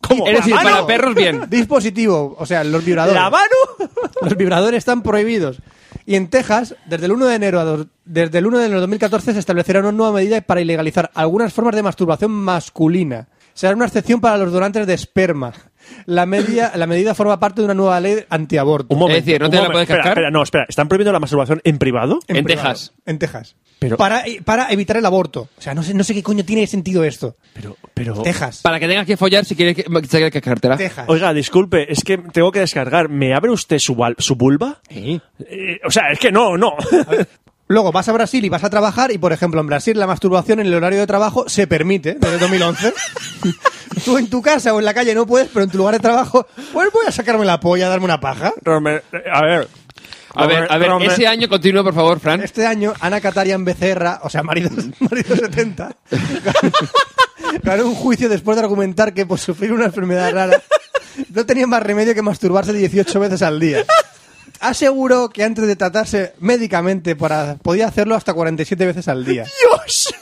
Speaker 2: ¿Cómo?
Speaker 1: Es decir,
Speaker 2: ¿La mano?
Speaker 1: para perros, bien.
Speaker 4: Dispositivo, o sea, los vibradores.
Speaker 2: ¿La mano?
Speaker 4: Los vibradores están prohibidos. Y en Texas, desde el 1 de enero a dos- desde el 1 de enero de 2014 se establecerá una nueva medida para ilegalizar algunas formas de masturbación masculina. Será una excepción para los donantes de esperma. La, media, la medida forma parte de una nueva ley antiaborto.
Speaker 2: Un momento.
Speaker 1: decir, no
Speaker 2: un
Speaker 1: te la
Speaker 2: momento.
Speaker 1: puedes
Speaker 2: Espera,
Speaker 1: cascar.
Speaker 2: espera, no, espera. ¿Están prohibiendo la masturbación en privado?
Speaker 1: En
Speaker 4: privado,
Speaker 1: Texas.
Speaker 4: En Texas.
Speaker 2: Pero-
Speaker 4: Para, para evitar el aborto. O sea, no sé, no sé qué coño tiene sentido esto.
Speaker 2: Pero, pero.
Speaker 4: Texas.
Speaker 1: Oh. Para que tengas que follar si quieres que, si quieres que cascártela.
Speaker 4: Texas.
Speaker 2: Ah. Oiga, disculpe, es que tengo que descargar. ¿Me abre usted su, val- su vulva? Eh, o sea, es que no, no.
Speaker 4: Luego vas a Brasil y vas a trabajar y, por ejemplo, en Brasil la masturbación en el horario de trabajo se permite desde 2011. Tú en tu casa o en la calle no puedes, pero en tu lugar de trabajo, pues voy a sacarme la polla, a darme una paja.
Speaker 2: Romer- eh, a ver.
Speaker 1: A ver, a ver,
Speaker 2: Romer-
Speaker 1: ese año continúa, por favor, Fran.
Speaker 4: Este año, Ana Catarian Becerra, o sea, marido, marido 70, ganó- ganó un juicio después de argumentar que por sufrir una enfermedad rara no tenía más remedio que masturbarse 18 veces al día. Aseguró que antes de tratarse médicamente para, podía hacerlo hasta 47 veces al día.
Speaker 2: ¡Dios!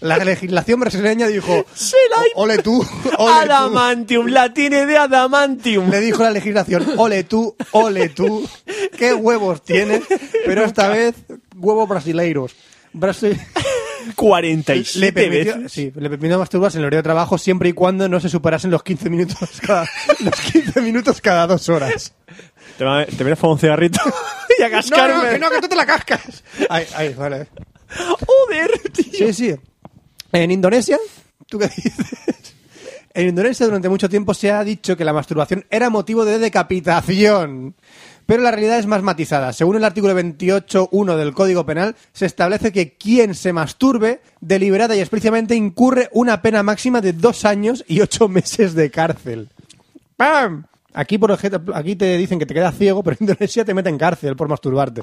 Speaker 4: La legislación brasileña dijo,
Speaker 2: Se la ha-
Speaker 4: ole tú, ole tú.
Speaker 2: Adamantium, la tiene de Adamantium.
Speaker 4: Le dijo la legislación, ole tú, ole tú, qué huevos tienes, pero esta vez huevos brasileiros. Brasi-
Speaker 2: 47
Speaker 4: le, permitió,
Speaker 2: veces.
Speaker 4: sí, le permitió masturbarse en el horario de trabajo siempre y cuando no se superasen los 15 minutos cada, los 15 minutos cada dos horas.
Speaker 2: Te, va- te vienes a un cigarrito y a
Speaker 4: No,
Speaker 2: cascarme.
Speaker 4: no, que no, que tú te la cascas. Ay, ay, vale.
Speaker 2: Joder, tío.
Speaker 4: Sí, sí. En Indonesia, ¿tú qué dices? En Indonesia durante mucho tiempo se ha dicho que la masturbación era motivo de decapitación. Pero la realidad es más matizada. Según el artículo 28.1 del Código Penal, se establece que quien se masturbe deliberada y explícitamente incurre una pena máxima de dos años y ocho meses de cárcel. ¡Pam! Aquí, por ejemplo, aquí te dicen que te quedas ciego, pero en Indonesia te meten en cárcel por masturbarte.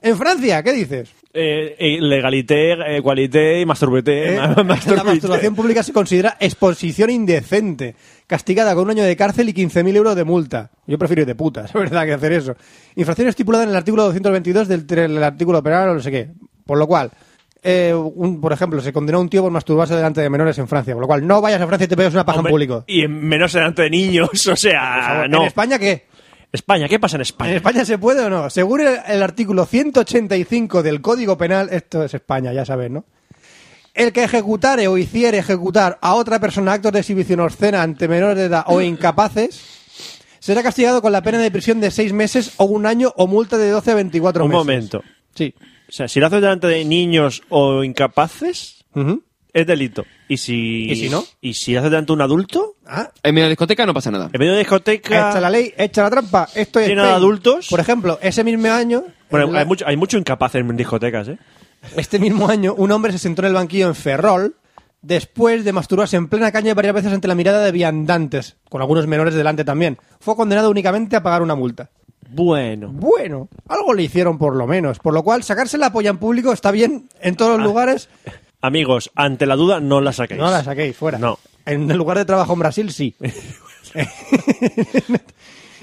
Speaker 4: En Francia, ¿qué dices?
Speaker 2: Eh, eh, legalité, eh, qualité y masturbité.
Speaker 4: ¿Eh?
Speaker 2: ma-
Speaker 4: La
Speaker 2: masturbité.
Speaker 4: masturbación pública se considera exposición indecente, castigada con un año de cárcel y 15.000 euros de multa. Yo prefiero ir de puta, es verdad, que hacer eso. Infracción estipulada en el artículo 222 del, tre- del artículo penal o no sé qué. Por lo cual, eh, un- por ejemplo, se condenó a un tío por masturbarse delante de menores en Francia. Por lo cual, no vayas a Francia y te pegas una paja
Speaker 2: Hombre,
Speaker 4: en público.
Speaker 2: Y en menos delante de niños, o sea,
Speaker 4: ¿En Eh,
Speaker 2: no.
Speaker 4: España qué?
Speaker 2: España, ¿qué pasa en
Speaker 4: ¿En
Speaker 2: España?
Speaker 4: España se puede o no? Según el, el artículo 185 del Código Penal, esto es España, ya sabes, ¿no? El que ejecutare o hiciere ejecutar a otra persona actos de exhibición obscena ante menores de edad o incapaces será castigado con la pena de prisión de seis meses o un año o multa de 12 a 24
Speaker 2: Un
Speaker 4: meses.
Speaker 2: momento.
Speaker 4: Sí.
Speaker 2: O sea, si lo haces delante de niños o incapaces,
Speaker 4: Ujú.
Speaker 2: es delito. ¿Y si,
Speaker 4: ¿Y si no?
Speaker 2: ¿Y si lo haces delante de un adulto?
Speaker 4: Ah,
Speaker 1: En medio de discoteca no pasa nada.
Speaker 2: En medio de discoteca.
Speaker 4: Echa la ley, echa la trampa. Esto es
Speaker 2: ¿Tiene
Speaker 4: Spain.
Speaker 2: adultos?
Speaker 4: Por ejemplo, ese mismo año.
Speaker 2: Bueno,
Speaker 4: en la-
Speaker 2: hay mucho, hay mucho incapaz en discotecas, ¿eh?
Speaker 4: Este mismo año, un hombre se sentó en el banquillo en Ferrol después de masturbarse en plena caña varias veces ante la mirada de viandantes, con algunos menores delante también. Fue condenado únicamente a pagar una multa.
Speaker 2: Bueno.
Speaker 4: Bueno, algo le hicieron por lo menos, por lo cual sacarse la polla en público está bien en todos los lugares.
Speaker 2: Amigos, ante la duda, no la saquéis.
Speaker 4: No la saquéis fuera.
Speaker 2: No.
Speaker 4: En el lugar de trabajo en Brasil, sí.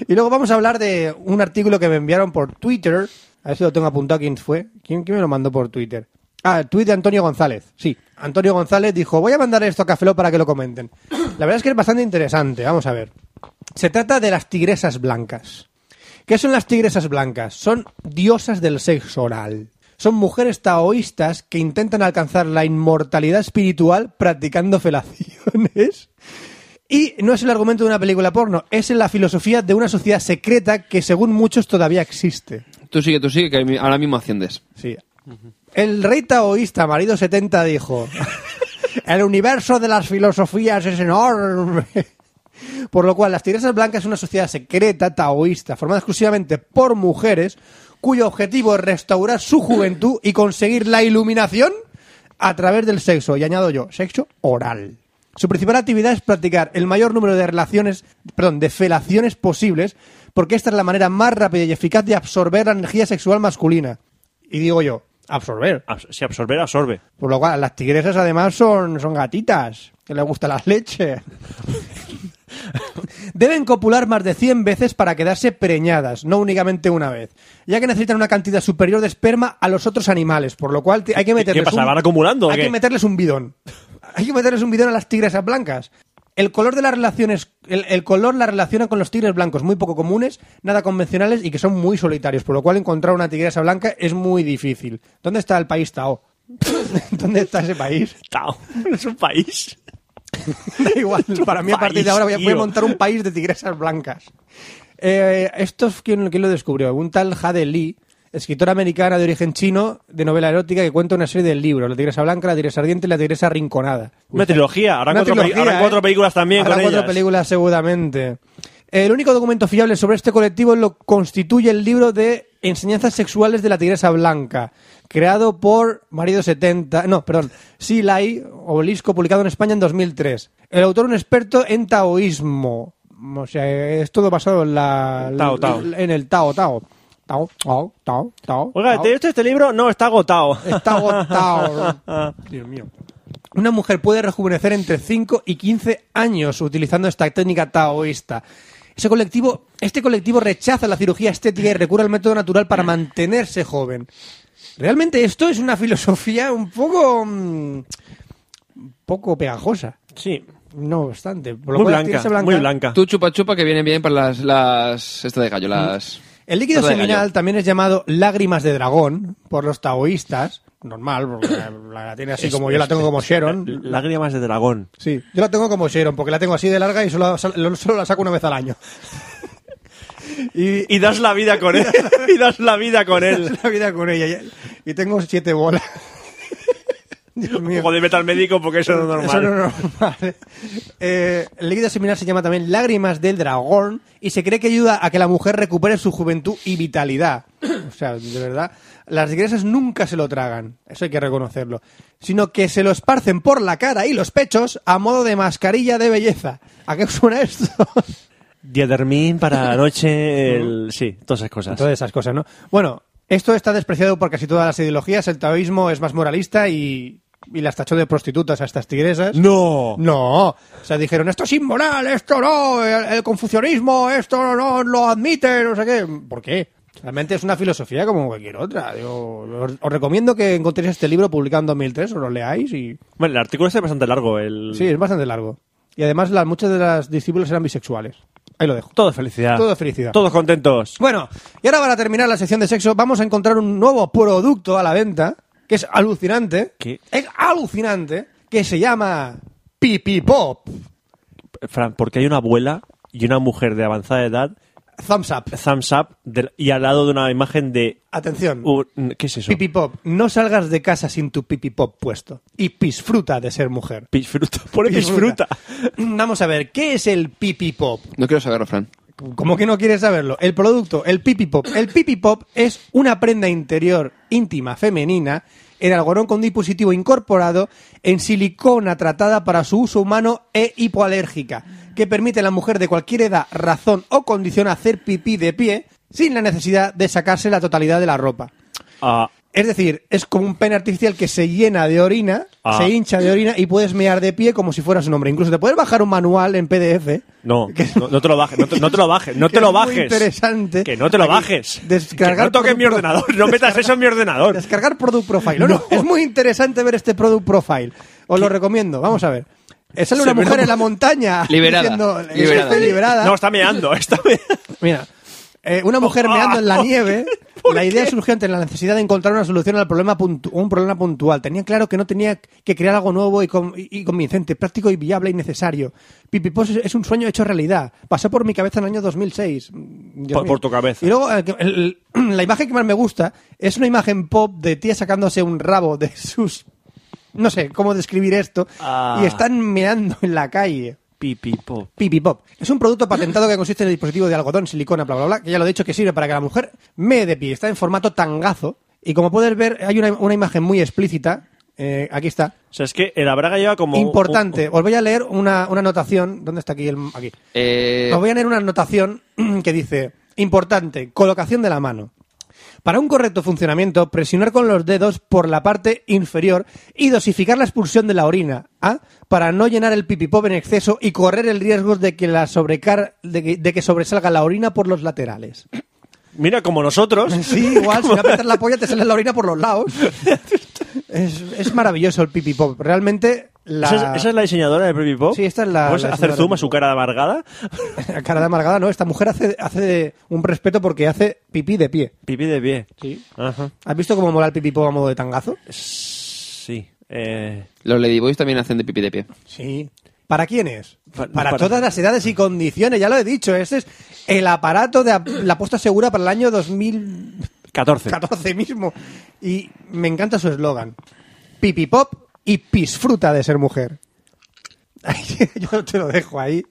Speaker 4: y luego vamos a hablar de un artículo que me enviaron por Twitter. A ver si lo tengo apuntado quién fue. ¿Quién, quién me lo mandó por Twitter? Ah, el tweet de Antonio González. Sí, Antonio González dijo, voy a mandar esto a Cafeló para que lo comenten. La verdad es que es bastante interesante. Vamos a ver. Se trata de las tigresas blancas. ¿Qué son las tigresas blancas? Son diosas del sexo oral. Son mujeres taoístas que intentan alcanzar la inmortalidad espiritual practicando felaciones. Y no es el argumento de una película porno, es la filosofía de una sociedad secreta que según muchos todavía existe.
Speaker 1: Tú sigue, tú sigue, que mi- ahora mismo asciendes.
Speaker 4: Sí. El rey taoísta, marido 70, dijo: El universo de las filosofías es enorme. Por lo cual, las Tigresas Blancas es una sociedad secreta taoísta formada exclusivamente por mujeres cuyo objetivo es restaurar su juventud y conseguir la iluminación a través del sexo, y añado yo, sexo oral. Su principal actividad es practicar el mayor número de relaciones, perdón, de felaciones posibles, porque esta es la manera más rápida y eficaz de absorber la energía sexual masculina. Y digo yo, absorber.
Speaker 2: Abs- si absorber, absorbe.
Speaker 4: Por lo cual, las tigresas además son, son gatitas, que les gustan las leches. Deben copular más de 100 veces para quedarse preñadas, no únicamente una vez, ya que necesitan una cantidad superior de esperma a los otros animales, por lo cual te- hay que meterles
Speaker 2: pasa,
Speaker 4: un-
Speaker 2: van acumulando o
Speaker 4: Hay
Speaker 2: qué?
Speaker 4: que meterles un bidón. Hay que meterles un bidón a las tigresas blancas. El color de las relaciones, el, el color la relaciona con los tigres blancos, muy poco comunes, nada convencionales y que son muy solitarios, por lo cual encontrar una tigresa blanca es muy difícil. ¿Dónde está el país Tao? ¿Dónde está ese país?
Speaker 2: Tao, es un país.
Speaker 4: Da igual, para mí a partir de ahora voy a,
Speaker 2: País,
Speaker 4: voy a
Speaker 2: tío.
Speaker 4: montar un país de tigresas blancas. Eh, esto es quien, quien lo descubrió, un tal Jade Lee, escritora americana de origen chino, de novela erótica que cuenta una serie de libros, La tigresa blanca, La tigresa ardiente y La tigresa rinconada.
Speaker 2: Una trilogía. Habrán,
Speaker 4: Una
Speaker 2: cuatro, pe-
Speaker 4: trilogía,
Speaker 2: habrán
Speaker 4: ¿eh?
Speaker 2: cuatro películas también
Speaker 4: Habrá
Speaker 2: con
Speaker 4: cuatro
Speaker 2: ellas.
Speaker 4: películas seguramente. El único documento fiable sobre este colectivo lo constituye el libro de Enseñanzas sexuales de la tigresa blanca, creado por Marido 70, no, perdón, Silai, obelisco, publicado en España en 2003. El autor un experto en taoísmo. O sea, es todo basado en la
Speaker 2: Tao, tao.
Speaker 4: en el Tao Tao. Tao, tao, tao, tao.
Speaker 2: Oiga,
Speaker 4: tao.
Speaker 2: ¿te he visto este libro? No, está agotado.
Speaker 4: Está agotado. Dios mío. Una mujer puede rejuvenecer entre 5 y 15 años utilizando esta técnica taoísta. Ese colectivo, este colectivo rechaza la cirugía estética y recurre al método natural para mantenerse joven. Realmente esto es una filosofía un poco mm, un poco pegajosa.
Speaker 2: Sí.
Speaker 4: No obstante, por lo
Speaker 2: Muy
Speaker 4: cual,
Speaker 2: blanca,
Speaker 4: tirarse
Speaker 2: muy blanca.
Speaker 1: Tú chupa chupa que viene bien para las, las esta de gallo, las
Speaker 4: El líquido
Speaker 1: Todo de
Speaker 4: seminal
Speaker 1: gallo.
Speaker 4: también es llamado lágrimas de dragón por los taoístas. Normal, porque la, la tiene así
Speaker 2: Es-
Speaker 4: como yo la
Speaker 2: es-
Speaker 4: tengo como
Speaker 2: es-
Speaker 4: Sharon.
Speaker 2: l- Lágrimas de dragón.
Speaker 4: Sí, yo la tengo como Sharon, porque la tengo así de larga y solo, solo- solo la saco una vez al año.
Speaker 2: Y, das la vida con él. y das la vida con él.
Speaker 4: la vida con ella. y- Y tengo siete bolas. Dios mío.
Speaker 2: Joder, vete al médico porque eso no es normal.
Speaker 4: Eso no es normal. Eh, el líquido seminal se llama también lágrimas del dragón y se cree que ayuda a que la mujer recupere su juventud y vitalidad. O sea, de verdad, las tigresas nunca se lo tragan, eso hay que reconocerlo, sino que se lo esparcen por la cara y los pechos a modo de mascarilla de belleza. ¿A qué suena esto?
Speaker 2: Diadermín para la noche, el... sí, todas esas cosas.
Speaker 4: Todas esas cosas, ¿no? Bueno, esto está despreciado por casi todas las ideologías, el taoísmo es más moralista y, y las tachó de prostitutas a estas tigresas.
Speaker 2: ¡No!
Speaker 4: No, o sea, dijeron, esto es inmoral, esto no, el, el confucianismo, esto no lo admite, no sé qué. ¿Por qué? Realmente es una filosofía como cualquier otra. Digo, os, os recomiendo que encontréis este libro publicado en 2003, os lo leáis y...
Speaker 2: Bueno, el artículo este es bastante largo. El...
Speaker 4: Sí, es bastante largo. Y además las, muchas de las discípulos eran bisexuales. Ahí lo dejo.
Speaker 2: Todo felicidad.
Speaker 4: Todo felicidad.
Speaker 2: Todos contentos.
Speaker 4: Bueno, y ahora para terminar la sección de sexo vamos a encontrar un nuevo producto a la venta que es alucinante.
Speaker 2: ¿Qué?
Speaker 4: Es alucinante. Que se llama Pipi Pop.
Speaker 2: Fran, porque hay una abuela y una mujer de avanzada edad,
Speaker 4: Thumbs up.
Speaker 2: thumbs up, de- y al lado de una imagen de...
Speaker 4: Atención.
Speaker 2: un- ¿Qué es Uh, eso?
Speaker 4: Pipi Pop, no salgas de casa sin tu pipi pop puesto. Y disfruta de ser mujer.
Speaker 2: Pisfruta. Pone pisfruta.
Speaker 4: Vamos a ver, ¿qué es el pipi pop?
Speaker 1: No quiero saberlo, Fran.
Speaker 4: Como que no quieres saberlo. El producto, el pipi pop. El pipi pop es una prenda interior íntima femenina en algodón con dispositivo incorporado en silicona tratada para su uso humano e hipoalérgica, que permite a la mujer de cualquier edad, razón o condición hacer pipí de pie sin la necesidad de sacarse la totalidad de la ropa.
Speaker 2: Ah,
Speaker 4: Es decir, es como un pene artificial que se llena de orina,
Speaker 2: Ah.
Speaker 4: se hincha de orina y puedes mear de pie como si fueras un hombre. Incluso te puedes bajar un manual en PDF.
Speaker 2: no,
Speaker 4: Que es-
Speaker 2: no, no te lo bajes, no te, no te lo bajes, no
Speaker 4: que
Speaker 2: te lo
Speaker 4: es muy
Speaker 2: bajes.
Speaker 4: interesante.
Speaker 2: Que no te lo
Speaker 4: Aquí,
Speaker 2: bajes.
Speaker 4: descargar
Speaker 2: que no toques mi
Speaker 4: producto-
Speaker 2: ordenador, no metas eso en mi ordenador.
Speaker 4: Descargar Product Profile. No, no, es muy interesante ver este Product Profile. Os lo recomiendo. Vamos a ver. Eh, Sale una
Speaker 2: Se me
Speaker 4: mujer
Speaker 2: lo-
Speaker 4: en la montaña.
Speaker 1: Liberada,
Speaker 4: diciendo, "Es que
Speaker 1: liberada".
Speaker 4: estoy liberada.
Speaker 2: No, está meando, está meando.
Speaker 4: Mira, eh, una mujer
Speaker 2: Ah,
Speaker 4: meando en la
Speaker 2: ¿por
Speaker 4: nieve.
Speaker 2: ¿Por
Speaker 4: La idea
Speaker 2: qué?
Speaker 4: surgió ante la necesidad de encontrar una solución al problema puntu- un problema puntual. Tenía claro que no tenía que crear algo nuevo y, con- y- y convincente, práctico y viable y necesario. Pipipos es, es un sueño hecho realidad. Pasó por mi cabeza en el año 2006. Mm, Dios
Speaker 2: Por-
Speaker 4: mío.
Speaker 2: por tu cabeza.
Speaker 4: Y luego, eh, que- el- el- la imagen que más me gusta es una imagen pop de tía sacándose un rabo de sus... No sé cómo describir esto.
Speaker 2: Ah.
Speaker 4: Y están meando en la calle.
Speaker 2: Pipipo.
Speaker 4: Pipipop. Es un producto patentado que consiste en el dispositivo de algodón, silicona, bla, bla, bla, que ya lo he dicho que sirve para que la mujer mee de pie. Está en formato tangazo. Y como puedes ver, hay una, una imagen muy explícita. Eh, aquí está.
Speaker 2: O sea, es que la braga lleva como...
Speaker 4: Importante. Os voy a leer una, una anotación. ¿Dónde está aquí? El, aquí.
Speaker 1: Eh,
Speaker 4: Os voy a leer una anotación que dice, importante, colocación de la mano. Para un correcto funcionamiento, presionar con los dedos por la parte inferior y dosificar la expulsión de la orina, ¿ah? para no llenar el pipipop en exceso y correr el riesgo de que, la sobrecar de que, de que sobresalga la orina por los laterales.
Speaker 2: Un- mira, como nosotros.
Speaker 4: Sí, igual, si no apretas la polla te sale la orina por los lados. Es, es maravilloso el pipipop. Realmente, la...
Speaker 2: ¿Esa, es, esa es la diseñadora de Pipipo?
Speaker 4: Sí, esta es la-
Speaker 2: ¿Puedes
Speaker 4: la
Speaker 2: hacer
Speaker 4: señora
Speaker 2: zoom
Speaker 4: de
Speaker 2: a su cara de amargada?
Speaker 4: cara de amargada, ¿no? Esta mujer hace, hace un respeto porque hace pipí de pie.
Speaker 2: Pipi de pie.
Speaker 4: Sí.
Speaker 2: Ajá.
Speaker 4: ¿Has visto cómo mola el pipipop a modo de tangazo?
Speaker 2: Sí. Eh,
Speaker 1: los Ladyboys también hacen de pipí de pie.
Speaker 4: Sí. ¿Para quién es?
Speaker 2: Pa-
Speaker 4: Para,
Speaker 2: para-
Speaker 4: todas las edades y condiciones, ya lo he dicho. Ese es el aparato de ap- la apuesta segura para el año 2014
Speaker 2: 14.
Speaker 4: mismo. Y me encanta su eslogan. Pipipop y pisfruta de ser mujer. Yo te lo dejo ahí.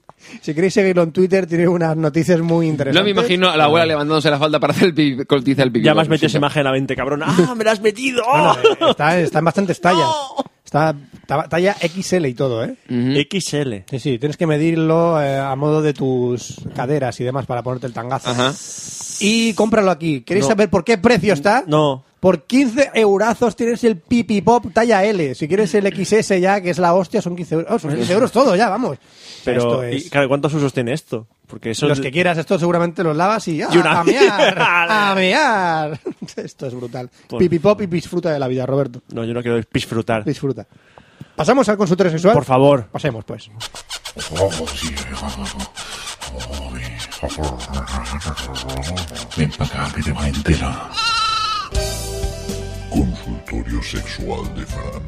Speaker 4: Si queréis seguirlo en Twitter, tiene unas noticias muy interesantes.
Speaker 1: No me imagino a la abuela levantándose la falda para hacer el pipí, cortiza el pipí.
Speaker 2: Ya me has metido esa
Speaker 1: Siento.
Speaker 2: imagen a la mente, cabrón. ¡Ah, me la has metido!
Speaker 4: No, no, eh, está, está en bastantes tallas. Está, ta- talla XL y todo, ¿eh?
Speaker 2: XL.
Speaker 4: Sí, sí, tienes que medirlo eh, a modo de tus caderas y demás para ponerte el tangazo.
Speaker 1: Ajá.
Speaker 4: Y cómpralo aquí. ¿Queréis saber por qué precio está?
Speaker 2: No.
Speaker 4: Por 15 eurazos tienes el Pipi Pop talla L. Si quieres el XS ya, que es la hostia, son 15 euros. Oh, son 15 euros todo ya, vamos.
Speaker 2: Pero,
Speaker 4: Esto es-
Speaker 2: y, claro, ¿cuántos usos tiene esto? Porque eso
Speaker 4: Los que quieras, esto seguramente los lavas y... ¡ah,
Speaker 2: Y una-
Speaker 4: ¡A mear! ¡A mear! Esto es brutal. Pipi Pop y disfruta de la vida, Roberto.
Speaker 2: No, yo no quiero disfrutar.
Speaker 4: Disfruta. ¿Pasamos al consultorio sexual?
Speaker 2: Por favor.
Speaker 4: Pasemos, pues.
Speaker 6: Ven para acá, que te va a enterar. Consultorio sexual de Fran.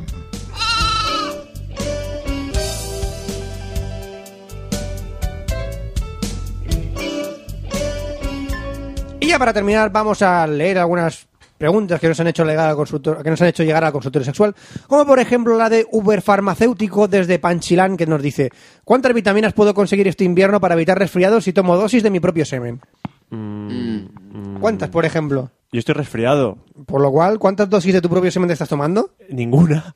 Speaker 4: Y ya para terminar, vamos a leer algunas preguntas que nos han hecho llegar al consultor, que nos han hecho llegar al consultorio sexual, como por ejemplo la de Uber Farmacéutico desde Panchilán que nos dice, ¿cuántas vitaminas puedo conseguir este invierno para evitar resfriados si tomo dosis de mi propio semen? ¿Cuántas, por ejemplo?
Speaker 2: Yo estoy resfriado.
Speaker 4: Por lo cual, ¿cuántas dosis de tu propio semen te estás tomando?
Speaker 2: Ninguna.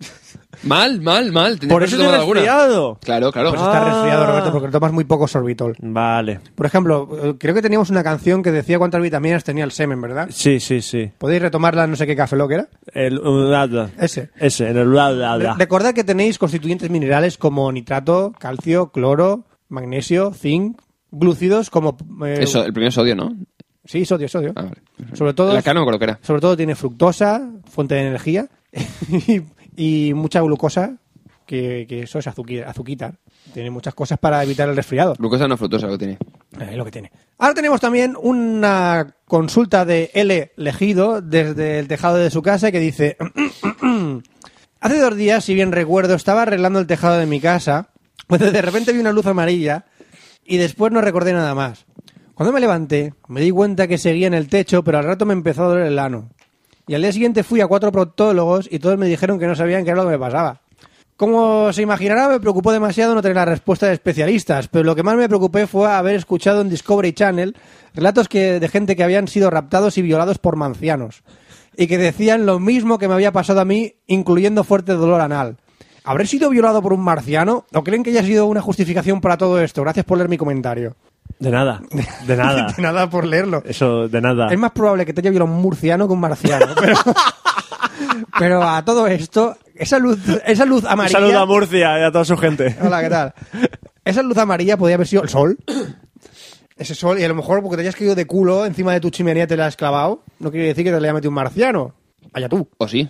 Speaker 1: Mal, mal, mal. Tendrías
Speaker 2: Por
Speaker 1: que haber
Speaker 2: eso te he
Speaker 1: tomado alguna.
Speaker 2: resfriado.
Speaker 1: Claro, claro.
Speaker 4: Pues estás resfriado, Roberto, porque tomas muy poco sorbitol.
Speaker 2: Vale.
Speaker 4: Por ejemplo, eh, creo que teníamos una canción que decía cuántas vitaminas tenía el semen, ¿verdad?
Speaker 2: Sí, sí, sí.
Speaker 4: Podéis retomarla, no sé qué café lo que era.
Speaker 2: El ulada.
Speaker 4: Ese.
Speaker 2: Ese, en el ulada.
Speaker 4: Re- Recordad que tenéis constituyentes minerales como nitrato, calcio, cloro, magnesio, zinc, glúcidos como... eh,
Speaker 1: Eso, el primer sodio, ¿no?
Speaker 4: Sí, sodio, sodio.
Speaker 1: Ah, vale.
Speaker 4: Sobre todo...
Speaker 1: La cara no me acuerdo que era.
Speaker 4: Sobre todo tiene fructosa, fuente de energía, y, y mucha glucosa, que, que eso es azuqui- azuquita. Tiene muchas cosas para evitar el resfriado.
Speaker 1: Glucosa no fructosa lo tiene.
Speaker 4: Eh, Es lo que tiene. Ahora tenemos también una consulta de L. Legido desde el tejado de su casa que dice... Hace dos días, si bien recuerdo, estaba arreglando el tejado de mi casa cuando de repente vi una luz amarilla y después no recordé nada más. Cuando me levanté, me di cuenta que seguía en el techo, pero al rato me empezó a doler el ano. Y al día siguiente fui a cuatro proctólogos y todos me dijeron que no sabían qué era lo que me pasaba. Como se imaginará, me preocupó demasiado no tener la respuesta de especialistas, pero lo que más me preocupé fue haber escuchado en Discovery Channel relatos que, de gente que habían sido raptados y violados por mancianos, y que decían lo mismo que me había pasado a mí, incluyendo fuerte dolor anal. ¿Habré sido violado por un marciano? ¿O creen que haya sido una justificación para todo esto? Gracias por leer mi comentario.
Speaker 2: De nada. De nada.
Speaker 4: De nada por leerlo.
Speaker 2: Eso, de nada.
Speaker 4: Es más probable que te haya violado un murciano que un marciano. Pero, pero a todo esto, esa luz, esa luz
Speaker 2: Un
Speaker 4: amarilla...
Speaker 2: saludo a Murcia y a toda su gente.
Speaker 4: Hola, ¿qué tal? Esa luz amarilla podría haber sido el sol. Ese sol, y a lo mejor porque te hayas caído de culo encima de tu chimenea te la has clavado, no quiere decir que te la haya metido un marciano. Allá tú,
Speaker 1: ¿O sí?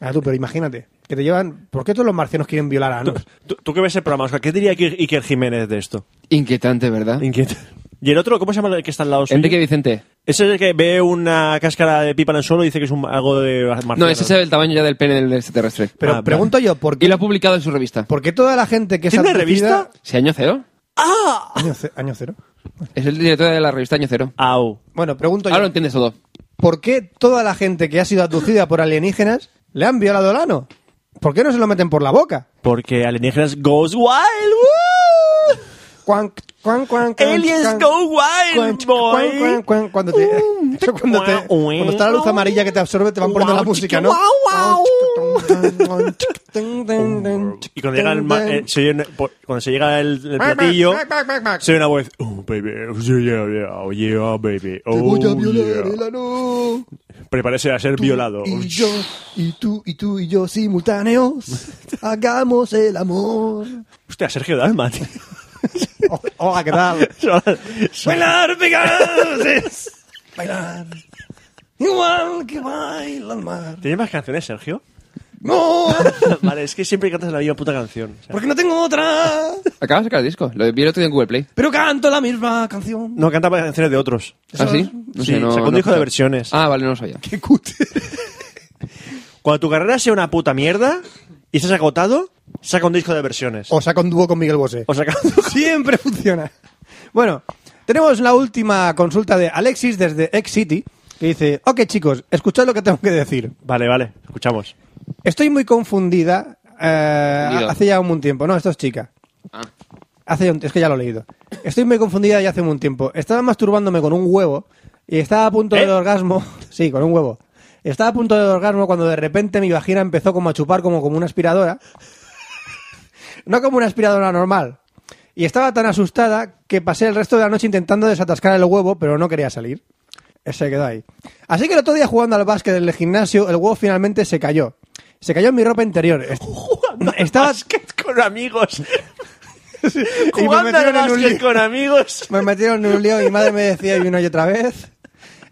Speaker 4: allá tú, pero imagínate. Que te llevan... ¿Por qué todos los marcianos quieren violar a Anos?
Speaker 2: ¿Tú, tú que ves el programa, Oscar, ¿qué diría Iker, Iker Jiménez de esto?
Speaker 1: Inquietante, ¿verdad?
Speaker 2: Inquieto. ¿Y el otro, cómo se llama el que está al lado suyo?
Speaker 1: Enrique Vicente.
Speaker 2: Ese es el que ve una cáscara de pipa en el suelo y dice que es un, algo de marciano.
Speaker 1: No, ese es el tamaño ya del pene del extraterrestre.
Speaker 4: Pero
Speaker 2: Ah,
Speaker 4: pregunto yo, ¿por
Speaker 1: Y
Speaker 4: qué,
Speaker 1: lo ha publicado en su revista.
Speaker 4: ¿por qué toda la gente que es
Speaker 2: ¿Tiene una
Speaker 4: abducida-
Speaker 2: revista?
Speaker 1: ¿Se año cero?
Speaker 4: Año, ce- año cero.
Speaker 1: Es el director de la revista Año Cero.
Speaker 2: Au.
Speaker 4: Bueno, pregunto
Speaker 2: Ah,
Speaker 4: yo,
Speaker 1: Ahora lo entiendes todo.
Speaker 4: ¿por qué toda la gente que ha sido abducida por alienígenas le han violado el ano? ¿Por qué no se lo meten por la boca?
Speaker 2: Porque alienígenas goes wild. ¡Woo!
Speaker 4: cuan, cuan, cuan, cuan,
Speaker 3: Aliens
Speaker 4: cuan, cuan,
Speaker 3: go wild,
Speaker 4: cuan, cuan,
Speaker 3: boy.
Speaker 4: cuan, Cuando te,
Speaker 2: Uh,
Speaker 4: eso cuando te, cuando está la luz amarilla que te absorbe, te van poniendo la
Speaker 3: Guau,
Speaker 4: música,
Speaker 3: chiqui,
Speaker 4: ¿no?
Speaker 3: guau,
Speaker 2: Y cuando llega el, ma- eh, se oye un- por- cuando se llega el, el platillo, se oye una voz, oh baby, oh yeah, yeah, oh yeah, baby, oh
Speaker 4: Voy a violar
Speaker 2: yeah".
Speaker 4: el ano.
Speaker 2: Prepárese a ser
Speaker 4: Tú
Speaker 2: violado.
Speaker 4: Y yo, y tú, y tú y yo simultáneos. Hagamos el amor.
Speaker 2: Hostia, Sergio Dalma, tío. Oh,
Speaker 4: Hola, ¿qué tal?
Speaker 2: ¡Bailar, pegados!
Speaker 4: Bailar. Igual que baila el mar.
Speaker 2: ¿Tienes más canciones, Sergio?
Speaker 4: No,
Speaker 2: vale, es que siempre cantas la misma puta canción. O sea,
Speaker 4: porque no tengo otra.
Speaker 1: Acaba de sacar el disco. Lo vi el otro día en Google Play.
Speaker 4: Pero canto la misma canción.
Speaker 2: no, canta canciones de otros.
Speaker 1: ¿Ah, sí? No
Speaker 2: Sí,
Speaker 1: sé, no,
Speaker 2: sacó
Speaker 1: no
Speaker 2: un disco de
Speaker 1: escuchaba.
Speaker 2: versiones.
Speaker 1: Ah, vale, no lo sabía.
Speaker 4: Qué cutre.
Speaker 2: Cuando tu carrera sea una puta mierda y estás agotado, saca un disco de versiones.
Speaker 4: O saca un dúo con Miguel Bosé.
Speaker 2: O saca...
Speaker 4: Siempre funciona. Bueno, tenemos la última consulta de Alexis desde X City. Que dice, ok chicos, escuchad lo que tengo que decir.
Speaker 2: Vale, vale, escuchamos.
Speaker 4: Estoy muy confundida. eh,
Speaker 1: Confundido.
Speaker 4: hace ya un tiempo. No, esto es chica. Hace ya un- es que ya lo he leído. Estoy muy confundida ya hace un tiempo. Estaba masturbándome con un huevo y estaba a punto
Speaker 2: ¿Eh?
Speaker 4: del orgasmo. Sí, con un huevo. Estaba a punto del orgasmo cuando de repente mi vagina empezó como a chupar como, como una aspiradora. No como una aspiradora normal. Y estaba tan asustada que pasé el resto de la noche intentando desatascar el huevo, pero no quería salir. Se quedó ahí. Así que el otro día jugando al básquet en el gimnasio, el huevo finalmente se cayó. Se cayó en mi ropa interior. Est- Estaba...
Speaker 2: Básquet con amigos.
Speaker 4: y me
Speaker 2: Jugando al
Speaker 4: metieron en un
Speaker 2: básquet
Speaker 4: lío.
Speaker 2: con amigos.
Speaker 4: Me metieron en un lío, mi madre me decía y una y otra vez.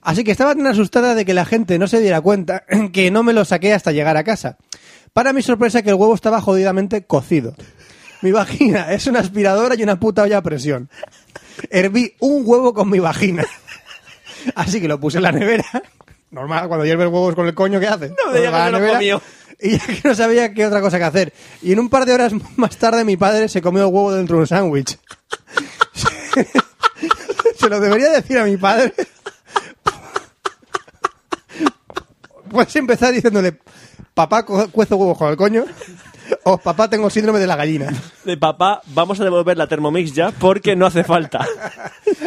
Speaker 4: Así que estaba tan asustada de que la gente no se diera cuenta que no me lo saqué hasta llegar a casa. Para mi sorpresa que el huevo estaba jodidamente cocido. Mi vagina es una aspiradora y una puta olla a presión. Herví un huevo con mi vagina. Así que lo puse en la nevera. Normal, cuando hierves huevos con el coño, ¿qué haces?
Speaker 2: No me digas
Speaker 4: Lo vas a
Speaker 2: que
Speaker 4: la
Speaker 2: lo
Speaker 4: nevera.
Speaker 2: comió.
Speaker 4: Y ya que no sabía qué otra cosa que hacer. Y en un par de horas más tarde mi padre se comió el huevo dentro de un sándwich. Se lo debería decir a mi padre. Puedes Pues empezar diciéndole, papá, co- cuezo huevos con el coño. O papá, tengo síndrome de la gallina.
Speaker 2: De papá, vamos a devolver la Thermomix ya porque no hace falta.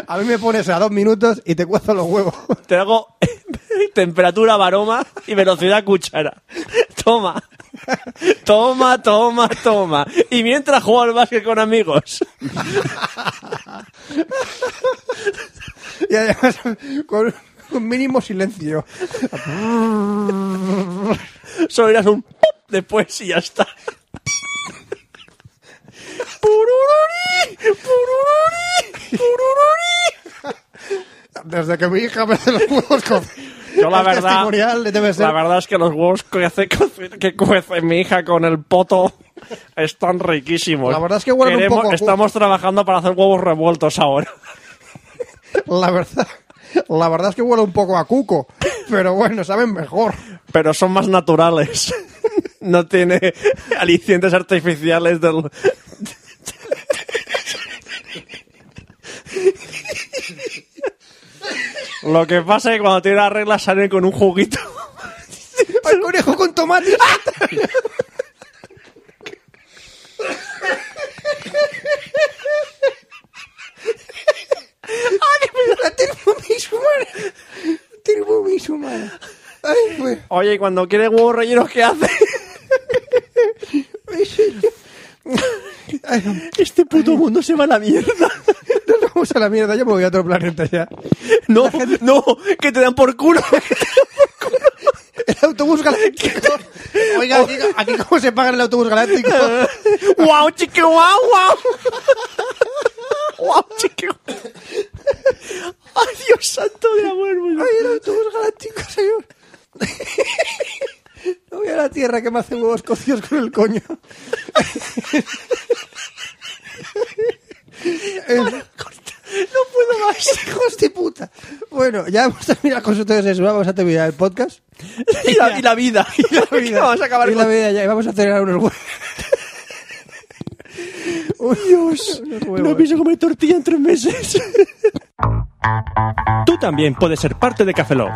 Speaker 4: A mí me pones a dos minutos y te cuezo los huevos.
Speaker 2: Te hago temperatura baroma y velocidad cuchara. Toma. Toma, toma, toma. Y mientras juego al básquet con amigos.
Speaker 4: Y además, con un mínimo silencio.
Speaker 2: Solo irás un pop después y ya está. ¡Purururí! ¡Purururí! ¡Purururí!
Speaker 4: Desde que mi hija me hace los huevos con...
Speaker 2: Yo la
Speaker 4: Es
Speaker 2: verdad,
Speaker 4: testimonial, debe ser.
Speaker 2: la verdad es que los huevos que, hace- que cuece mi hija con el poto están riquísimos.
Speaker 4: La verdad es que huelen un
Speaker 2: Queremos-
Speaker 4: poco a-
Speaker 2: Estamos trabajando para hacer huevos revueltos ahora.
Speaker 4: La verdad, la verdad es que huele un poco a cuco, pero bueno, saben mejor.
Speaker 2: pero son más naturales. No tiene alicientes artificiales del... Lo que pasa es que cuando tiene las reglas salen con un juguito.
Speaker 4: ¡Ay, conejo con tomate! ¡La Thermomix humana! Thermomix humana. ¡Ay, pues!
Speaker 2: Oye, y cuando quiere huevos rellenos, ¿qué hace? Este puto mundo se va a la mierda.
Speaker 4: Nos vamos a la mierda, yo me voy a otro planeta ya.
Speaker 2: No, no, que te dan por culo.
Speaker 4: El autobús galáctico. Oiga, aquí, aquí cómo se paga el autobús galáctico.
Speaker 2: ¡Wow, chique, wow, wow! ¡Wow, chique! ¡Ay, Dios santo de amor!
Speaker 4: Ay, el autobús galáctico, señor. No voy a la tierra que me hacen huevos cocidos con el coño.
Speaker 2: ¡No puedo más!
Speaker 4: Eh, Hijos de puta. Bueno, ya hemos terminado con su sexual, vamos a terminar el podcast.
Speaker 2: Y la, y la vida.
Speaker 4: La vida.
Speaker 2: Vamos a acabar
Speaker 4: y la
Speaker 2: con...
Speaker 4: vida ya, y vamos a cenar unos huevos.
Speaker 2: ¡Dios!
Speaker 4: huevos.
Speaker 2: No pienso comer tortilla en tres meses.
Speaker 3: Tú también puedes ser parte de Cafelog.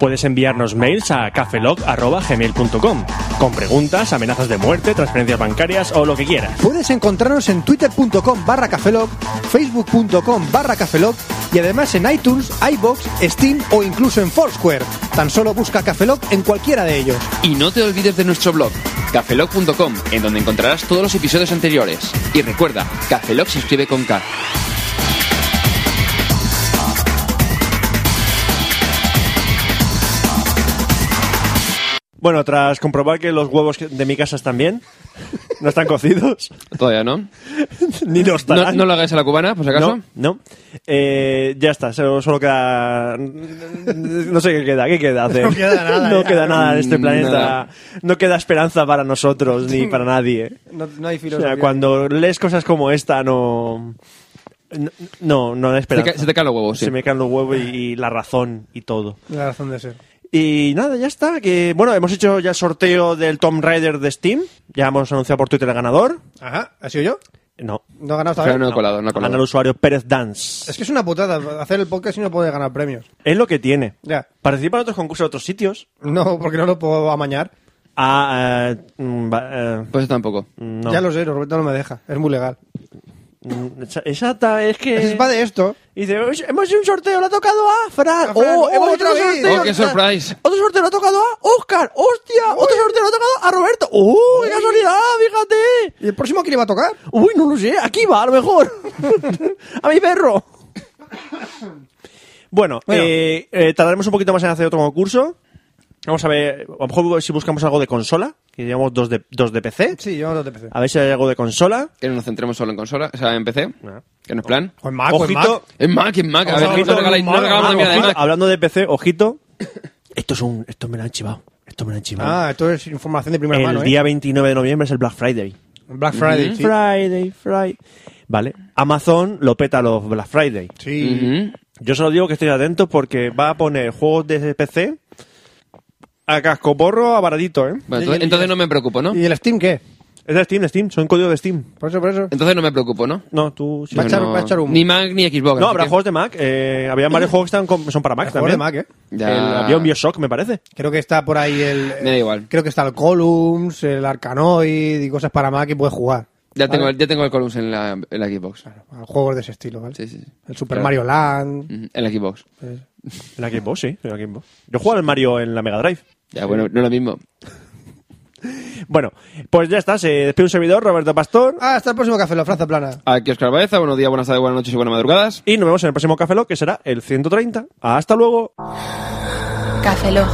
Speaker 3: Puedes enviarnos mails a cafelog.gmail.com con preguntas, amenazas de muerte, transferencias bancarias o lo que quieras.
Speaker 2: Puedes encontrarnos en twitter.com barra cafelog, facebook.com barra cafelog y además en iTunes, iBox, Steam o incluso en Foursquare. Tan solo busca cafelog en cualquiera de ellos.
Speaker 1: Y no te olvides de nuestro blog, cafelog.com, en donde encontrarás todos los episodios anteriores. Y recuerda, Cafelog se escribe con K.
Speaker 3: Bueno, tras comprobar que los huevos que- de mi casa están bien, no están cocidos,
Speaker 1: Todavía, ¿no?
Speaker 3: ni los
Speaker 1: ¿No,
Speaker 3: estarán.
Speaker 1: no lo hagáis a la cubana, por si acaso?
Speaker 3: No, no. Eh, ya está, solo, solo queda. No sé qué queda, ¿qué queda? hacer?
Speaker 4: No queda nada,
Speaker 3: No
Speaker 4: ya.
Speaker 3: queda nada en
Speaker 2: Mm,
Speaker 3: este planeta.
Speaker 1: Nada.
Speaker 3: No queda esperanza para nosotros ni para nadie.
Speaker 4: No, no hay
Speaker 3: O sea,
Speaker 4: filosofía.
Speaker 3: cuando lees cosas como esta, no. No, no, no da
Speaker 1: Se,
Speaker 3: esperanza.
Speaker 1: ca- se te caen los huevos, sí.
Speaker 3: Se me caen los huevos y, y la razón y todo.
Speaker 4: La razón de ser.
Speaker 3: Y nada, ya está. Que bueno, hemos hecho ya el sorteo del Tomb Raider de Steam. Ya hemos anunciado por Twitter el ganador.
Speaker 4: Ajá, ¿ha sido yo?
Speaker 3: No,
Speaker 4: No he ganado hasta
Speaker 1: Pero
Speaker 4: ahora.
Speaker 1: no he colado, no he
Speaker 3: gana el
Speaker 1: colado.
Speaker 3: usuario Pérez Dance.
Speaker 4: Es que es una putada hacer el podcast y no poder ganar premios.
Speaker 3: Es lo que tiene.
Speaker 4: Ya.
Speaker 3: Participa en otros concursos de otros sitios.
Speaker 4: No, porque no lo puedo amañar.
Speaker 3: Ah, eh, mm, va- eh,
Speaker 1: Pues yo tampoco.
Speaker 3: no.
Speaker 4: Ya lo sé, Roberto no me deja. Es muy legal.
Speaker 3: Mm, exa- Exacta, es que.
Speaker 4: Es va de esto.
Speaker 3: Y dice, "Oye, hemos hecho un sorteo, lo ha tocado a Fran.
Speaker 4: A Fran,
Speaker 3: ¡Oh,
Speaker 4: ¡oh,
Speaker 3: hemos hecho
Speaker 4: otra
Speaker 3: un
Speaker 4: vez!
Speaker 3: sorteo!
Speaker 1: ¡Oh, qué surprise!
Speaker 3: Otro sorteo lo ha tocado a Oscar. ¡Hostia! Otro sorteo lo ha tocado a Roberto. ¡Oh, qué casualidad! ¡Fíjate!
Speaker 4: ¿Y el próximo quién le va a tocar?
Speaker 3: Uy, no lo sé, aquí va, a lo mejor. a mi perro. Bueno, eh, eh, tardaremos un poquito más en hacer otro concurso. Vamos a ver, a lo mejor si buscamos algo de consola, que llevamos dos de, dos de PC.
Speaker 4: Sí, yo no te PC.
Speaker 3: A ver si hay algo de consola.
Speaker 1: Que no nos centremos solo en consola, o sea, en PC.
Speaker 3: No.
Speaker 1: Que no es plan.
Speaker 4: O en Mac, o en
Speaker 3: Ojito.
Speaker 4: Mac.
Speaker 1: En Mac, en Mac. A ver,
Speaker 3: Ojito,
Speaker 1: no regaláis- no
Speaker 3: ojito,
Speaker 1: regalamos la mierda de
Speaker 3: ojito.
Speaker 1: Mac.
Speaker 3: Hablando de PC, ojito. Esto es un, esto me lo han chivado. Esto me lo han chivado.
Speaker 4: Ah, esto es información de primera
Speaker 3: el
Speaker 4: mano, ¿eh?
Speaker 3: día 29 de noviembre es el Black Friday.
Speaker 4: Black Friday, sí.
Speaker 3: Friday, Friday. Vale. Amazon lo peta los Black Friday.
Speaker 4: Sí.
Speaker 1: Ujú.
Speaker 3: Yo solo digo que estoy atento porque va a poner juegos de PC a cascoporro a baratito, ¿eh?
Speaker 1: Bueno, entonces, entonces no me preocupo, ¿no?
Speaker 4: ¿Y el Steam qué?
Speaker 3: Es de Steam, de Steam, son código de Steam.
Speaker 4: Por eso, por eso.
Speaker 1: Entonces no me preocupo, ¿no?
Speaker 3: No, tú... sí.
Speaker 4: Va a
Speaker 1: Yo
Speaker 4: echar-
Speaker 1: no-
Speaker 4: va a echar humo.
Speaker 1: Ni Mac ni Xbox.
Speaker 3: No,
Speaker 1: así
Speaker 3: habrá
Speaker 1: que-
Speaker 3: juegos de Mac. Eh, había varios juegos que están con- son para Mac
Speaker 4: Juego de
Speaker 3: también.
Speaker 4: Mac, ¿eh?
Speaker 1: Ya.
Speaker 3: El- había un Bioshock, me parece.
Speaker 4: Creo que está por ahí el. eh,
Speaker 1: Me da igual.
Speaker 4: Creo que está el Columns, el Arcanoid y cosas para Mac que puedes jugar.
Speaker 1: Ya
Speaker 4: ¿Ah?
Speaker 1: tengo, el- ya tengo el Columns en la, en la Xbox.
Speaker 4: A Juegos de ese estilo, ¿vale?
Speaker 1: Sí, sí, sí.
Speaker 4: El Super
Speaker 1: Claro. Mm.
Speaker 4: Mario Land.
Speaker 1: Ujú, En la Xbox.
Speaker 3: En la Xbox, sí. En la Xbox. Yo jugaba al Mario en la Mega Drive.
Speaker 1: Ya, bueno, no es lo mismo.
Speaker 3: Bueno, pues ya está. Se despide un servidor, Roberto Pastor.
Speaker 4: Ah, hasta el próximo café, la Franza Plana.
Speaker 1: Aquí Oscar Baeza, buenos días, buenas tardes, buenas noches y buenas madrugadas.
Speaker 3: Y nos vemos en el próximo Café Lock, que será el 130. Hasta luego.
Speaker 5: Café Lock.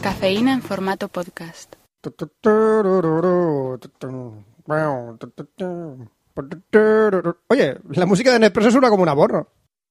Speaker 5: Cafeína en formato podcast.
Speaker 4: Oye, la música de Nespresso suena como una borra.